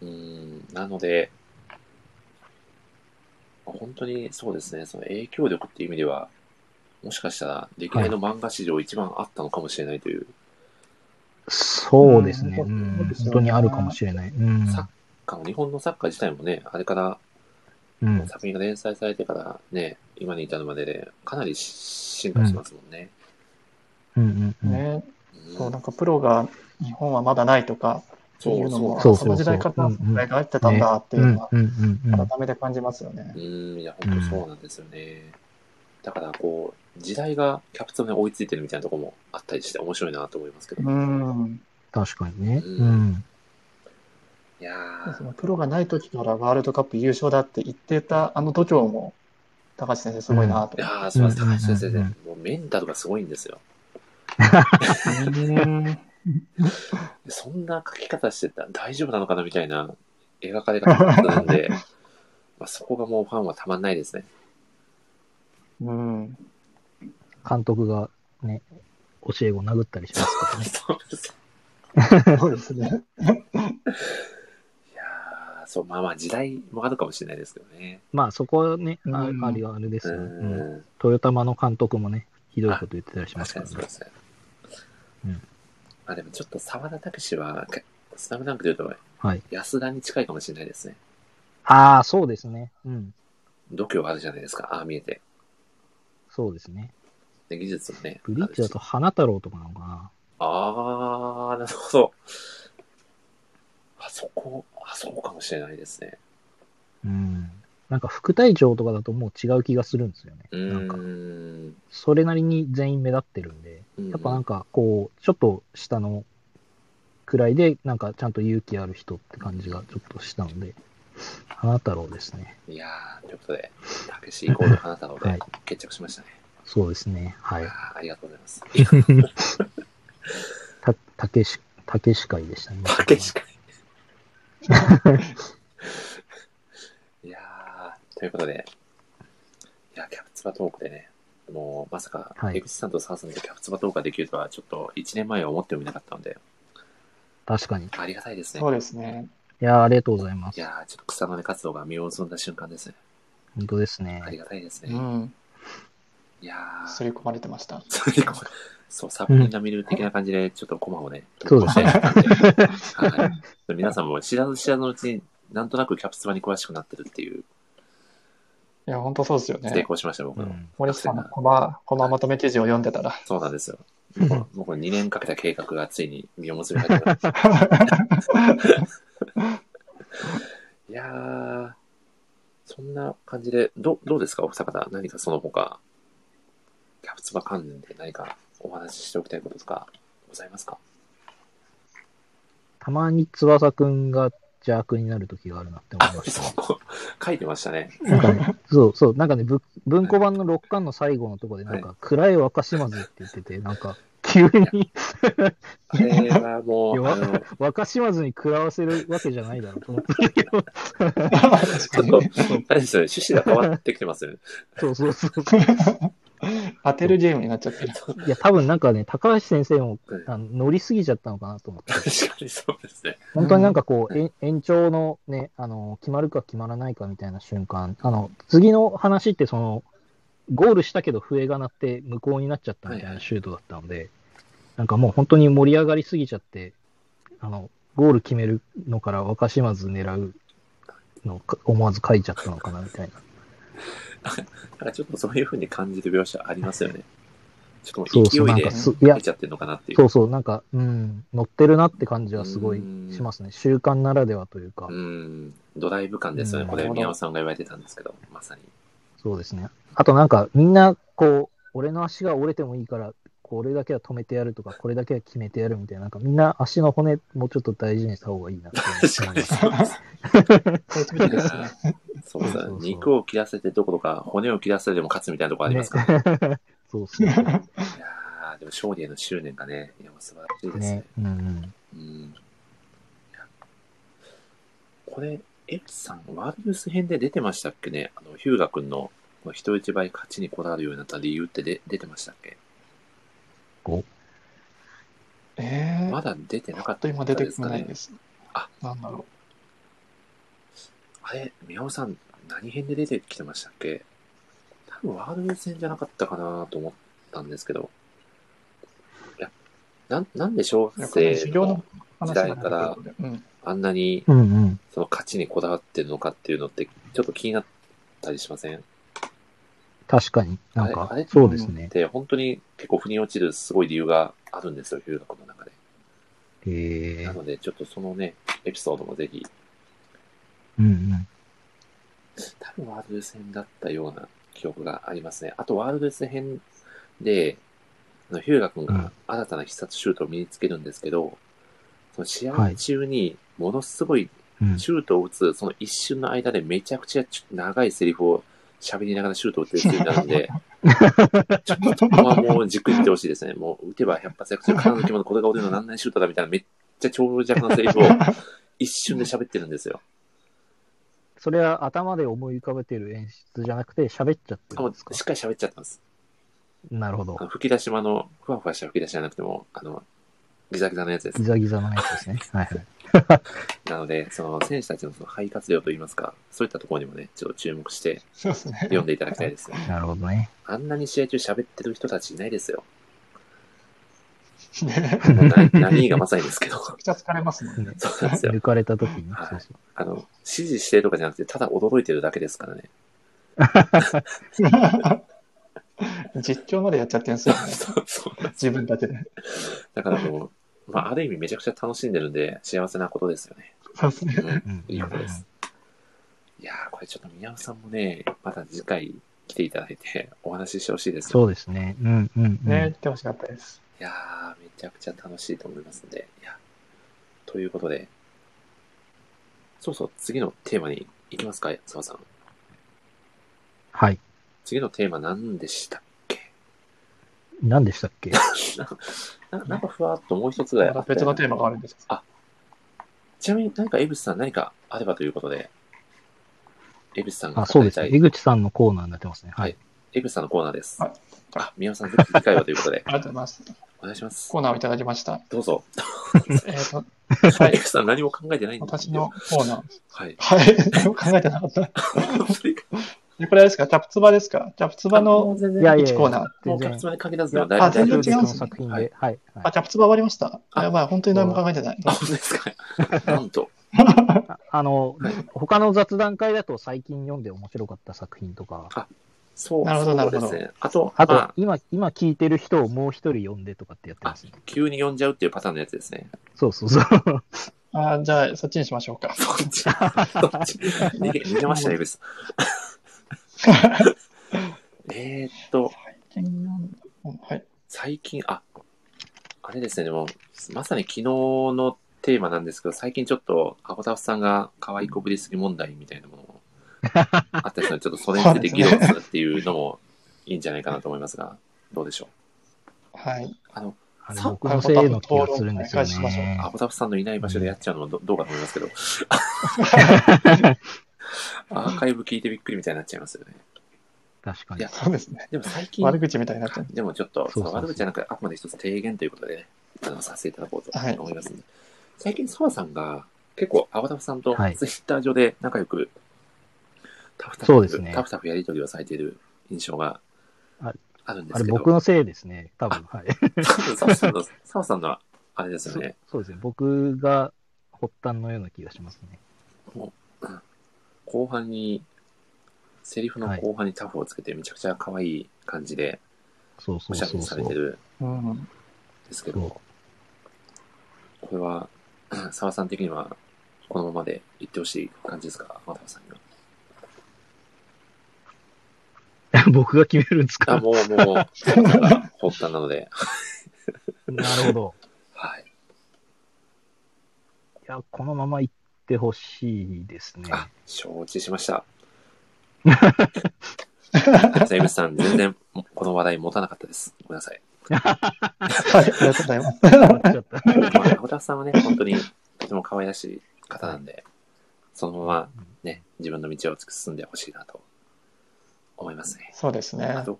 うん、なので、本当にそうですね、その影響力っていう意味では、もしかしたら歴代の漫画史上一番あったのかもしれないという、そうですね、ううんんそうですよね本当にあるかもしれない。うん。サッカーも日本のサッカー自体もね、あれからうん、作品が連載されてからね、今に至るまでで、かなり進化してますもんね。うんうんうえんねうんそう、なんかプロが日本はまだないとか、っていうのも、そうその時代から世界が入ってたんだっていううんのは、うんうんうん改めて感じますよね。うん、いや、本当そうなんですよね。だから、こう、時代がキャプツバに追いついてるみたいなところもあったりして面白いなと思いますけど。ういん。確かにね。ううんん。やー、そのプロがない時からワールドカップ優勝だって言ってたあの度胸も、高橋先生すごいなとい。やー、そうなんです。高うん橋先生うんね、もうメンタルがすごいんですよ。うんでそんな書き方してたら大丈夫なのかなみたいな描かれ方だったん (laughs) で、まあそこがもうファンはたまんないですね。うん。監督がね、教え子殴ったりし (laughs) ますからね。そうですそうですね。いやーそう、まあまあ時代もあるかもしれないですけどね。まあそこはね、あうんあれはあれですうよね。うんん、豊玉の監督もね、ひどいこと言ってたりします確かかにらそうねで。すね。うんまあでもちょっと沢田武史は、けスナムダンクで言うとはい。安田に近いかもしれないですね。ああ、そうですね。うん。度胸があるじゃないですか、ああ見えて。そうですね。で技術もね。ブリッジだと花太郎とかなのかな。あー、なるほど。あそこ、あそこかもしれないですね。うん。なんか副隊長とかだともう違う気がするんですよね。うなんか、ーん。それなりに全員目立ってるんで、ややっぱなんかこう、ちょっと下のくらいで、なんかちゃんと勇気ある人って感じがちょっとしたので、花太郎ですね。いやー、ということで、たけしイコール花太郎はでい決着しましたね。そうですね。はい。あーありがとうございます。た、たけし、たけし会でしたね。たけ (laughs) しかい。いやーということで、いや、キャプツバトークでね、もうまさか、はい江口さんと澤さんとキャプツバトークができるとは、ちょっと1年前は思ってもみなかったので、確かに。いありがたいですね。そうですね。やー、ありがとうございまいす。やーちょっと草の根活動が実を結んだ瞬間ですね。本当ですねあ。りがたいですね。うん。いやー刷り込まれてました。それこそう、サブリナミル的な感じで、ちょっとコマをね、そうですねはい、皆さんも知らず知らずのうちに、なんとなくキャプツバに詳しくなってるっていう、いや、本当そうですよ成ね。功しました、僕うの。ん。森下さんのコマ、コマまとめ記事を読んでたら。そうなんですよ。うもんうもうこれ2年かけた計画がついに実を結び始めた。いやー、そんな感じで、どどうですか、お二方、何かその他、キャプツバ関連で何かお話ししておきたいこととかございますかたまに翼くんが邪悪になる時があるなって思いました。そこ、書いてました (laughs) ね。なん (laughs) かね、そうそう、なんかね、ぶ文庫版の6巻の最後のとこで、なんか、暗い若島津って言ってて、なんか、急にあれはもう、弱あの、 (laughs) 若島津に食らわせるわけじゃないだろうと思ったけど、ちょっと、あれですよね、趣旨が変わってきてますよね。 (laughs) そうそうそう。当てるゲームになっちゃってる。いや、多分なんかね、高橋先生もうんあの乗りすぎちゃったのかなと思って。確かにそうですね。本当になんかこう、え延長のね、あの、決まるか決まらないかみたいな瞬間、あの、次の話ってその、ゴールしたけど笛が鳴って無効になっちゃったみたいなシュートだったので、なんかもう本当に盛り上がりすぎちゃって、あの、ゴール決めるのから若島津狙うのをか思わず書いちゃったのかなみたいな。なんかちょっとそういうふうに感じる描写ありますよね。ちょっとそもううそう、勢いなんでかす、いや出、ちゃってるのかなっていう。そうそう、なんか、うん、乗ってるなって感じはすごいうんしますね。習慣ならではというか、うん。ドライブ感ですよね。うんこれ、なるほど宮尾さんが言われてたんですけど、まさに。そうですね。あとなんか、みんな、こう、俺の足が折れてもいいから、これだけは止めてやるとか、これだけは決めてやるみたいな、なんかみんな足の骨、もうちょっと大事にした方がいいなって確思かいにます。そうです。そういう時 (laughs) ですね。そうですそうそうそう肉を切らせてどころか、骨を切らせてでも勝つみたいなところありますから、ねそうですね。いやーでも勝利への執念がね、いや、もう素晴らしいですね。ねうん。うん。これ、エプさん、ワールドユース編で出てましたっけねあの、ヒューガ君のこの人一倍勝ちにこだわるようになった理由ってで出てましたっけえまー、だ出てなかあっとた今出てできすてかないねです。あ、なんだろあれ、宮尾さん、何編で出てきてましたっけ多分ワールドユース編じゃなかったかなと思ったんですけど。いや、なんなんで小う。学生修行のの話時代からうん。あんなにうんうん。その勝ちにこだわってるのかっていうのって、ちょっと気になったりしません確かに。なんあかれあれ、そうですね。で、本当に結構腑に落ちるすごい理由があるんですよ、留学の中で。へえな。ので、ちょっとそのね、エピソードもぜひ、うんうん。多分ワールドユース編だったような記憶がありますね。あと、ワールドユース編で、あのヒューガ君うんが新たな必殺シュートを身につけるんですけど、その試は合い中にものすごいうん、シュートを打つ、その一瞬の間でめちゃくちゃちょ長いセリフを喋りながらシュートを打ってるシーンなの (laughs) で、ちょっとここはもうじっくり見てほしいですね。もう打てば100発100中、体の決まる、これが俺の何年シュートだみたいな、めっちゃ長尺なセ (laughs) リフを一瞬で喋ってるんですよ。それは頭で思い浮かべてる演出じゃなくて、喋っちゃってあるもんうですかしっかり喋っちゃったんです。なるほどあ。の吹き出しもあの、ふわふわした吹き出しじゃなくても、あの、ギザギザのやつですギ。ザギザのやつですね。はいはい。なので、その選手たちのその肺活量といいますか、そういったところにもね、ちょっと注目してそうですね。読んでいただきたいですよ。なるほどね。あんなに試合中喋ってる人たちいない (laughs) ですよ。ねもうな何がまさにですけど。めちゃくちゃ疲れますもんね。そうなんですよ。抜かれた時に。はいそうそうあの、指示してるとかじゃなくて、ただ驚いてるだけですからね。実況までやっちゃってるんですよね。そうそう。自分たちで。だからもう、まあ、ある意味めちゃくちゃ楽しんでるんで、幸せなことですよね。そうですね。うん。うんいいことです。いやー、これちょっと宮尾さんもね、また次回来ていただいて、お話ししてほしいですよ。そうですね。うんうん、うん。ね、言ってほしかったです。いやー、めちゃくちゃ楽しいと思いますんで。いや、ということで、そうそう、次のテーマに行きますか、澤さん。はい。次のテーマ何でしたっけ何でしたっけななんかふわっともう一つぐらいあまったたよ別のテーマがあるんです。ちなみに何か江口さん何かあればということで、江口さんがあ、そう語でりすたね。い、江口さんのコーナーになってますね。はい。江口さんのコーナーです。はいあ、宮尾さん、ぜひ次回はということであ、りがとうございます。お願いし (laughs) ます。コーナーをいただきました。どうぞ。えーと、は江い。口さん何も考えてないんです私よの。コーナー。 (laughs) はい。はい。考えてなかった。でこれあれですかキャプツバですかキャプツバのも (laughs) う全然いやいや1コーナー。もうキャプツバに限らずでも大あ丈夫全然です。違うんこのですね作品で。はい。はいあ、キャプツバ終わりました。ああやばい、本当に何も考え (laughs) てない。あ、本当です (laughs) か。なんと。ああのはい、他の雑談会だと最近読んで面白かった作品とか、そう、なるほどそうですなね。あと、あまとあ、、今、今聞いてる人をもう一人読んでとかってやってますね。急に呼んじゃうっていうパターンのやつですね。そうそ (laughs) うそう。あじゃあ、そっちにしましょうか。そっち、そっち。逃 (laughs) げ、逃げました、江口さん。 (laughs) えーっと、はい。最近、あ、あれですね、でも、まさに昨日のテーマなんですけど、最近ちょっと、アボタフさんが可愛いこぶりすぎ問題みたいなもの (laughs) もあったりするので、ちょっとそれについて議論するっていうのもいいんじゃないかなと思いますが、どうでしょはい。う。あの、あれそう僕のせいの気がするんですよ討論会しましょうねア。ボタフさんのいない場所でやっちゃうのもどどうかと思いますけど、 (laughs) アーカイブ聞いてびっくりみたいになっちゃいますよね。確かいにや。そうですね。でも最近、悪口みたいになってる。でもちょっと、そうそうそうその悪口じゃなくて、あくまで一つ提言ということでね、あの、させていただこうと思いますんで。最近、ソワさんが、結構、アバタフさんとはいツイッター上で仲良く、タフタフ、そうですねタフタフやりとりをされている印象がああるんであすれけど、僕のせいですね。多分、はい。ソワさんの、ソワさんの、あれですよそね、そうですね。僕が発端のような気がしますね。後半に、セリフのはい後半にタフをつけて、めちゃくちゃ可愛い感じで、そうそおうしゃべそりうさそれてう。るうん。んですけそど、これは、 (clears throat) 澤さん的には、このままで行ってほしい感じですか、渡辺さんに (laughs) は。う (laughs) 僕が決めるんですあ、かもう、もう、発端なので、なるほど。はい。いや、このまま行ってほしいですね。あ、承知しま (laughs) した。すいません、江口さん、全然、この話題持たなかったです。ごめんなさい。はい。ありがとうござ (laughs) います。終わっちゃった。 (laughs) まあ、渡辺さんはね、本当に、とても可愛らしい方なんで、そのまま、ね、自分の道を突き進んでほしいなと、思いますね。そうですね。あと、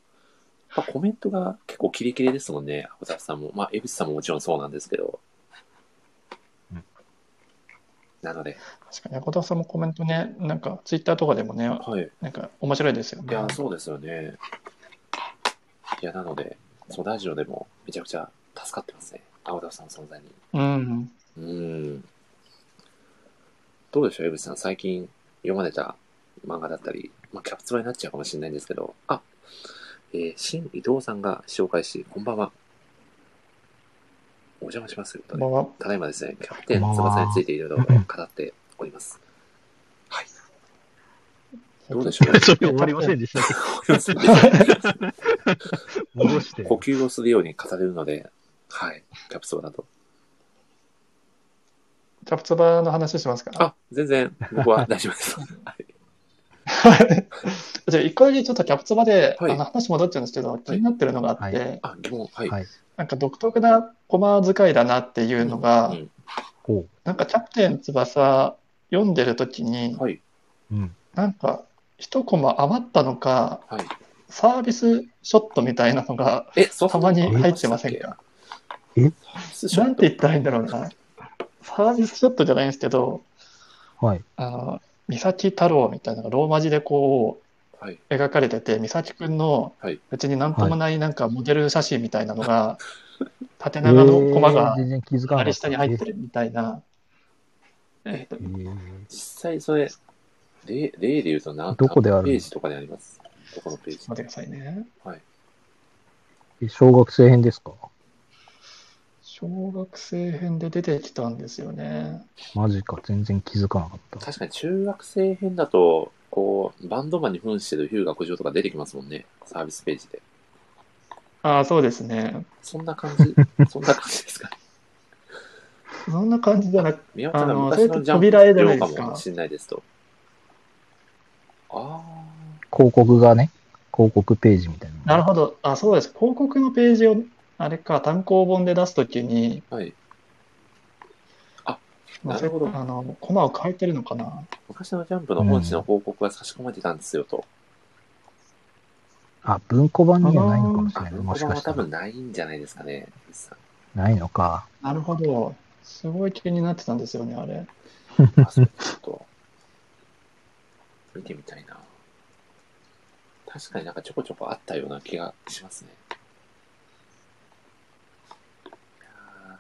まあ、コメントが結構キレキレですもんね、小沢さんも。まあ、江口さんももちろんそうなんですけどうん。なので、確かに、横田さんもコメントね、なんか、ツイッターとかでもね、はい。なんか、面白いですよいね。や、そうですよね。いや、なので、そう、ラジオでもめちゃくちゃ助かってますね、青田さんの存在に。うん。うーん。どうでしょう、江口さん。最近読まれた漫画だったり、まあ、キャプツバになっちゃうかもしれないんですけど、あ、えー、新伊藤さんが紹介し、こんばんは。お邪魔しますというこことんでばんは。ただいまですね、キャプテンこんばんは翼についていろいろ語っており (laughs) ます。はい。どうでしょうそれ終わりませんでした (laughs) けど。戻して。呼吸をするように語れるので、はい。キャプツバだと。キャプツバの話しますかあ、全然、僕は大丈夫 (laughs) です。はい。はい (laughs) じゃあ、一個だけちょっとキャプツバで、はいあの話戻っちゃうんですけど、気になってるのがあって、あ、疑問、はい。はいなんか独特なコマ使いだなっていうのが、うんこなんかキャプテン翼読んでるときに、はい。う。うん。なんか一コマ余ったのか、はい。サービスショットみたいなのがえ、そたまに入ってませんかななんて言ったらいいんだろうな。サービスショットじゃないんですけど、はい。あの、三崎太郎みたいなのがローマ字でこう、はい。描かれてて、美咲くんのはい別になんともないなんかモデル写真みたいなのが、 (laughs) 縦長のコマがえー全然気づかなか左った下に入ってるみたいな。えっとえー実際それ、例例で言うと何どこである何ページとかであります。どこのページ待ってくださいね。え小学生編ですか小学生編で出てきたんですよね。マジか。全然気づかなかった。確かに中学生編だと、こう、バンドマンに扮してるヒューガとか出てきますもんね。サービスページで。ああ、そうですね。そんな感 (laughs) じそんな感じですかね。そんな感じじゃなく宮本さんがあの昔のジャンプそれって扉絵じゃないですかかもしれないですと。ああ。広告がね、広告ページみたいなのなるほど。あ、そうです。広告のページを、あれか、単行本で出すときに、はい。まあなるほどあの、コマを変えてるのかな。昔のジャンプの本誌の広告が差し込まれてたんですよと。あ、文庫版にはないのかもしれあ、ない。文も庫し版かはした多ら。分ないんじゃないですかね。ないのか。なるほど。すごい気になってたんですよね、あれ。あ、そうちょっ (laughs) と。見てみたいな。確かになんかちょこちょこあったような気がしますね。いや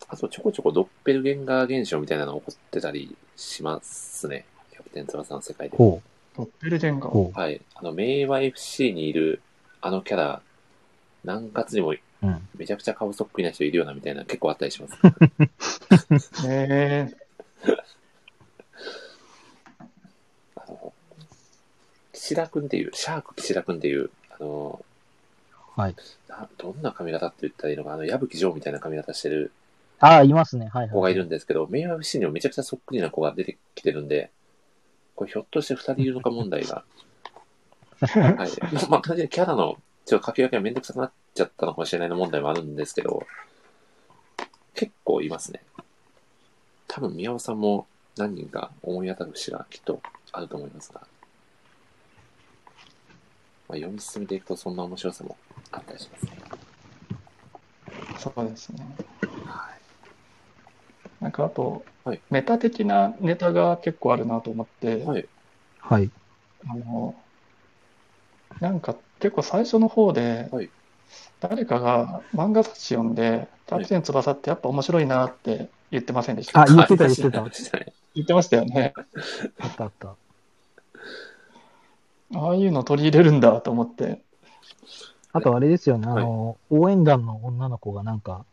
ーあとちょこちょこドッペルゲンガー現象みたいなの起こってたりしますね。キャプテン翼の世界で。ほドッペルゲンう、ガー。ほはい。あの、名和 FC にいるあのキャラ、何月にもう。うん。めちゃくちゃ顔そっくりな人いるよなみたいな結構あったりします。へえあの、岸田君っていう、シャーク岸田君っていう、あの、はい。などんな髪型って言ったらいいのかな、あの、矢吹城みたいな髪型してるああ、いますね。はい、はい。子がいるんですけど、名和 FC にもめちゃくちゃそっくりな子が出てきてるんで、これひょっとして二人いるのか問題 (laughs) が。はい。まあ、完全にキャラの、ちょっと書き分けがめんどくさくなっちゃったのかもしれないの問題もあるんですけど、結構いますね。多分宮尾さんも何人か思い当たる節がきっとあると思いますが、まあ、読み進めていくとそんな面白さもあったりしますね。そうですね。はい。なんかあと、はいメタ的なネタが結構あるなと思って、はい。はい。あの、なんか結構最初の方ではい、誰かが漫画雑誌読んで、キャプテン翼ってやっぱ面白いなって言ってませんでしたあ。言ってた言ってたありましたね。言ってましたよね。あったあった。ああいうの取り入れるんだと思って。あとあれですよね。あの、応援団の女の子がなんか、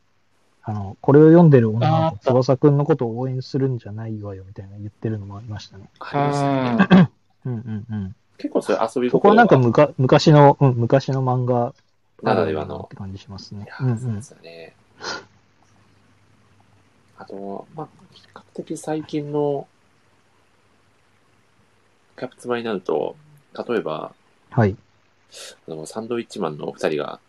あの、これを読んでる女あーあのっ子、た翼くんのことを応援するんじゃないわよ、みたいな言ってるのもありましたね。ありましたね。うんうんうんうん。結構それ遊びそこ心はなんかがむか昔の、うん、昔の漫画ならでだはなっのて感じしますねいや。うんうそうでん。すよ (laughs) ね。あと、まあ、比較的最近のキャプツバになると、例えば、はい。あのサンドウィッチマンのお二人が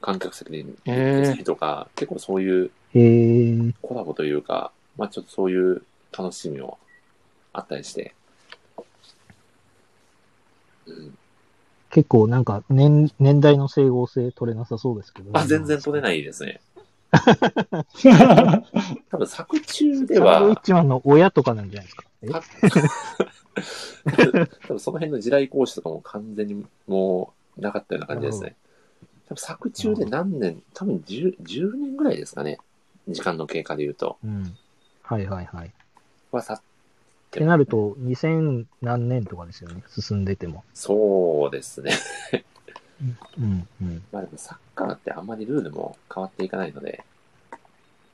観客席にえ出てきたりとか、結構そういうえー、コラボというか、まあちょっとそういう楽しみもあったりして、うん、結構なんか年、年代の整合性取れなさそうですけど、あ、全然取れい。ないですね。ー多分作中でサンドウィはッ、チマンの親とかなんじゃないですか。えた (laughs) 多分その辺の地雷講師とかも完全にもうなかったような感じですね。多分作中で何年、多分 10, 10年ぐらいですかね。時間の経過で言うと。うん。はいはいはい。っはさてなると、2000何年とかですよね。進んでても。そうですね。 (laughs) うんうん。まあでもサッカーってあんまりルールも変わっていかないので、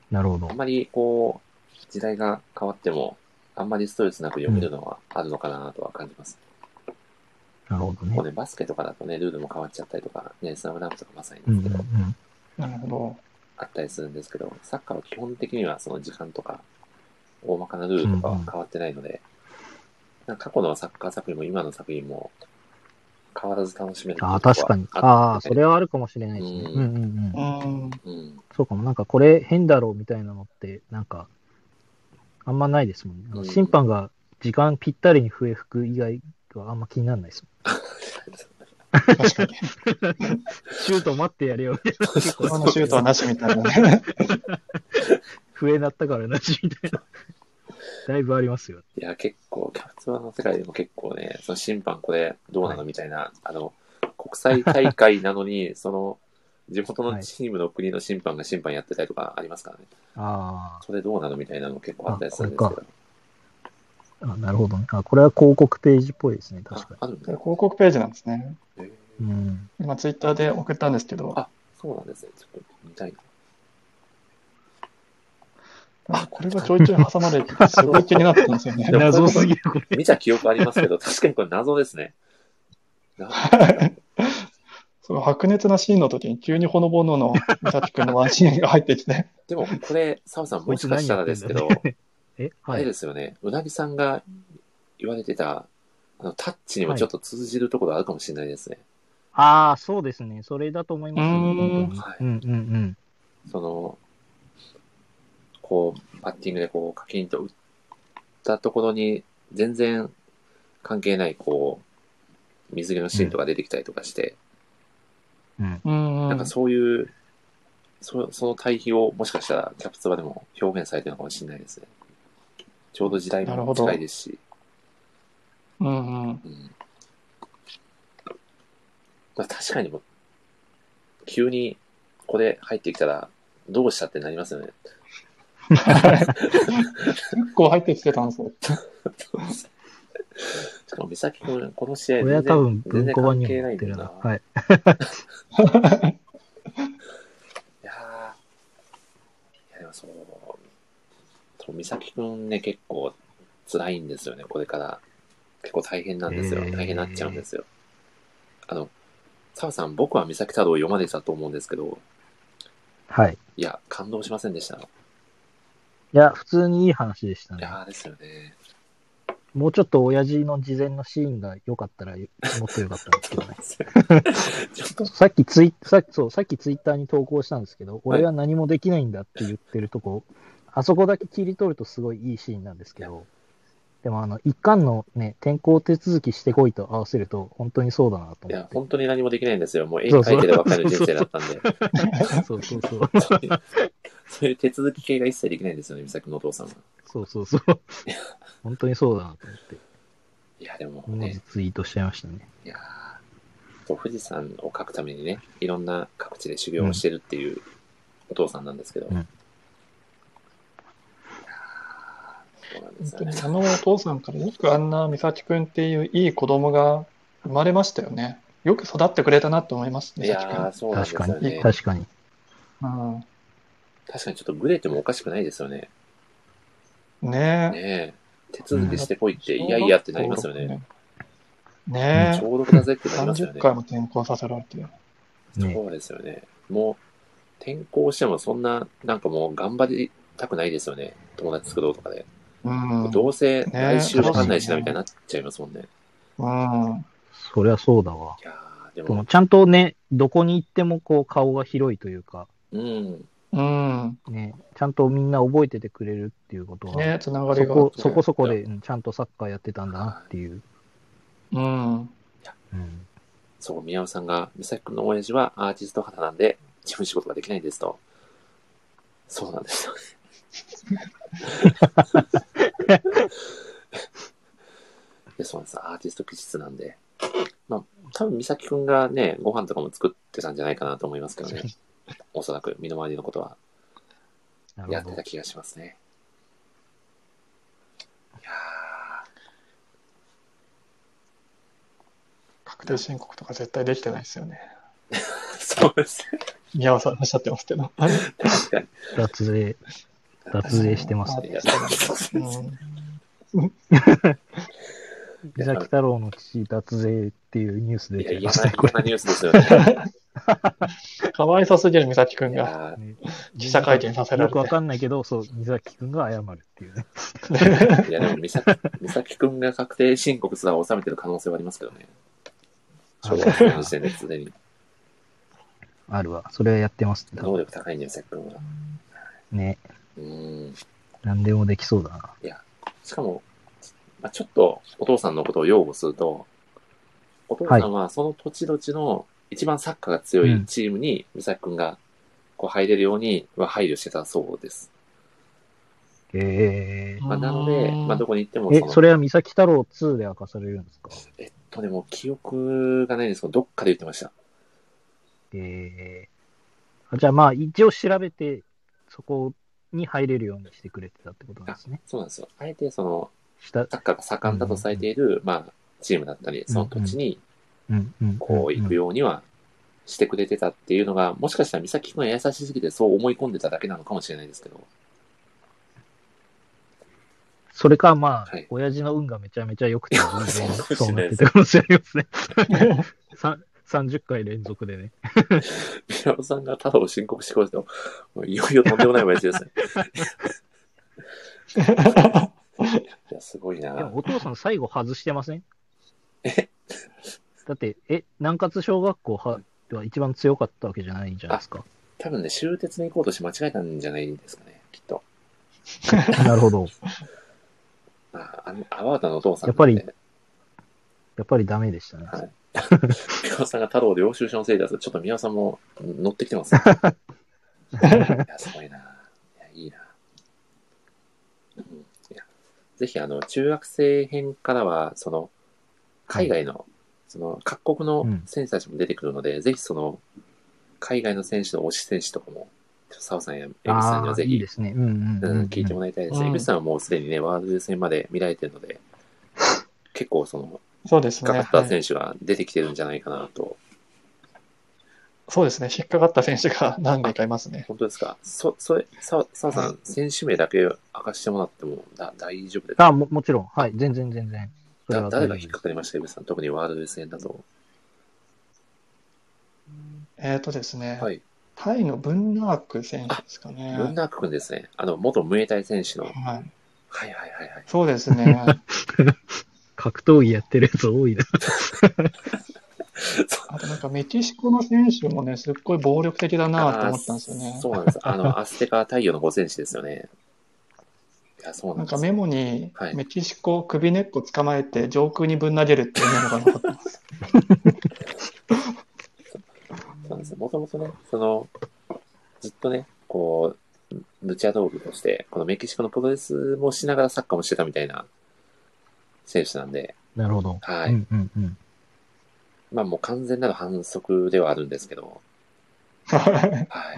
なるほどあん。まりこう、時代が変わっても、あんまりストレスなく読めるのはあるのかなとは感じます。なるほどねもう。ね、バスケとかだとね、ルールも変わっちゃったりとか、ね、スラムダンクとかまさにうでんすけうんうど、ん。 (laughs) なるほど。あったりするんですけど、サッカーは基本的にはその時間とか、大まかなルールとかは変わってないので、なんか過去のサッカー作品も今の作品も変わらず楽しめるああ、確かに。ああ、それはあるかもしれないですね。ううんんうんうんう。ん。うん。そうかも。なんかこれ変だろうみたいなのって、なんか、あんまないですもんね。あうのん審判が時間ぴったりに笛吹く以外はあんま気にならないですもん。 (laughs) 確かに。シュート待ってやれよ (laughs) みたいな。(laughs) 結構このシュートはなしみたいなね。 (laughs) 笛鳴ったからなしみたいな。 (laughs) だいぶありますよ。いや、結構、キャプツバの世界でも結構ね、その審判これどうなのみたいな、あの、国際大会なのに、 (laughs) その、地元のチームの国の審判が審判やってたりとかありますからね。あそれどうなのみたいなの結構あったりするんですけど。ーあ、なるほどね。あ、これは広告ページっぽいですね。あ確かあるんだ広よ。告ページなんですね。へーに。うん。今、ツイッターで送ったんですけどあ、そうなんですね。ちょっと見たいな。あこれがちょいちょい挟まれて、すごい気になってたんですよね。謎すぎる、これ。見た記憶ありますけど、確かにこれ謎ですね。なその白熱なシーンの時に急にほのぼのの三崎君のワンシーンが入ってきて、でも、これ、澤さん、もしかしたらですけど、え、あはれでい。すよね、うなぎさんが言われてた、あのタッチにもちょっと通じるところあるかもしれないですね。ああ、そうですね。それだと思います、うーん本はい当に。うんうんうん。その、こう、バッティングでこう、カキンと打ったところに、全然関係ない、こう、水着のシーンとか出てきたりとかして、うん、うんなんかそういう、そその対比をもしかしたらキャプツバでも表現されてるのかもしれないですね。ちょうど時代なるもほど近いですし。うんうん。うんまあ、確かにもう、急にこれ入ってきたら、どうしたってなりますよね。結構入ってきてたんですよ。しかも、美咲君、この試合これは全多然、分全文然庫版関に係もな載いっんてだよるな。な。い、はい。やーいやでもそう、そう美咲君ね、結構辛いんですよね、これから。結構大変なんですよ。えー大変になっちゃうんですよ。あの、澤さん、僕は美咲太郎を読まれてたと思うんですけど、はい。いや、感動しませんでした。いいや、普通にいい話でしたね。やーですよね。。もうちょっと親父の事前のシーンが良かったら、もっと良かったんですけどね (laughs) ちょっと、さっきツイさっきそうさっきツイッターに投稿したんですけど、俺は何もできないんだって言ってるとこ、あそこだけ切り取るとすごいいいシーンなんですけど、でもあの、一巻のね、転校手続きしてこいと合わせると、本当にそうだなとい思やっ、て。本当に何もできないんですよ。もう絵そうそ描ういてるばっかりの人生だったんで、 (laughs) そうそうそう。そういうそういう手続き系が一切できないんですよね、美咲のお父さんは。そうそう (laughs) そう。本当にそうだなと思って、いや、でも思わずね、ツイートしちゃいましたね。いやーそう富士山を描くためにね、いろんな各地で修行をしてるっていうお父さんなんですけど。うんいやーそうなんですよね本当にあのお父さんからよくあんな美咲くんっていういい子供が生まれましたよね。よく育ってくれたなと思います、い美や咲くーん。そうなんです確よかに、ね。確かに。確かにちょっとグレてもおかしくないですよね。うん、ねえ。ねえ。手続きしてこいって、いやいやってなりますよね。。ねちえ。ょうどだぜってなりますよね30。回も転校させられて。ねそうですよね。もう、転校してもそんな、なんかもう頑張りたくないですよね。友達作ろうとかで。うん。どうせ来週わかんないしな、ねみたいになっちゃいますもんね。うん。そりゃそうだわ。いやーででもも、ちゃんとね、どこに行ってもこう顔が広いというか、うん。うん。ね、ちゃんとみんな覚えててくれるっていうことは、ねえ、つながそりが。こそこそこでうんちゃんとサッカーやってたんだなっていう。うん。うん、そう、宮尾さんが、美咲くんの親父はアーティスト肌なんで、自分仕事ができないんですと。そうなんですよね。でそうなんです。アーティスト気質なんで。まあ、多分美咲くんがね、ご飯とかも作ってたんじゃないかなと思いますけどね。おそらく身の回りのことはなやってるほたど。気がしますね。いや確定申告とか絶対できてないですよね。ーそうですね。宮尾さんおっしゃってますけど。確かに。脱税、脱税してますね。いやそうですうねん。伊崎太郎の父脱税っていうニュースい出や、て嫌まな、したね、こ嫌なれ。ニュースですよね。かわいさすぎる美咲くんいがやね記者会見させらよれくてわ。かんないけど、そう、伊崎くんが謝るっていうね。ーいやでも、美 (laughs) 咲、美咲くんが確定申告すら納めてる可能性はありますけどね。小学生の時点ですでに。あるわ。それはやってますね。能力高いんだよ、美咲くんは。ね。うん。何でもできそうだな。しかも、まあ、ちょっとお父さんのことを擁護すると、お父さんはその土地土地の一番サッカーが強いチームに、美咲くんがこう入れるようには配慮してたそうです。えまあ、なので、まあ、どここに行ってもー、えの、それは三崎太郎2で明かされるんですかえっとね、もう記憶がないんですけど、どっかで言ってました。えー、あじゃあまあ一応調べて、そこに入れるようにしてくれてたってことなんですね。そうなんですよ。あえてその、下、サッカーが盛んだとされている、まあ、チームだったり、その土地にうんうん。こう行くようにはしてくれてたっていうのが、もしかしたら美咲くんが優しすぎてそう思い込んでただけなのかもしれないですけど。それかまあ、はい親父の運がめちゃめちゃ良くて、全 (laughs) そうかも然しれなでそうないってすた可能性ありますね。さ30回連続でね。宮尾さんが太郎を申告してこいと、もういよいよとんでもない親父ですね。いや、すごいでもな。お父さん最後外してませんだって、え、南葛小学校はは一番強かったわけじゃないじゃないですか。多分ね、終鉄に行こうとして間違えたんじゃないですかね、きっと。なるほど。あ、あの、阿波田のお父さん、やっぱり。やっぱりダメでしたね。はい宮尾さんが太郎で領収書のせいだと、ちょっと宮尾さんも乗ってきてます (laughs) ね。いや、すごいな。いや、いいな。うん、いやぜひ、あの、中学生編からは、その、海外の、その、各国の選手たちも出てくるので、ぜひ、その、海外の選手の推し選手とかも、澤さんや江口さんにあはあ、ぜいいひですね。うんうん、ううんん。聞いてもらいたいです。うん江口さんはもうすでにね、ワールド戦まで見られてるので、結構その、そうです引っね。かかった選手が出てきてるんじゃないかなと。そうですね。引っかかった選手が何名かいますね。本当ですかそ、それ、さ、ささん、選手名だけ明かしてもらってもだ大丈夫ですかあも、もちろん。はい。全然全然。それだは誰大が丈夫引っでかかりました、江口さん。特にワールド戦だと。えっ、とですね、はい。タイのブンナーク選手ですかね。文楽君ですね。あの、元ムエタイ選手の。はいはい。はいはいはい。そうですね。す。格闘技やってるやつ多いな。 (laughs) あとなんかメキシコの選手もね、すっごい暴力的だなと思ったんですよあねー。そうなんです。あ (laughs) の、アステカ太陽の5選手ですよね。いや、そうななんんですかよ。メモにはい、メキシコを首根っこ捕まえて上空にぶん投げるっていうメモが残 (laughs) ってます。そうなんですよ。もともとね、その、ずっとね、こう、ルチャ道具として、このメキシコのプロレスもしながらサッカーもしてたみたいな選手なんで、なるほど。はい。うんうんうん。まあもう完全なる反則ではあるんですけど、はい。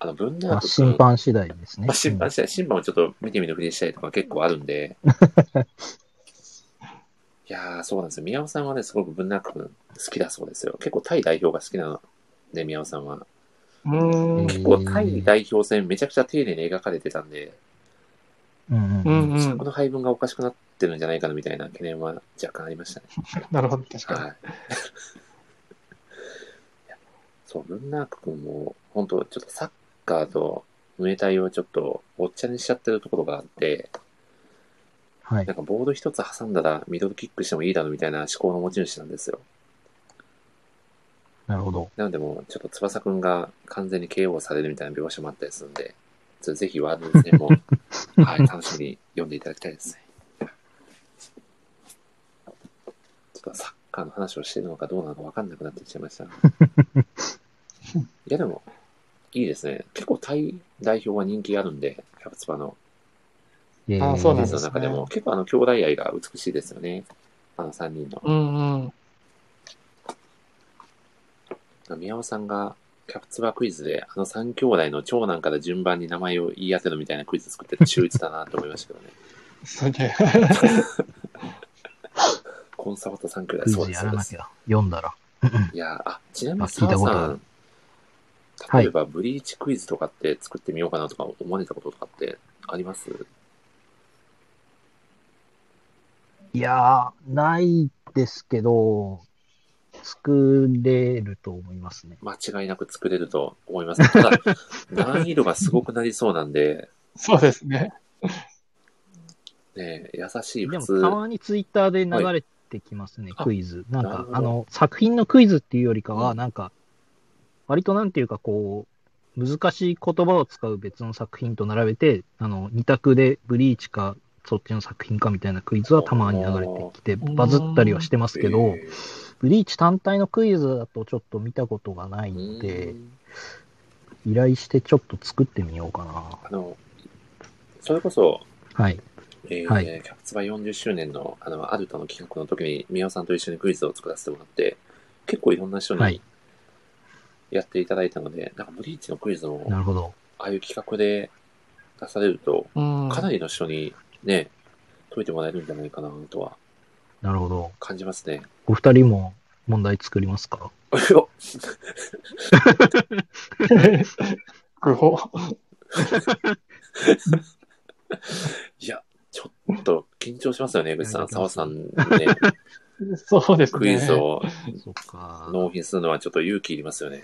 あの、分断まあ、審判次第ですね。まあ、審判したり、審判をちょっと見てみるふりしたりとか結構あるん (laughs) で。いやー、そうなんですよ。宮尾さんはね、すごく文楽君好きだそうですよ。結構タイ代表が好きなので、宮尾さんは。うーんへ結ー構タイ代表戦めちゃくちゃ丁寧に描かれてたんで、うんうんううんんうこん。の配分がおかしくなってるんじゃないかなみたいな懸念は若干ありましたね。なるほど、確かに。はい。 (laughs) そう、文楽君も、本当ちょっとサッカーと、ムエタイをちょっと、ごっちゃにしちゃってるところがあって、はいな。んかボード一つ挟んだらミドルキックしてもいいだろうみたいな思考の持ち主なんですよ。なるほど。なのでもうちょっと翼くんが完全に KO されるみたいな描写もあったりするんで、ちょっとぜひワールド戦も、 (laughs) はい、楽しみに読んでいただきたいですね。ちょっとサッカーの話をしてるのかどうなのかわかんなくなってきちゃいました。いやでも、いいですね。結構タイ代表は人気あるんで、キャプツバのえーあそうなん人数ですの中でそうも、で結構あの兄弟愛が美しいですよね。あの3人の。うんうん。宮尾さんがキャプツバクイズで、あの3兄弟の長男から順番に名前を言い当てるみたいなクイズ作ってて秀逸だなと思いましたけどね。 (laughs) すげえ。コンサバと3兄ク弟、イそうズですやそうらでなすき。ゃ。読んだら。いやー、あ、ちなみあに聞い澤たことあさるん、例えばブリーチクイズとかって作ってみようかなとか思われたこととかってありますいやー、ないですけど、作れると思いますね。間違いなく作れると思います。た (laughs) だ、難易度がすごくなりそうなんで、 (laughs) そうですね。ね、優しいで普も、通た。まにツイッターで流れてきますね、はいクイズ。なんなるかほ、どあの、作品のクイズっていうよりかうは、んなんか、割となんていうか、こう、難しい言葉を使う別の作品と並べて、あの、二択でブリーチか、そっちの作品かみたいなクイズはたまに流れてきて、ーバズったりはしてますけど、えブリーチ単体のクイズだとちょっと見たことがないーのでう、ん依頼してちょっと作ってみようかな。あの、それこそ、はい。えーはいキャプツバ40周年の、あの、アルタの企画の時に、宮尾さんと一緒にクイズを作らせてもらって、結構いろんな人はにい。やっていただいたので、なんかブリーチのクイズも、なるほど。ああいう企画で出されると、うん。かなりの人にね、解いてもらえるんじゃないかなとはなるほど。感じますね。 (laughs) お二人も問題作りますかうお (laughs) 不法。いや、ちょっと緊張しますよね、江口さん。いやで澤きさますんね、 (laughs) そうですね。クイズちょをそっか。納品するのはちょっと勇気いりますよね。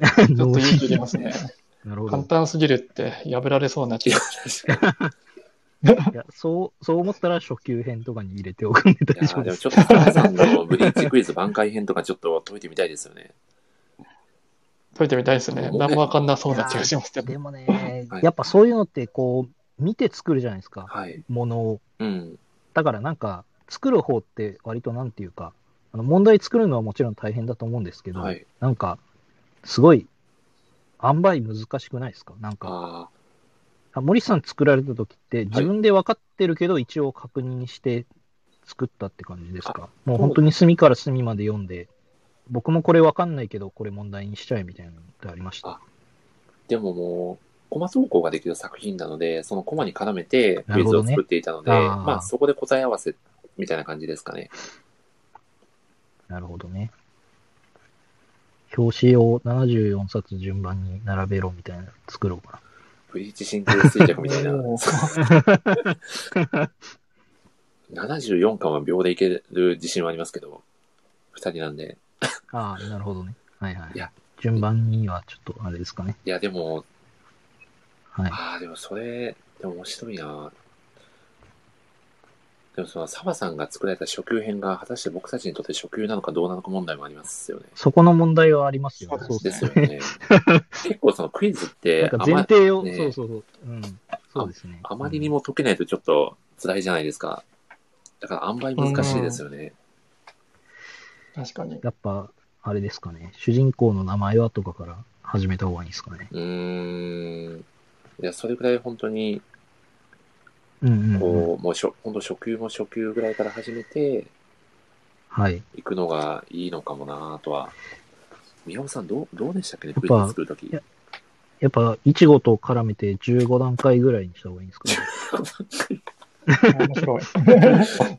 っと勇気出ますね。 (laughs) なるほ簡ど。単すぎるって破られそうな気が。確かに。いや、そう、そう思ったら初級編とかに入れておくんでいや大丈ー夫ででもす。ちょっと、母さんのブリーチクイズ挽回編とかちょっと解いてみたいですよね。解いてみたいですね。何もわかんなそうな気がしますけど。でもねはい、やっぱそういうのってこう、見て作るじゃないですか、はい。ものを。うん。だからなんか、作る方って割となんていうか、あの問題作るのはもちろん大変だと思うんですけど、はい。なんか、すごい、塩梅難しくないですかなんか、ああ森さん作られた時って、自分で分かってるけど、一応確認して作ったって感じですかもう本当に隅から隅まで読んで、僕もこれ分かんないけど、これ問題にしちゃえみたいなのってありましあた。あ。でももう、コマ投稿ができる作品なので、そのコマに絡めてクイズを作っていたので、なるほどねあーまあそこで答え合わせみたいな感じですかね。なるほどね。表紙を74冊順番に並べろみたいなの作ろうかな。ブリーチ神経衰弱みたい (laughs) な。お74巻は秒でいける自信はありますけど、二人なんで。ああ、なるほどね。はいはい。いや順番にはちょっとあれですかね。いや、でも、はい。ああ、でもそれ、でも面白いな。でもその、サバさんが作られた初級編が、果たして僕たちにとって初級なのかどうなのか問題もありますよね。そこの問題はありますよね。そうそうでですすよね。ね。結構そのクイズっなんてかあ前ま、提を、ねそうそうそう。うん。そうですね。あまりにも解けないとちょっと辛いじゃないですか。だから、あんばい難しいですよね。確か (laughs) に。やっぱ、あれですかね。主人公の名前はとかから始めた方がいいですかね。うーん。いや、それぐらい本当に、うんうんうん、こう、もうしょ、本当初級も初級ぐらいから始めて、はい。行くのがいいのかもなとは。宮本さん、どう、どうでしたっけね、やっクイぱズ作るときい。ややっぱ、いちごと絡めて15段階ぐらいにした方がいいんです (laughs) かね。面白い。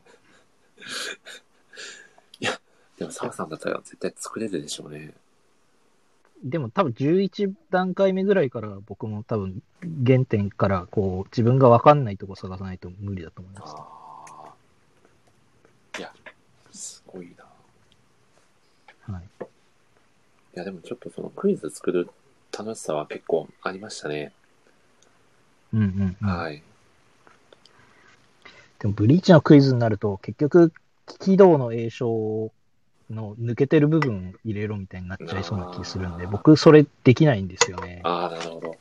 でも、澤さんだったら絶対作れるでしょうね。でも多分11段階目ぐらいから僕も多分原点からこう自分が分かんないとこ探さないと無理だと思います。ああ。いや、すごいな。はい。いや、でもちょっとそのクイズ作る楽しさは結構ありましたね。うんうん、うん。はい。でもブリーチのクイズになると結局、軌道の栄唱の抜けてる部分を入れろみたいになっちゃいそうな気するんで、あー僕それできないんですよね。ああ、なるほど。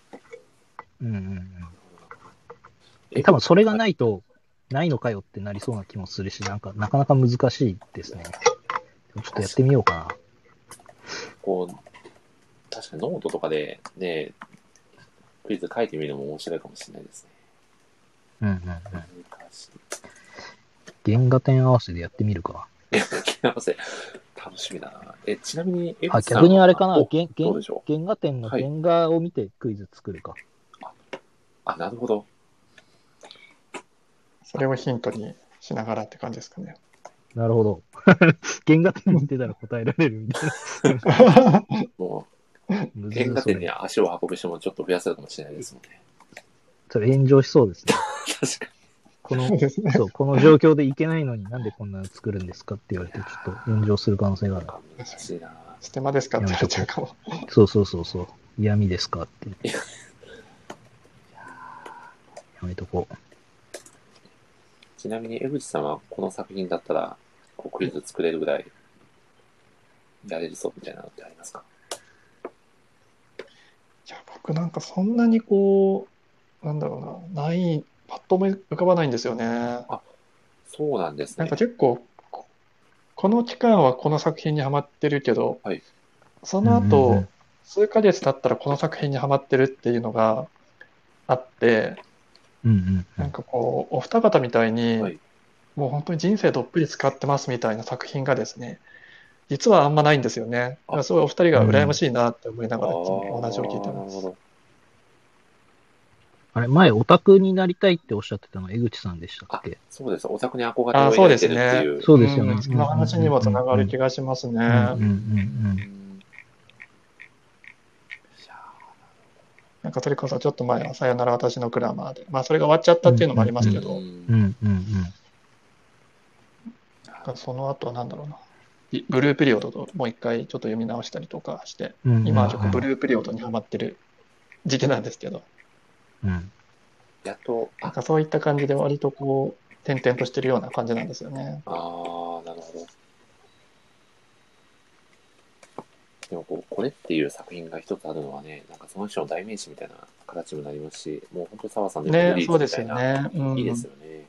うんうんうん。え多分それがないと、ないのかよってなりそうな気もするし、なんかなかなか難しいですね。ちょっとやってみようかな。こう、確かにノートとかでね、クイズ書いてみるのも面白いかもしれないですね。うんうんうん。難しい。原画点合わせでやってみるか。幸せ。楽しみだな。え、ちなみに、えあ、逆にあれかなお原ど原うでしょう原画展のはい原画を見てクイズ作るか。あ、なるほど。それをヒントにしながらって感じですかね。なる (laughs) ほど。原画展見てたら答えられるみたいもう、な。原画そ展にれ足を運ぶ人もちょっと増やせるかもしれないですもんね。それ炎上しそうですね。確かに。こそうの、ですね。そう、この状況でいけないのになんでこんなの作るんですかって言われて、ちょっと炎上する可能性がある。難しいな。ステマですかって言われちゃうかも。そうそうそうそう。嫌味ですかって。やめとこう。ちなみに、江口さんはこの作品だったら、こうクイズ作れるぐらい、やれるぞみたいなのってありますかいや、僕なんかそんなにこう、なんだろうな、ない、パッと思い浮かばないんですよね。そうなんですなんねか。結構、ここの期間はこの作品にはまってるけど、はいそのうんうんう後ん、数ヶ月経ったらこの作品にはまってるっていうのがあって、うんうんうなんん。かこう、お二方みたいに、はいもう本当に人生どっぷり使ってますみたいな作品がですね、実はあんまないんですよね。だからすごいお二人が羨ましいなって思いなあがあらいつもお話を聞いてまなるほす。ど。あれ、前オタクになりたいっておっしゃってたの江口さんでしたっけそうです。オタクに憧あれーをそ抱いうでてするっねていう。そうですよねんその話にもつながる気がしますね。うんうんうんうん。うんいやなんかそれこそちょっと前はさよなら私のクラマーで、まあそれが終わっちゃったっていうのもありますーけど、うんうんうんうん。なんかその後はなんだろうな、いブルーピリオドともう一回ちょっと読み直したりとかして、うんうんうん今はちょっとブルーピリオドにハマってる時期なんですけど、うん。やっと、なあんかそういった感じで割とこう、点々としてるような感じなんですよね。あー、なるほど。でもこう、これっていう作品が一つあるのはね、なんかその人の代名詞みたいな形にもなりますし、もう本当澤さんのねリリースそうでみすたいよな、ねうんいいですよね。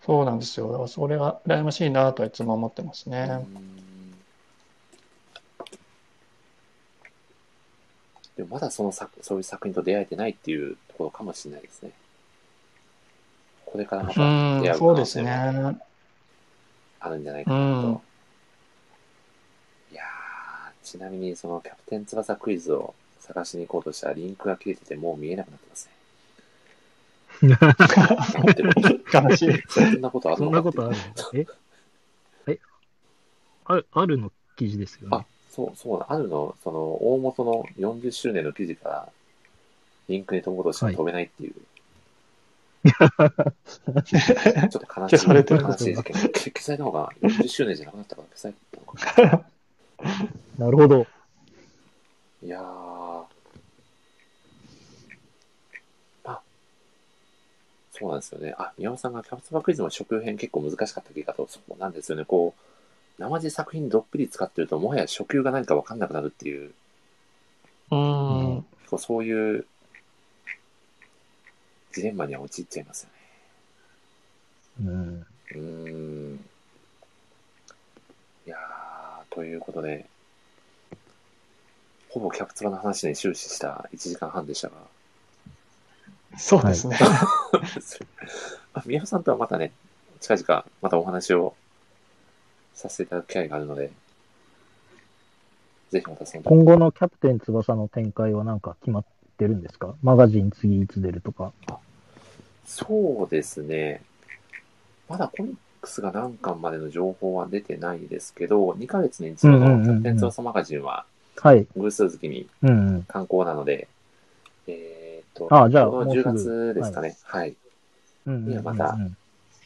そうなんですよ。だからそれが羨ましいなとはいつも思ってますうね。んでもまだその作そういう作品と出会えてないっていうところかもしれないですね。これからまたう出会ん、うそう可で能す性もね。あるんじゃないかうなと。ん。いやーちなみにそのキャプテン翼クイズを探しに行こうとしたらリンクが切れててもう見えなくなってますね。なんてこと悲し (laughs) い。そんなことあるそのんかなっていこうとあるのええある、あるの記事ですよねあ。そう、そう、あるの、その、大元の40周年の記事から、リンクに飛ぼうとしても飛べないって (laughs) いう。ちょっと悲しい、消されてる悲しい事件。消されたのが40周年じゃなくなったから消されたのか。なるほど。いやー。まあ、そうなんですよね。あ、宮本さんがキャプツバクイズの初級編結構難しかった気がと、そうなんですよね。こう、生地作品どっぷり使ってると、もはや初級が何か分かんなくなるっていう。うん。こうそういうジレンマには陥っちゃいますようん。ね。うーん。いやー、ということで、ほぼキャプツバの話に終始した1時間半でしたが、 (laughs) そうですね。まあ宮本さんとはまたね、近々またお話をさせていただく機会があるので、ぜひまたその時今後のキャプテン翼の展開はなんか決まってるんですかマガジン次いつ出るとか。そうですね。まだコミックスが何巻までの情報は出てないですけど、2ヶ月に一度うんうんのうんキうャんプテン翼マガジンははい。偶数月にうんうん。刊行なので、えーっと、あじゃあこのもうす10ぐ月ですかね。はい。うんうんうんうんいやまた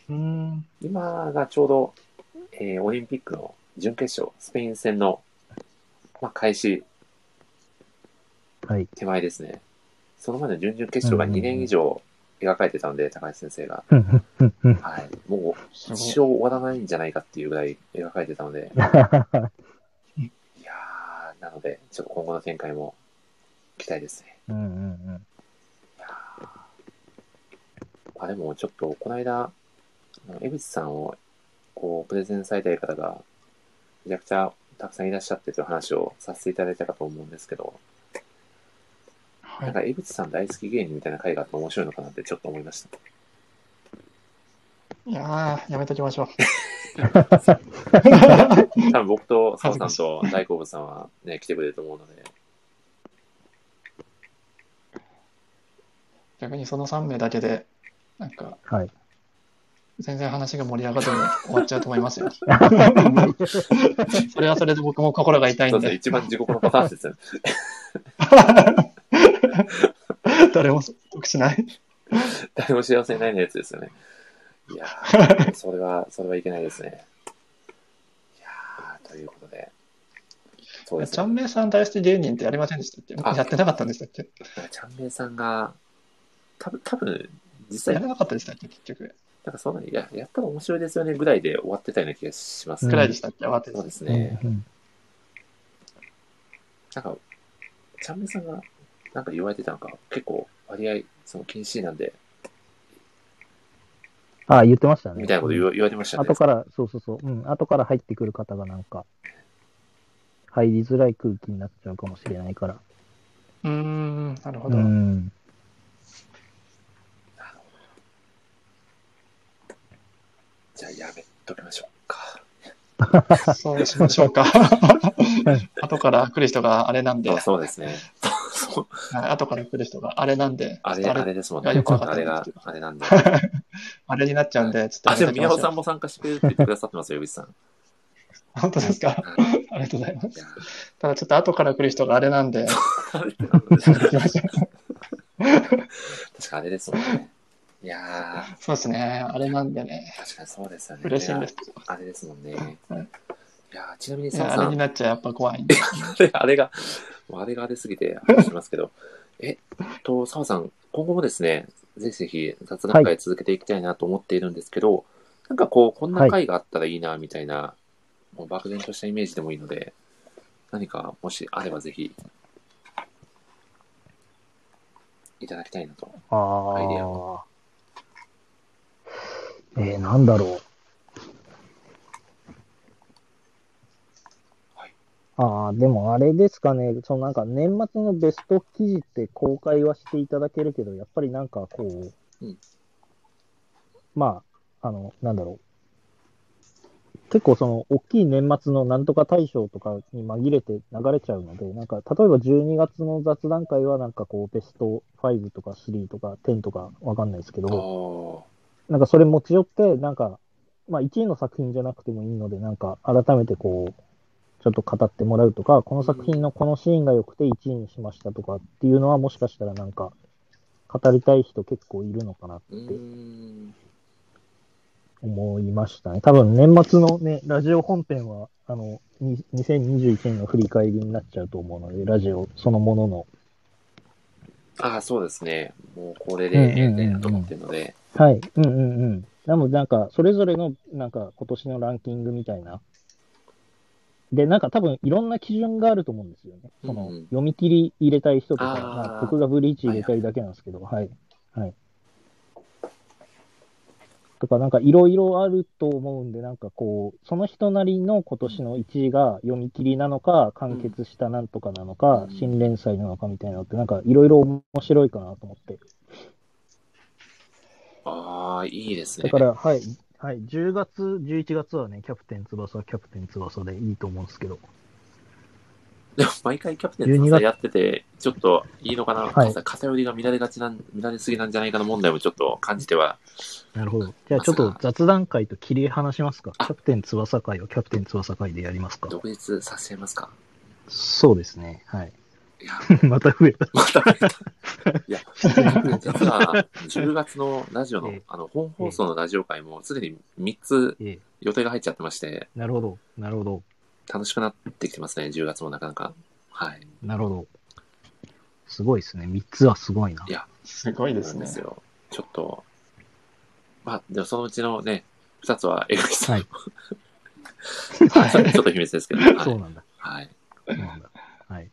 うん。今がちょうど、えーオリンピックの準決勝、スペイン戦の、まあ、開始はい。手前ですね。その前の準々決勝がうんうんう2ん年以上描かれてたので、高橋先生が。ふんふんふんふんはい。もうす一ごい生終わらないんじゃないかっていうぐらい描かれてたので、 (laughs) いやー、なので、ちょっと今後の展開も期待ですね。うんうんうんいやーあ、でもちょっと、この間、あの江口さんを、こう、プレゼンされたい方が、めちゃくちゃたくさんいらっしゃってという話をさせていただいたかと思うんですけど、はなんいか江口さん大好き芸人みたいな回があって面白いのかなってちょっと思いました。いやー、やめときましょう。多分僕と澤さんと大好物さんはね、来てくれると思うので、逆にその3名だけで、なんか、はい。全然話が盛り上がらずに終わっちゃうと思います (laughs) よ。それはそれで僕も心が痛いそんうですね、一で、番地獄のパターンですよね。誰も得しない。誰も幸せにないのやつですよね。いや (laughs) ーそれは、それはいけないですね。いやーということで。そうですちゃね。んめいさん大好き芸人ってやりませんでしたっけあやってなかったんでしたっけちゃんめいさんが、多分多分実や際、らなんなかったでしたっけ結局。かそんなに、いや、やったら面白いですよねぐらいで終わってたような気がしますうんくね。らいでしたっけ慌てそうでず。すね。うんなんか、ちゃんめいさんが、なんか言われてたのか、結構割合、その禁止なんで、あ、言ってましたね。みたいなこと言わ言われましたね。後から、そうそうそう。うん。後から入ってくる方がなんか、入りづらい空気になっちゃうかもしれないから。うーん、なるほうど。ん。じゃあやめときましょうか。そうしまし (laughs) ょうか。後から来る人があれなんで、あそうですね。 (laughs) そうそう。はい後から来る人があれなんで、あれ、ちょっとあれですもんね。いやよくわかあったれんですがけど、あれなんで。あれになっちゃうんで、ちょっとあ、でやもめとき宮ましょ尾うさんも参加してくれるって言ってくださって (laughs) ますよ、江口さん。本当ですかはいありがとうございまいす。やただちょっと後から来る人があれなん (laughs) で、あれってなんだ行きましょう確かあれですもんね。いやそうですね、あれなんでね、ー、確かにそうですよね。嬉しいんです。あれですもんね。はいいやーちなみにいさ、やあされにん、 (laughs) なっちゃやっぱ怖いんで。あれあれが、もうあれがあれすぎて話しますけど、と、澤さん、今後もですね、ぜひぜひ雑談会続けていきたいなと思っているんですけど、なんかこう、こんな会があったらいいな、みたいな、もう漠然としたイメージでもいいので、何かもしあればぜひ、いただきたいなと。あアイデアあ。えー、なんだろう。はいああ、でもあれですかね、そのなんか年末のベスト記事って公開はしていただけるけど、やっぱりなんかこう、うんまあ、あの、なんだろう。結構その大きい年末のなんとか大賞とかに紛れて流れちゃうので、なんか例えば12月の雑談会はなんかこうベスト5とか3とか10とかわかんないですけど、あなんかそれ持ち寄って、なんか、まあ1位の作品じゃなくてもいいので、なんか改めてこう、ちょっと語ってもらうとか、この作品のこのシーンが良くて1位にしましたとかっていうのはもしかしたらなんか、語りたい人結構いるのかなあ、うーん。思いましたね。多分年末のね、ラジオ本編は、あの、に2021年の振り返りになっちゃうと思うので、ラジオそのものの。ああ、そうですね。もうこれうんで、うんうんうんええと思ってるので、はい。うんうんうん。なのでなんか、それぞれの、なんか今年のランキングみたいな。で、なんか多分いろんな基準があると思うんですよね。そのうんうん読み切り入れたい人とか、あーまあ僕がブリーチ入れたいだけなんですけど、はい。はい。とか、なんかいろいろあると思うんで、なんかこう、その人なりの今年の1位が読み切りなのか、完結したなんとかなのか、うん新連載なのかみたいなのって、なんかいろいろ面白いかなと思って。ああ、いいですね。だから、はい。はい。10月、11月はね、キャプテン翼、キャプテン翼でいいと思うんですけど。でも (laughs) 毎回キャプテン12翼月やってて、ちょっといいのかな、はい偏りが見られがちなん、見られすぎなんじゃないかな問題もちょっと感じては、なるほど。じゃあ、ちょっと雑談会と切り離しますか。キャプテン翼会はキャプテン翼会でやりますか。独立させちゃいますか。 (laughs) そうですね。はい。いや、 (laughs) また増えた。また増えた。いや、実は10月のラジオのええ、あの、本放送のラジオ会もすでに3つええ、予定が入っちゃってまして、なるほど。なるほど。楽しくなってきてますね、10月もなかなか。はい。なるほど。すごいですね。3つはすごいな。いやすごいですなんねで。すよ。ちょっと、まあ、でもそのうちのね、2つは江口さんの、 (laughs) ちょっと秘密ですけど、はそうい。なんだ。はいそうなんだ。はい。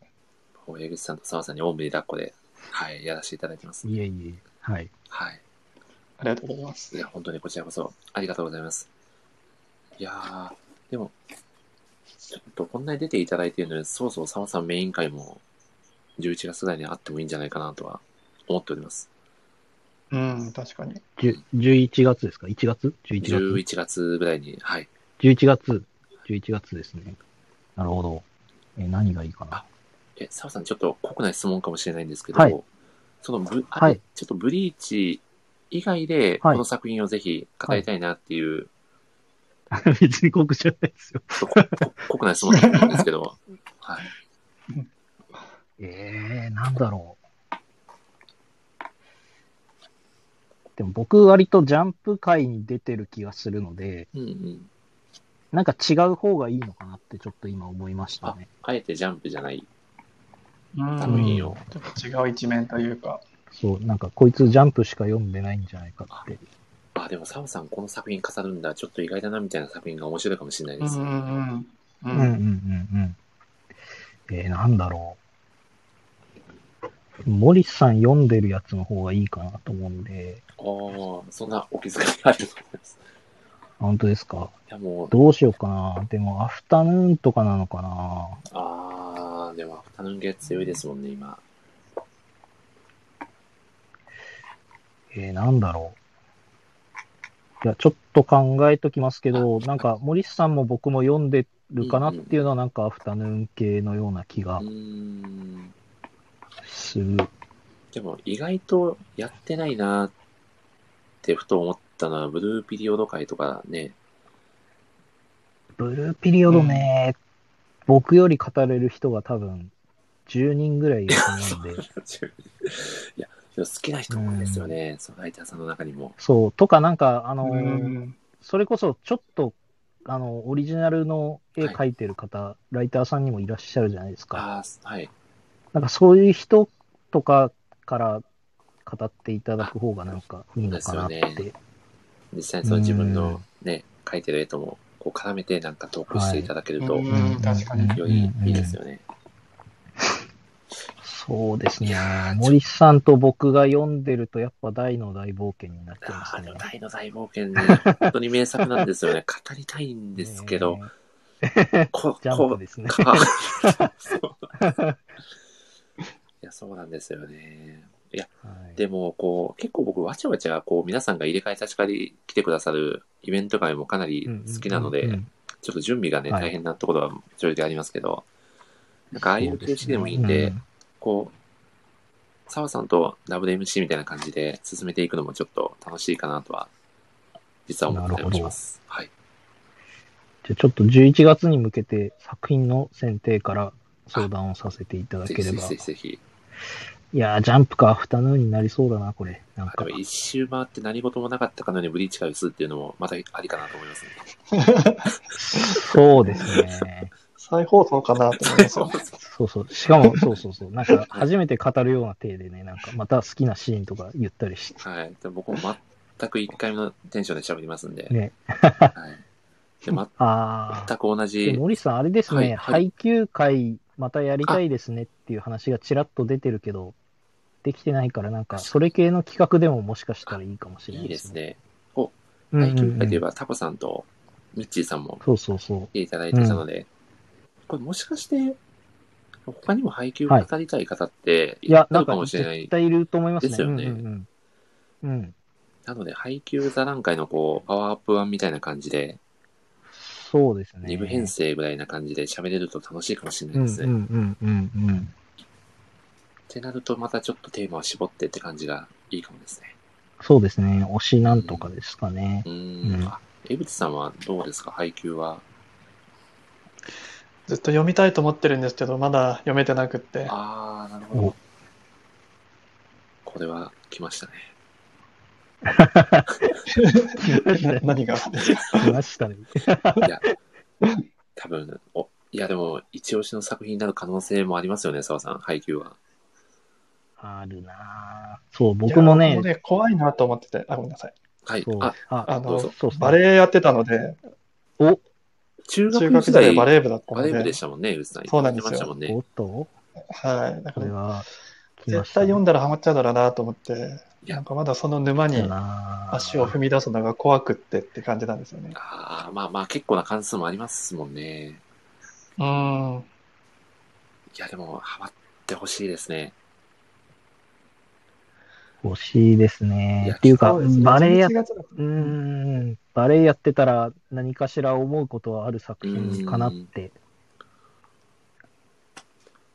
もう江口さんと澤さんにおんぶに抱っこで、はい、やらせていただいてます。いえいえ。はい。はい。ありがとうございますい。や、本当にこちらこそ、ありがとうございます。いやー、でも、ちょっとこんなに出ていただいているので、そろそろ澤さんメイン会も、11月ぐらいにあってもいいんじゃないかなとは思っております。うん、確かに。じゅ11月ですか ?1 月 ?11 11月。月ぐらいに、はい。 11月、11月ですね。なるほど。えー何がいいかなあ。え、澤さん、ちょっと酷な質問かもしれないんですけど、はいそのブ、あはいちょっとブリーチ以外で、はこいの作品をぜひ語りたいなっていう、 (laughs) 別に告知はないですよ。ちょっとこ酷な質問なんですけど、はい。えー、なんだろう。でも僕割とジャンプ界に出てる気がするので、うんうん。なんか違う方がいいのかなってちょっと今思いましたね。あえてジャンプじゃないうん、作品を。ちょっと違う一面というか、そう、なんかこいつジャンプしか読んでないんじゃないかって。あ、でも澤さん、この作品飾るんだ、ちょっと意外だなみたいな作品が面白いかもしれないうんでうす。んうんううんうんうんんうん。えー、なんだろう。モリスさん読んでるやつの方がいいかなと思うんで、おーそんなお気遣いありがとうございます。本当ですかいや、もう、どうしようかな。でも、アフタヌーンとかなのかな。あー、でも、アフタヌーンゲー強いですもんね、今。えー、なんだろう。いや、ちょっと考えときますけど、なんか、森さんも僕も読んでるかなっていうのは、なんか、アフタヌーン系のような気がうーん。する。でも意外とやってないなってふと思ったのは、ブルーピリオド会とかね、ブルーピリオドね、僕より語れる人が多分、10人ぐらいいると思 (laughs) うんで。いや、でも好きな人多いですよね、そのライターさんの中にも。そう、とか、なんか、あのうーん。それこそ、ちょっと、あの、オリジナルの絵描いてる方、ライターさんにもいらっしゃるじゃないですか。ああ、はい。なんかそういう人とかから語っていただく方がなんかいいのかなっそうですて。実際にその自分のね、書いてる絵とも、こう絡めてなんかトークしていただけると、はいようん確かにりいいですよね。そうですいねやー。森さんと僕が読んでると、やっぱ大の大冒険になってまあすあねの。大の大冒険 (laughs) ね、本当に名作なんですよね。語りたいんですけどね、こえ。ジャンこプですう、ね。か。そういや、そうなんですよね。はいでも、こう、結構僕、わちゃわちゃ、こう、皆さんが入れ替え立ち替えで来てくださるイベント会もかなり好きなので、うんうんうんうんちょっと準備がね、はい大変なところは正直ありますけど、なんか、ああいう形式でもいいんで、うんこう、澤さんと WMC みたいな感じで進めていくのもちょっと楽しいかなとは、実は思ったりもします。はい。じゃあちょっと11月に向けて作品の選定から相談をさせていただぜけひれぜば。ひぜひぜひ。いやー、ジャンプかアフタヌーンになりそうだな、これ。なんあでかも。一周回って何事もなかったかのようにブリーチが打つっていうのもまたありかなと思いますね。そうですね。再放送かなと思いますよ。そうそう。しかも、 (laughs) そうそうそう。なんか、初めて語るような体でね、なんか、また好きなシーンとか言ったりして。はい。でも僕も全く一回目のテンションで喋りますんで。ねはい。 (laughs) で、全ああ。く同でじ。森さん、あれですはいね、はい配給会またやりたいですねっていう話がちらっと出てるけど、できてないから、なんか、それ系の企画でももしかしたらいいかもしれないいいでですすね。ね。お、うんうん大球界といえうんばタコさんとミッチーさんもそうそうそう来。ていただいてたので、これもしかして、他にも配給を語りたい方っていや、いなんるかかもしれない絶。対いると思いますね。ですよねうんうんうん。うん。なので、配給座談会のこう、パワーアップ版みたいな感じで、そうですね。二部編成ぐらいな感じで喋れると楽しいかもしれうないんうでんすね。うんうんうん。ってなると、またちょっとテーマを絞ってって感じがいいかもですね。そうですね。推しなんとかですかね (laughs) う。ーうんん。あ江口さんはどうですか配給は。ずっと読みたいと思ってるんですけど、まだ読めてなくって。あー、なるほおど。これは来ましたね。な何が来ましたね。いや、多分、お、いやでも、一押しの作品になる可能性もありますよね、澤さん、配給は。あるなぁそう、僕もいやね僕、怖いなと思ってて、あ、ごめんなさい。はいそう。。あ、あ、あどのうぞ、そうっすねバレエやってたので、お、中中学学時時代代ババレレー部だったのー部ででし、たもんね、江口さん。そうなんですやよってましたもんおね。っと、はい。だこかれら、は、来ま絶した対ね読んだらハマっちゃうだろうなと思って、いやなんかまだその沼にだなぁ足を踏み出すのが怖くってって感じなんですよね。ああ、まあまあ、結構な関数もありますもんね。うーん。いや、でも、ハマってほしいですね。欲しいですいねや。っていうか、そうですねバレエや11月だうーんバレエやってたら何かしら思うことはある作品かなって。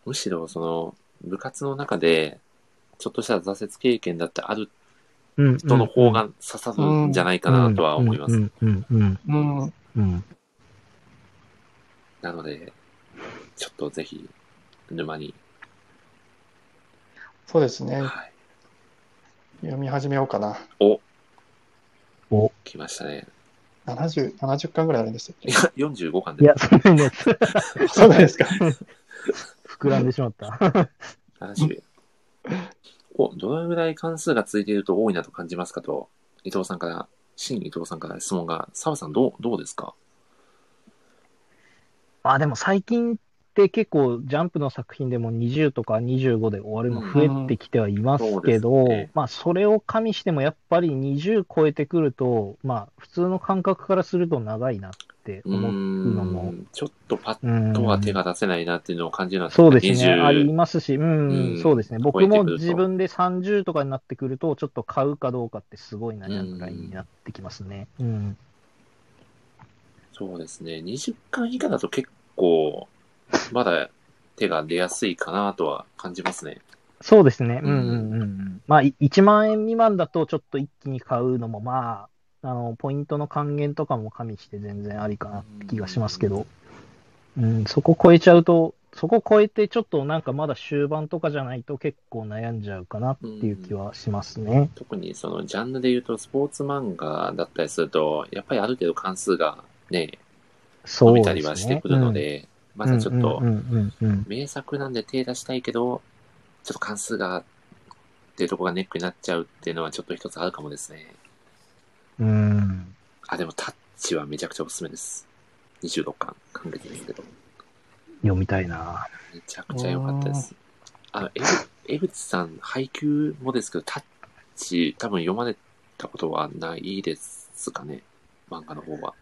むしろ、その、部活の中で、ちょっとした挫折経験だってあるうん人の方が刺さるんじゃないかなとは思いまうす。んうんうんうん。うんなので、ちょっとぜひ、沼に、そうですね。はい。読み始めようかな。おお来ましたね。 (laughs) 70、70巻ぐらいあるんです (laughs) よいや、45巻いでや、それね、そうなんですか。膨らんでしまった。 70。お、どのぐらい関数がついていると多いなと感じますかと、伊藤さんから、新伊藤さんから質問が、澤さんどう、どうですかあ、でも最近って結構ジャンプの作品でも20とか25で終わるの増えてきてはいますけうど、んそうですねまあそれを加味してもやっぱり20超えてくると、まあ普通の感覚からすると長いなってうー思う。もん、ちょっとパッうんとは手が出せないなっていうのを感じるのは、そうですね、あり20ますし、うん、うんそうですね、超え僕てくるとも自分で30とかになってくると、ちょっと買うかどうかってすごい悩むラインになってきますね。うん、そうですね。20巻以下だと結構、まだ手が出やすいかなとは感じますね。そうですね、ううんんうんうんうん。まあ、い1万円未満だと、ちょっと一気に買うのも、まあ、あのポイントの還元とかも加味して、全然ありかなって気がしますけど、うん、そこ超えちゃうと、そこ超えて、ちょっとなんかまだ終盤とかじゃないと、結構悩んじゃうかなっていう気はしますね。特にそのジャンルで言うとスポーツ漫画だったりすると、やっぱりある程度関数がね、そ伸うでびたすね。りはしてくるのうん、で、まだちょっとうんうんうんうんうん名作なんで手出したいけど、ちょっと関数がっていうところがネックになっちゃうっていうのはちょっと一つあるかもですね。うん。あ、でもタッチはめちゃくちゃおすすめです。26巻、完結ですけど。読みたいなめちゃくちゃ良かったです。あ、え江口さん、配給もですけど、タッチ、多分読まれたことはないですかね、漫画の方は。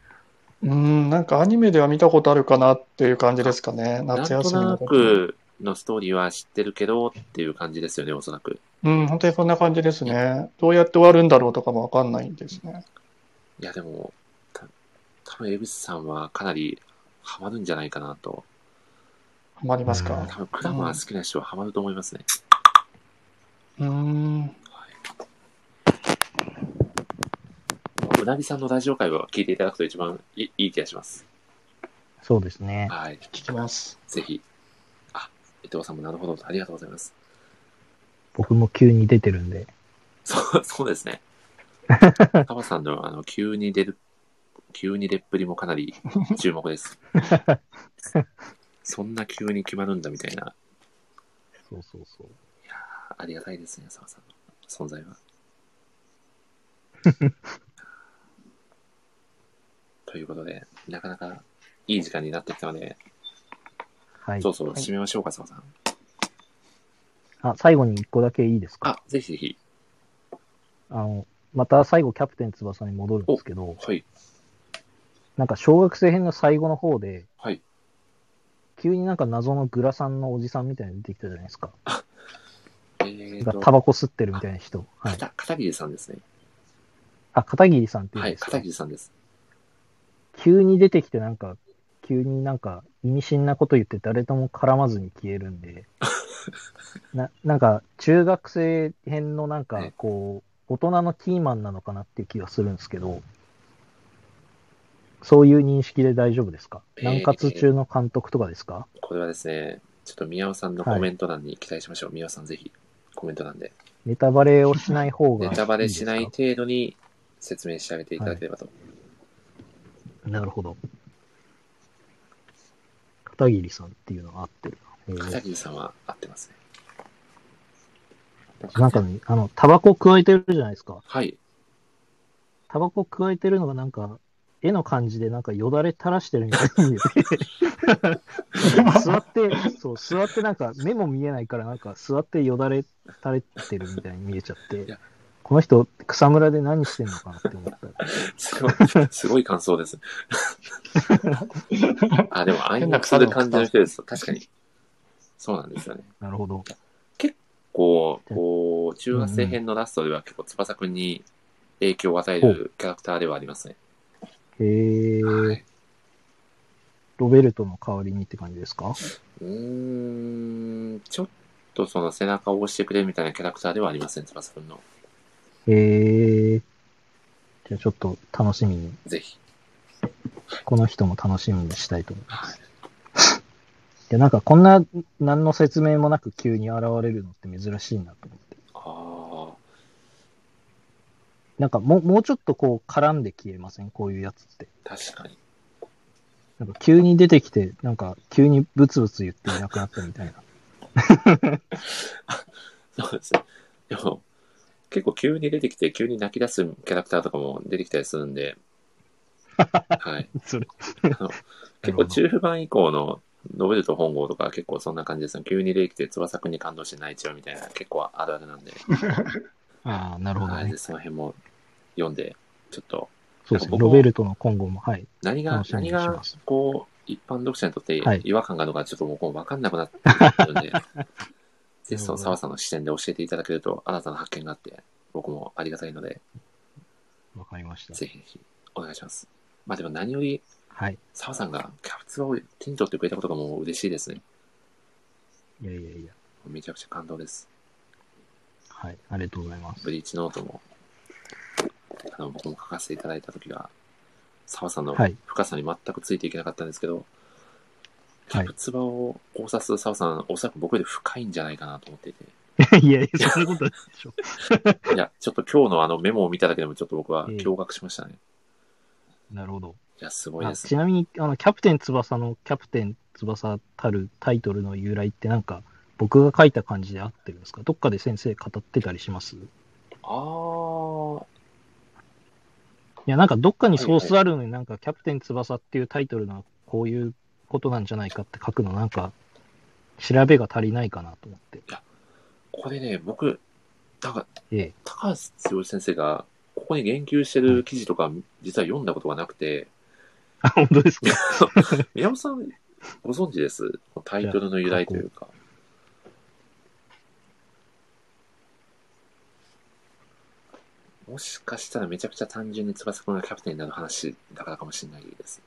うん、なんかアニメでは見たことあるかなっていう感じですかなね。ん夏と休みなの。くのストーリーは知ってるけどっていう感じですよね、おそらく。うん、本当にそんな感じですね。どうやって終わるんだろうとかもわかんないんですね。いや、でも、た多分江口さんはかなりハマるんじゃないかなと。ハマりますうんか。多分クラマー好きな人はハマると思いますね。うん。うなぎさんのラジオ会を聞いていただくと一番いいいい気がします。そうですね。はい。聞きます。ぜひ。あ、伊藤さんもなるほど。ありがとうございます。僕も急に出てるんで。そう、そうですね。タマさんの、あの、急に出る、急に出っぷりもかなり注目です。そんな急に決まるんだみたいな、そうそうそう。ありがたいですね、澤さんの存在 (laughs) は。ということで、なかなかいい時間になってきたので、はいそ。ろそろはい締めましょうか、澤さん。あ、最後に一個だけいいですかあ、ぜひぜひ。あの、また最後キャプテン翼に戻るんですけど、はい。なんか小学生編の最後の方で、はい。急になんか謎のグラさんのおじさんみたいなの出てきたじゃないですか。えーがと、タバコ吸ってるみたいな人。はい。片片桐さんですね。あ、片桐さんっていうんはでい、すか、片桐さんです。急に出てきてなんか、急になんか意味深なこと言って誰とも絡まずに消える (laughs) んで、ななんか中学生編のなんはかいこう、大人のキーマンなのかなっていう気がするんですけど、そういう認識で大丈夫ですかえー南葛中の監督とかですか、これはですね、ちょっと宮尾さんのコメント欄に期待しましょう。宮尾さんぜひコメント欄で。ネタバレをしない方がネタバレしないいです程度に説明してあげていただければと。かなるほど。片桐さんっていうのが合ってるな。えー片桐さんは合ってますね。なんかね、あの、タバコ加えてるじゃないですか。はい。タバコ加えてるのがなんか、絵の感じでなんかよだれ垂らしてるみたいに見 (laughs) えて、座って、そう、座ってなんか目も見えないからなんか座ってよだれ垂れてるみたいに見えちゃっいてや、この人草むらで何してんのかなって思った。すごい、すごい感想です。あ、でも、ああいう変な草草でで感じの人です。確かに。そうなんですよね。なるほど。こう、こう、中学生編のラストでは結構翼くんに影響を与えるキャラクターではありますね。へえはー、い。ロベルトの代わりにって感じですかうーん、ちょっとその背中を押してくれみたいなキャラクターではありません、翼くんの。へえー、じゃあちょっと楽しみに、ぜひ。この人も楽しみにしたいと思います。はい。いや、なんかこんな何の説明もなく急に現れるのって珍しいなと思って。ああ。なんかもうもうちょっとこう絡んで消えませんこういうやつって。確かに。なんか急に出てきて、なんか急にブツブツ言っていなくなったみたいな。そうですね。でも、結構急に出てきて、急に泣き出すキャラクターとかも出てきたりするんで、 (laughs) はい。 (laughs) それ。結構中盤以降のノベルト本郷とかは結構そんな感じですね。急に出てきて翼くんに感動して泣いちゃうみたいな、結構あるあるなんで、 (laughs) ああ、なるほどはいねで。その辺も読んで、ちょっと、そうですね。なんか僕ロもベルトの今後も、はい。何が楽、しみに何しがま、す。こう、一般読者にとってはい違和感があるのか、ちょっともうこう分かんなくなってきて (laughs) るんで、ぜひその澤さんの視点で教えていただけると、新たな発見があって、僕もありがたいので、わかりました。ぜひぜひお願いします。まあでも何より、はい。澤さんがキャプツバを手に取ってくれたことがもう嬉しいですね。いやいやいや。めちゃくちゃ感動です。はい。ありがとうございますブ。リーチノートも、あの、僕も書かせていただいたときは、澤さんのはい深さに全くついていけなかったんですけど、キはャいプツバを考察する澤さん、おそらく僕より深いんじゃないかなと思っていて、 (laughs) いやい (laughs) や、そんなことないでしょ。いや、ちょっと今日のあのメモを見ただけでもちょっと僕はええ驚愕しましたね。なるほど。いや、すごいであすちなみに、あの、キャプテン翼のキャプテン翼たるタイトルの由来ってなんか、僕が書いた感じで合ってるんですかどっかで先生語ってたりしますいあー、や、なんかどっかにソースあるのになんかキャプテン翼っていうタイトルのこういうことなんじゃないかって書くのなんか調べが足りないかなと思って。これね、僕、なんか、ええ。高橋剛先生が、ここに言及してる記事とか、実は読んだことがなくて、あ、本当ですか宮本さん、ご存知ですタイトルの由来というか。もしかしたらめちゃくちゃ単純に翼くんがキャプテンになる話だからかもしれないです。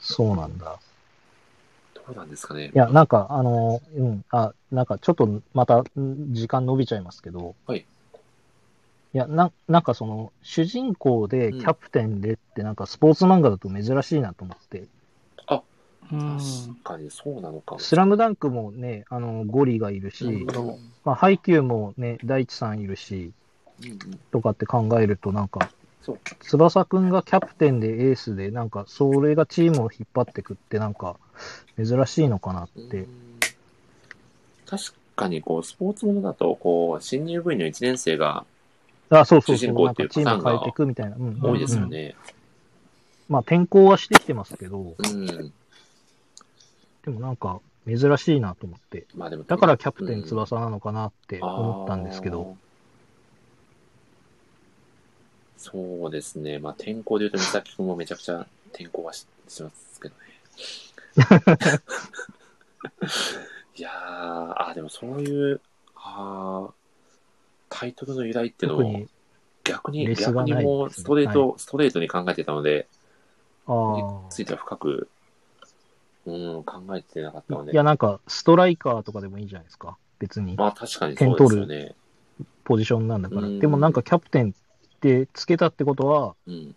そうなんだ。どうなんですかねいや、なんか、あの、うん、あ、なんかちょっとまたん時間伸びちゃいますけど、はいいや、ななんかその、主人公でキャプテンでって、なんかスポーツ漫画だと珍しいなと思って、確かにそうなのかも。スラムダンクもね、あの、ゴリがいるし、うんどうまあ、ハイキューもね、大地さんいるし、うんうんとかって考えると、なんかそう、翼くんがキャプテンでエースで、なんか、それがチームを引っ張ってくって、なんか、珍しいのかなって。うん確かにこう、スポーツものだと、こう、新入部員の1年生があ、そうそう主そ人う。公なっんていかうチーム変えていくみたいな。うん多いですよ。うんね。まあ転校はしてきてますけど、うん。でもなんか珍しいなと思って。まあでも、だからキャプテン翼なのかなって思ったんですけあーど。。そうですね。まあ、天候で言うと、美咲くんもめちゃくちゃ天候はししますけどね。 (laughs) いやー、あー、でもそういう、あータイトルの由来っていう特のをに、逆に、レスが逆なにいもうストレート、ストレートに考えてたので、あにつーいては深く、うん、考えてなかったので。いやなんかストライカーとかでもいいじゃないですか。別にまあ確かにそうですよ点ね。ポジションなんだから。うんでもなんかキャプテンってつけたってことは、うん。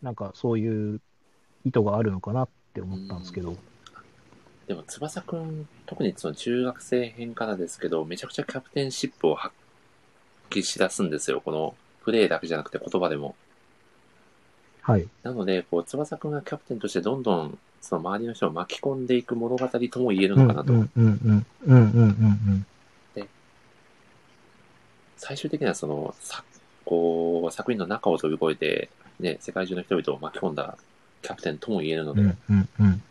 なんかそういう意図があるのかなって思ったんですけど。でも、翼くん、特にその中学生編からですけど、めちゃくちゃキャプテンシップを発揮しだすんですよ。このプレーだけじゃなくて言葉でも。はい。なので、こう、翼くんがキャプテンとしてどんどん、その周りの人を巻き込んでいく物語とも言えるうんのうんかなと。うんうんうんうんうんうん。最終的にはその、さこう、作品の中を飛び越えて、ね、世界中の人々を巻き込んだキャプテンとも言えるのうで、んうんうん。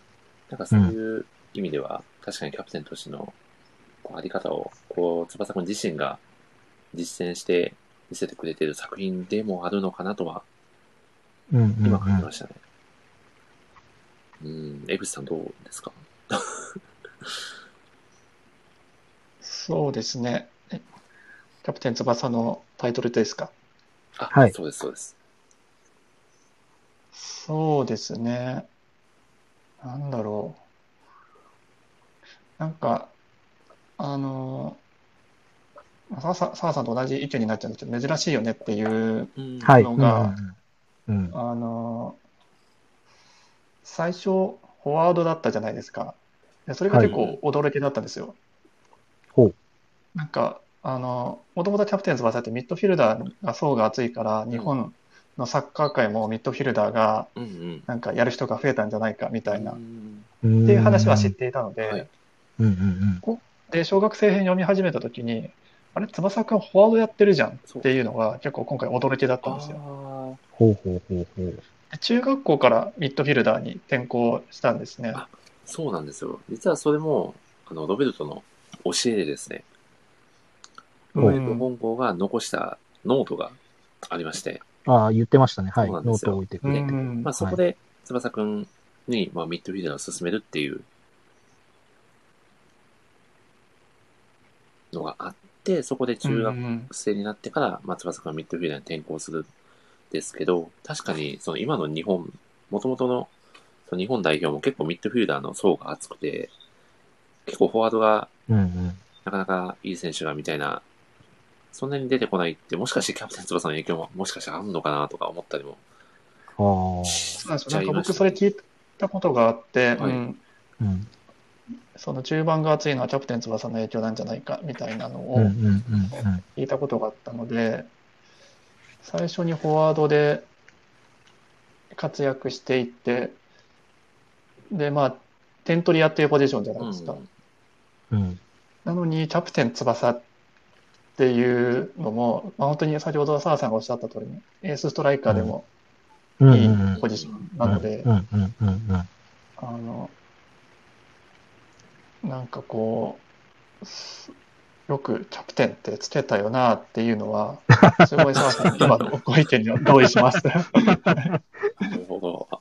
なんかそういう意味では、確かにキャプテンとしてのこうあり方を、こう、翼くん自身が実践して見せてくれている作品でもあるのかなとは、うんうんうん今感じましたね。うん、江口さんどうですかそうですね。えキャプテン翼のタイトルですか。あ、はいそうです、そうです。そうですね。なんだろう。なんか、あの、まあ澤さん澤さんと同じ意見になっちゃうんですけど、珍しいよねっていう、うん、はい。のがうんうんうん。あの、最初、フォワードだったじゃないですか。でそれが結構驚きだったんですよ。ほう。なんか、あの、もともとキャプテン翼ってミッドフィルダーが層が厚いから、日本のサッカー界もミッドフィルダーが、うん、うん。なんかやる人が増えたんじゃないかみたいな、うっんうんていう話は知っていたのはいで、うんうんうん。で、小学生編読み始めた時に、あれ、翼くんフォワードやってるじゃんっていうのが結構今回驚きだったんですよ。あほうほうほうほう。で中学校からミッドフィルダーに転校したんですね。あそうなんですよ。実はそれも、あの、ロベルトの教えでですね、ほううん本校が残したノートがありまして、ああ、言ってましたね。はい。そうなノんでーすよトを置いてくうれて。んまあ、そこで翼くんに、まあ、ミッドフィルダーを進めるっていうのがあって、そこで中学うん生になってから、まあ、翼くんはミッドフィルダーに転向するんですけど、確かにその今の日本、元々のその日本代表も結構ミッドフィルダーの層が厚くて、結構フォワードがうんうん。なかなかいい選手がみたいな、そんなに出てこないって、もしかしてキャプテン翼の影響ももしかしてあるのかなとか思ったりも。あそうなんですよ。なんか僕それ聞いたことがあっはて、いうんあ。うん。その中盤が熱いのはキャプテン翼の影響なんじゃないかみたいなのうんうんをうんうん。聞いたことがあったので、最初にフォワードで活躍していって、で、まあ、点取り屋っていうポジションじゃないですか。うんうん。なのに、キャプテン翼っていうのも、まあ、本当に先ほど澤さんがおっしゃった通りに、エースストライカーでもうんいいうんうんポジションなので、うんうんうんうんあの、なんかこう、すよくキャプテンってつけたよなっていうのは、すごい澤さん、今のご意見には同意します。なるほど。あ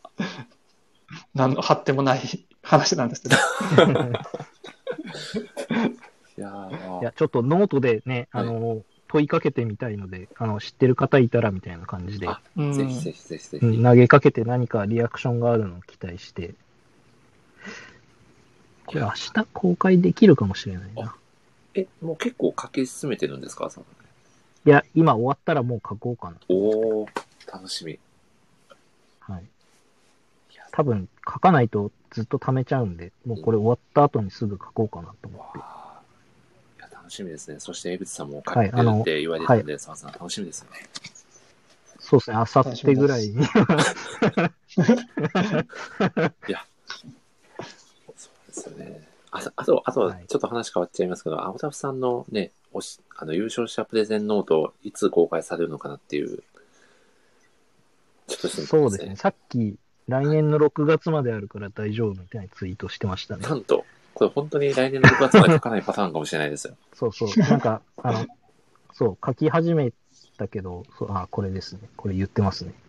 なんの張ってもない話なんですけど。うん。いやいーや、ちょっとノートでね、はあいの、問いかけてみたいので、あの、知ってる方いたらみたいな感じで、あうんぜひぜひぜひぜひ。うん投げかけて何かリアクションがあるのを期待して、これ明日公開できるかもしれないな。え、もう結構書き進めてるんですかそのいや、今終わったらもう書こうかな。おー、楽しみ。はい。多分書かないとずっと溜めちゃうんで、もうこれ終わった後にすぐ書こうかなと思って。わーいや楽しみですね。そして江口さんも書いてるって言われてるんで、澤さん楽しみですよね。そうですね、あさってぐらいに。そうですよね。あと、あと、あとははいちょっと話変わっちゃいますけど、青田さんのね、おしあの優勝したプレゼンノート、いつ公開されるのかなっていう、ちょっと (laughs) 心そ配うですね、。さっき、来年の6月まであるから大丈夫みたいなツイートしてましたね。なんと、これ本当に来年の6月まで書かないパターンかもしれないですよ。そうそう。なんか、あの、そう、書き始めたけど、そうあ、これですね。これ言ってますね。 (laughs)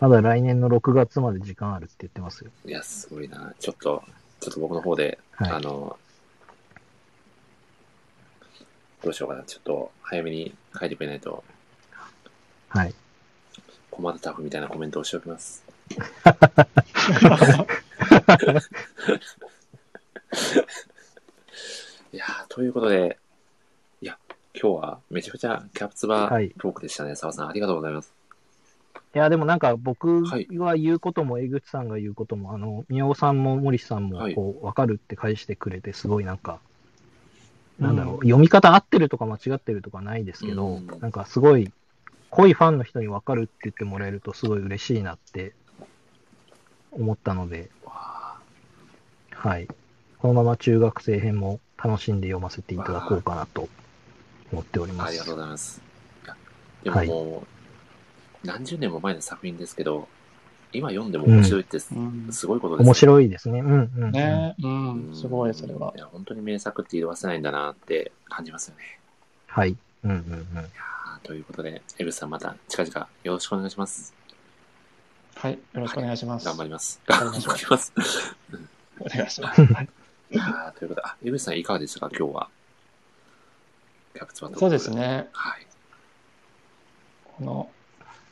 まだ来年の6月まで時間あるって言ってますよ。いや、すごいな。ちょっと、ちょっと僕の方で、はいあの、どうしようかな。ちょっと早めに書いてくれないとはい。困るタフみたいなコメントをしておきます。いやー、ということで、いや、今日はめちゃくちゃキャプツバはいトークでしたね。澤、さん、ありがとうございます。いや、でもなんか僕はいは言うことも、江口さんが言うことも、あの、宮尾さんも森さんもはい、こう、わかるって返してくれて、すごいなんか、なんだろう、うん読み方合ってるとか間違ってるとかないですけど、うんなんかすごい、濃いファンの人に分かるって言ってもらえるとすごい嬉しいなって思ったので、わはい。このまま中学生編も楽しんで読ませていただこうかなと思っておりーまありすがとう。ございます。いやでももう、何十年も前の作品ですけど、今読んでも面白いってす,、 (laughs) うんごいことですよ面白いですね。うんうん、うん。ねううんん、すごい、それは。いや、本当に名作って色褪せないんだなって感じますよね。はい。うんうんうん。 (laughs) あーということで、江口さんまた近々よろしくお願いします。はい、よろしくお願いします。頑張ります。頑頑張りましょう張ります。お願いします。はいあーということで、あ、江口さんいかがでしたか、今日は。キャプツバトークそうです。ね、はい。この、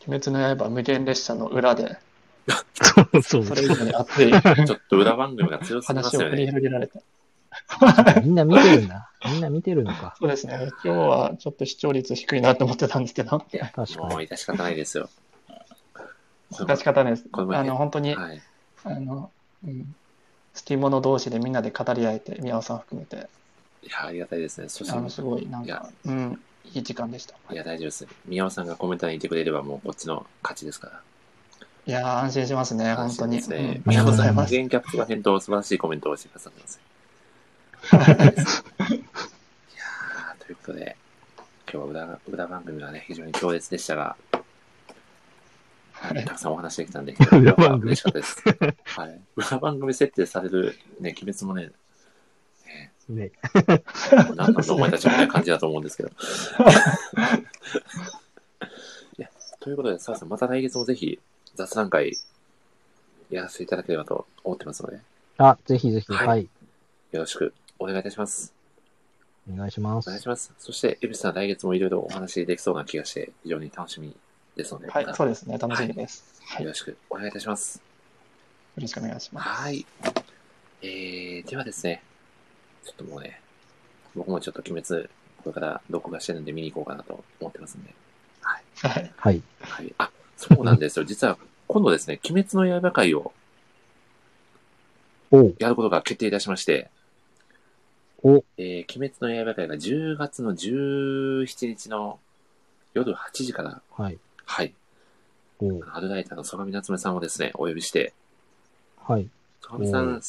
鬼滅の刃無限列車の裏で、そうそうそでれす以上に熱いちょっと裏番組が強すぎま (laughs) 話すをよ繰りね。広げられて。みんな見てるんだ。みんな見てるのか。そうですね、今日はちょっと視聴率低いなと思ってたんですけど、いや、確かにもう致し方ないですよ。出し方ないです。こあれもねの、本当に、はい。あの、うん、好き者同士でみんなで語り合えて、宮尾さん含めて、いや、ありがたいですね。そしあの、てす、ごい、なんいやか、うん、いい時間でした。いや、大丈夫です。宮尾さんがコメントにいてくれれば、もうこっちの勝ちですから。いやー、安心しますね、本当に。安心ですねうんありがとうございま無す。限キャプツバ編と素晴らしいコメントをしてくださってます。いやーということで、今日は裏裏番組がね、非常に強烈でしたが、はいたくさんお話できたんで、裏番組嬉しかったです。はい、裏番組設定される、ね、鬼滅もね、ねね。もう何なんだお前たちみたいな感じだと思うん (laughs) ですけど。いやということで、澤さん、また来月もぜひ雑談会やらせていただければと思ってますので、あ、ぜひぜひ、はいはい。よろしくお願いいたします。お願いしまお願いす。します。そして、エビさん、来月もいろいろお話できそうな気がして、非常に楽しみですので、はいま、たそうですね、楽しみです。はい、よよろしくお願いいたします。ろしくお願いします。はい。えー、ではですね、ちょっともうね、僕もちょっと鬼滅、これから録画してるんで見に行こうかなと思ってますんで。はい、はい。はい。あ、そうなんですよ。 (laughs) 実は、今度ですね、鬼滅の刃会をおうやることが決定いたしまして、お、えー、鬼滅の刃会が10月の17日の夜8時から、はい。はい、おうアルライターの曽上夏目さんをですね、お呼びして、はい。曽上さおん、う鬼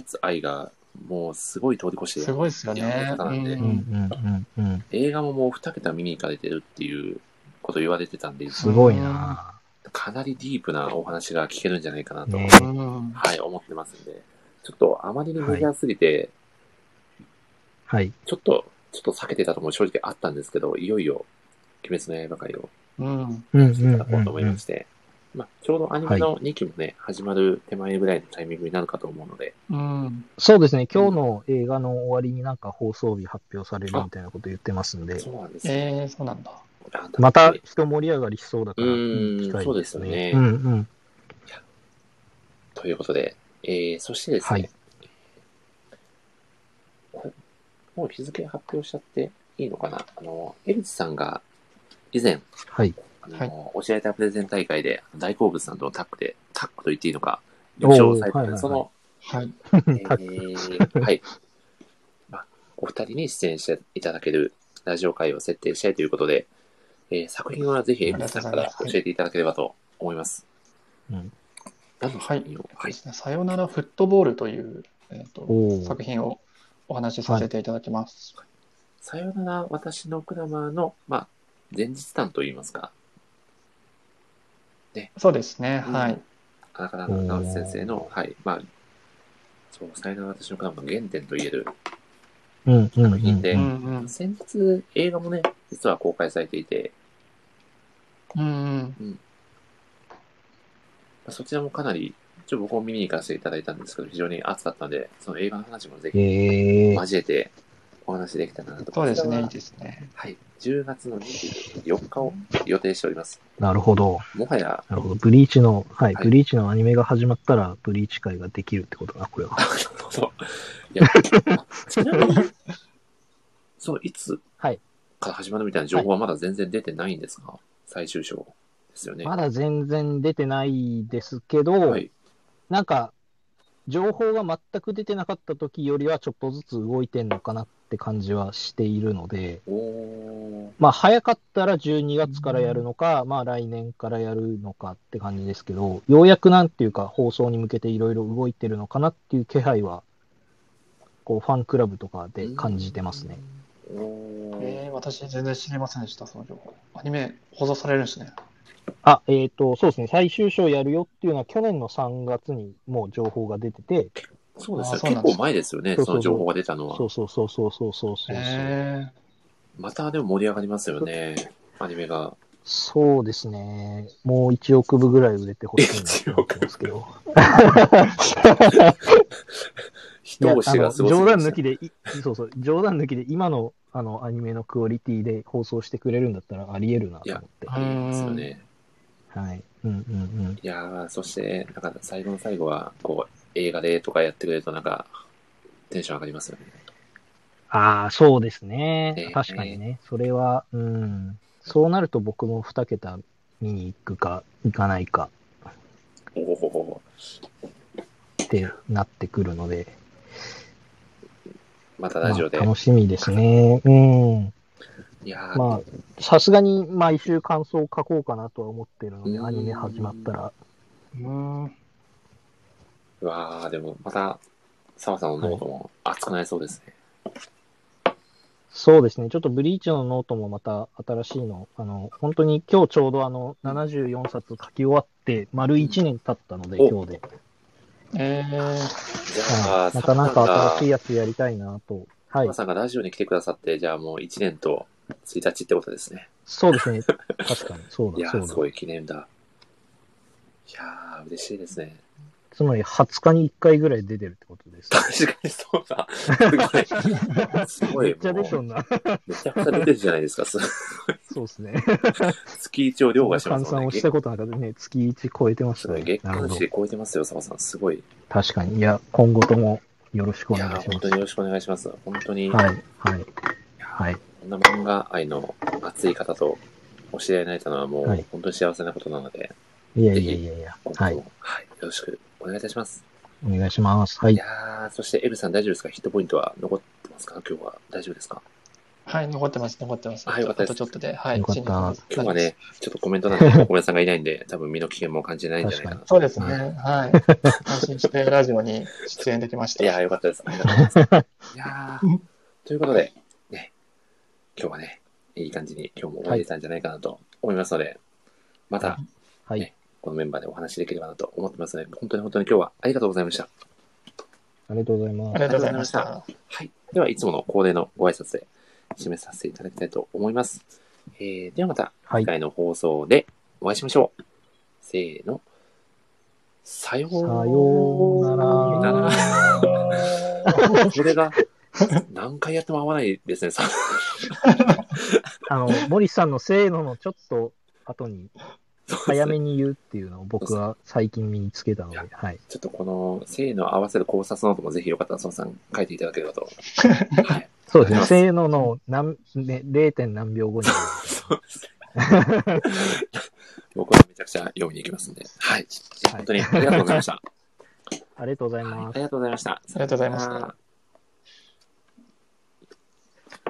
滅愛がもうすごい通り越してすごいですよいやね。なんでううんうんうんうん。映画ももう2桁見に行かれてるっていうこと言われてたんで、すごいなかなりディープなお話が聞けるんじゃないかなと、ねうんはい、思ってますんで、ちょっとあまりにメジャーすぎて、はい。ちょっと、ちょっと避けてたとも正直あったんですけど、いよいよ、鬼滅の刃会をうん。うんしていただこうと思いまして、まあ、ちょうどアニメの2期もね、始まる手前ぐらいのタイミングになるかと思うので、うん。そうですね。今日の映画の終わりになんか放送日発表されるみたいなこと言ってますんで、そうなんですよえー、そうなんだ。あまたい人盛り上がりしそうだから、ういんい機会ですね。そううんうん。ということで、えー、そしてですはね、いこれもう日付発表しちゃっていいのかなあの、江口さんが以前、はい。あの、はい教えたプレゼン大会で、大好物さんとのタッグで、タッグと言っていいのか、お優ー勝されたはいのはで、いはいその、はい。えー、はい。まあ、お二人に出演していただけるラジオ会を設定したいということで、えー作品はぜひ江口さんから教えていただければと思います。うん何の作品をそうはでい。すねさよならフットボールという、えーとおー作品をお話しさせていただきます。さよなら私のクラマーの、まあ、前日談といいますか、そうですね。うんはい。荒川直樹先生の、はい、まあ、そう、さよなら私のクラマーの原点といえる、うんうんうん作品でううんん先日映画もね、実は公開されていて、うん。うんまあそちらもかなり、ちょっと僕も見に行かせていただいたんですけど、非常に熱かったので、その映画の話もぜひえー、交えてお話できたらなとそうですね。いいこちらはですね。はい、10月の24日を予定しております。なるほど。もはや、なるほど。ブリーチの、はい、はいブリーチのアニメが始まったら、ブリーチ会ができるってことだな、これは。そう。いや、 (laughs) ちなみに、そう、いつはいから始まるみたいな情報はまだ全然出てないんですが、最終章ですよね。まだ全然出てないですけど、はい。なんか、情報が全く出てなかった時よりは、ちょっとずつ動いてんのかなって感じはしているので、おーまあ、早かったら12月からやるのか、まあ、来年からやるのかって感じですけど、ようやくなんていうか、放送に向けていろいろ動いてるのかなっていう気配は、こう、ファンクラブとかで感じてますね。。おーえー、私全然知りませんでした、その情報。アニメ放送されるんですね。あ、えっ、と、そうですね、最終章やるよっていうのは、去年の3月にもう情報が出てて、そうですあーよ。そ結うなんです構前ですよね、そそうそうそのう情報が出たのはそ。うそうそうそうそうそうそうそう。えー、またでも盛り上がりますよね、アニメが。そうですね。もう1億部ぐらい売れてほしいなと思ってますけど。い一やあ押しがのすごすぎ冗ま談した抜きでい、そうそう、冗談抜きで今のあのアニメのクオリティで放送してくれるんだったらあり得るなと思って。ありますよね。はい。うんうんうん。いやー、そして、なんか最後の最後は、こう、映画でとかやってくれると、なんか、テンション上がりますよね。ああ、そうですね。えー確かにね。それは、うん。そうなると僕も2桁見に行くか、行かないかおほほほ。ってなってくるので。またラジオで。まあ楽しみですね。うん。いやー、まあ、さすがに毎週感想を書こうかなとは思ってるので、うんアニメ始まったら。うん。うわー、でもまた、澤さんのノートも熱くなりそうですね。そうですね。ちょっとブリーチのノートもまた新しいの、あの、本当に今日ちょうどあの、74冊書き終わって、丸1年経ったので、お今日で。えー、じゃはあ、い。またなんか新しいい。やつやりたいなと。はい澤。さんがラジオに来てくださって、じゃあもう1年と1日ってことですね。そうですね。(laughs) 確かに。そういやだ、そうー、すだ。ごい記念だ。いやー、嬉しいですね。つまり20日に1回ぐらい出てるってことです。確かにそうだ。 (laughs) (laughs) すごい。すごい。めっちゃ出ても (laughs) んな。うめちゃくちゃ出てるじゃないですか。すそうですね。月一を凌駕してま換すも算んをね。したことなかったね。月1超えてましすたごいね。月なる刊ほど誌で超えてますよ、澤さん。すごい。い確かに。いや、今後ともよろしくおや願いーし本ま当す。によろしくお願いします。本当に、はい、はい、はい。こんな漫画愛の熱い方とお知り合いになれたのはもはうい本当に幸せなことなので、いやいやいやいや。今は後いも、。はい、よろしくお願いいたします。お願いします。はいい、やー、そしてエルさん大丈夫ですかヒットポイントは残ってますか今日は大丈夫ですかはい、残ってます、残ってます。はいよかったですあとちょっとで、はい、よかったチームの今日はね、ちょっとコメントなんで、小林さんがいないんで、多分身の危険も感じないんじゃないかな。そうですね。はい。安心してラジオに出演できました。いやー、よかったです。ありがとうござい (laughs) ます。いやーということで、ね、今日はね、いい感じに今日も終われたんじゃないかなと思いますので、またはい。このメンバーでお話しできればなと思ってますので、本当に本当に今日はありがとうございました。ありがとうございまあす。りがとうございました。はい。では、いつもの恒例のご挨拶で締めさせていただきたいと思います。えー、ではまた、はい次。回の放送でお会いしましょう。せーの。さよさうようなならら。 (laughs) それが、何回やっても合わないですね、さ。あの、森さんのせーののちょっと後に、早めに言うっていうのを僕は最近身につけたので、はい。ちょっとこの、性の合わせる考察ノートもぜひよかったら、孫さん書いていただければ (laughs) と。はい。そありがとううですございまね。すせーのの何、ね、0. 何秒後に。そうです (laughs) ね。僕はめちゃくちゃ読みに行きますんで。はい。本当にありがとうございました。ありがとうございはいまあす。りがとうございました。ありがとうございました。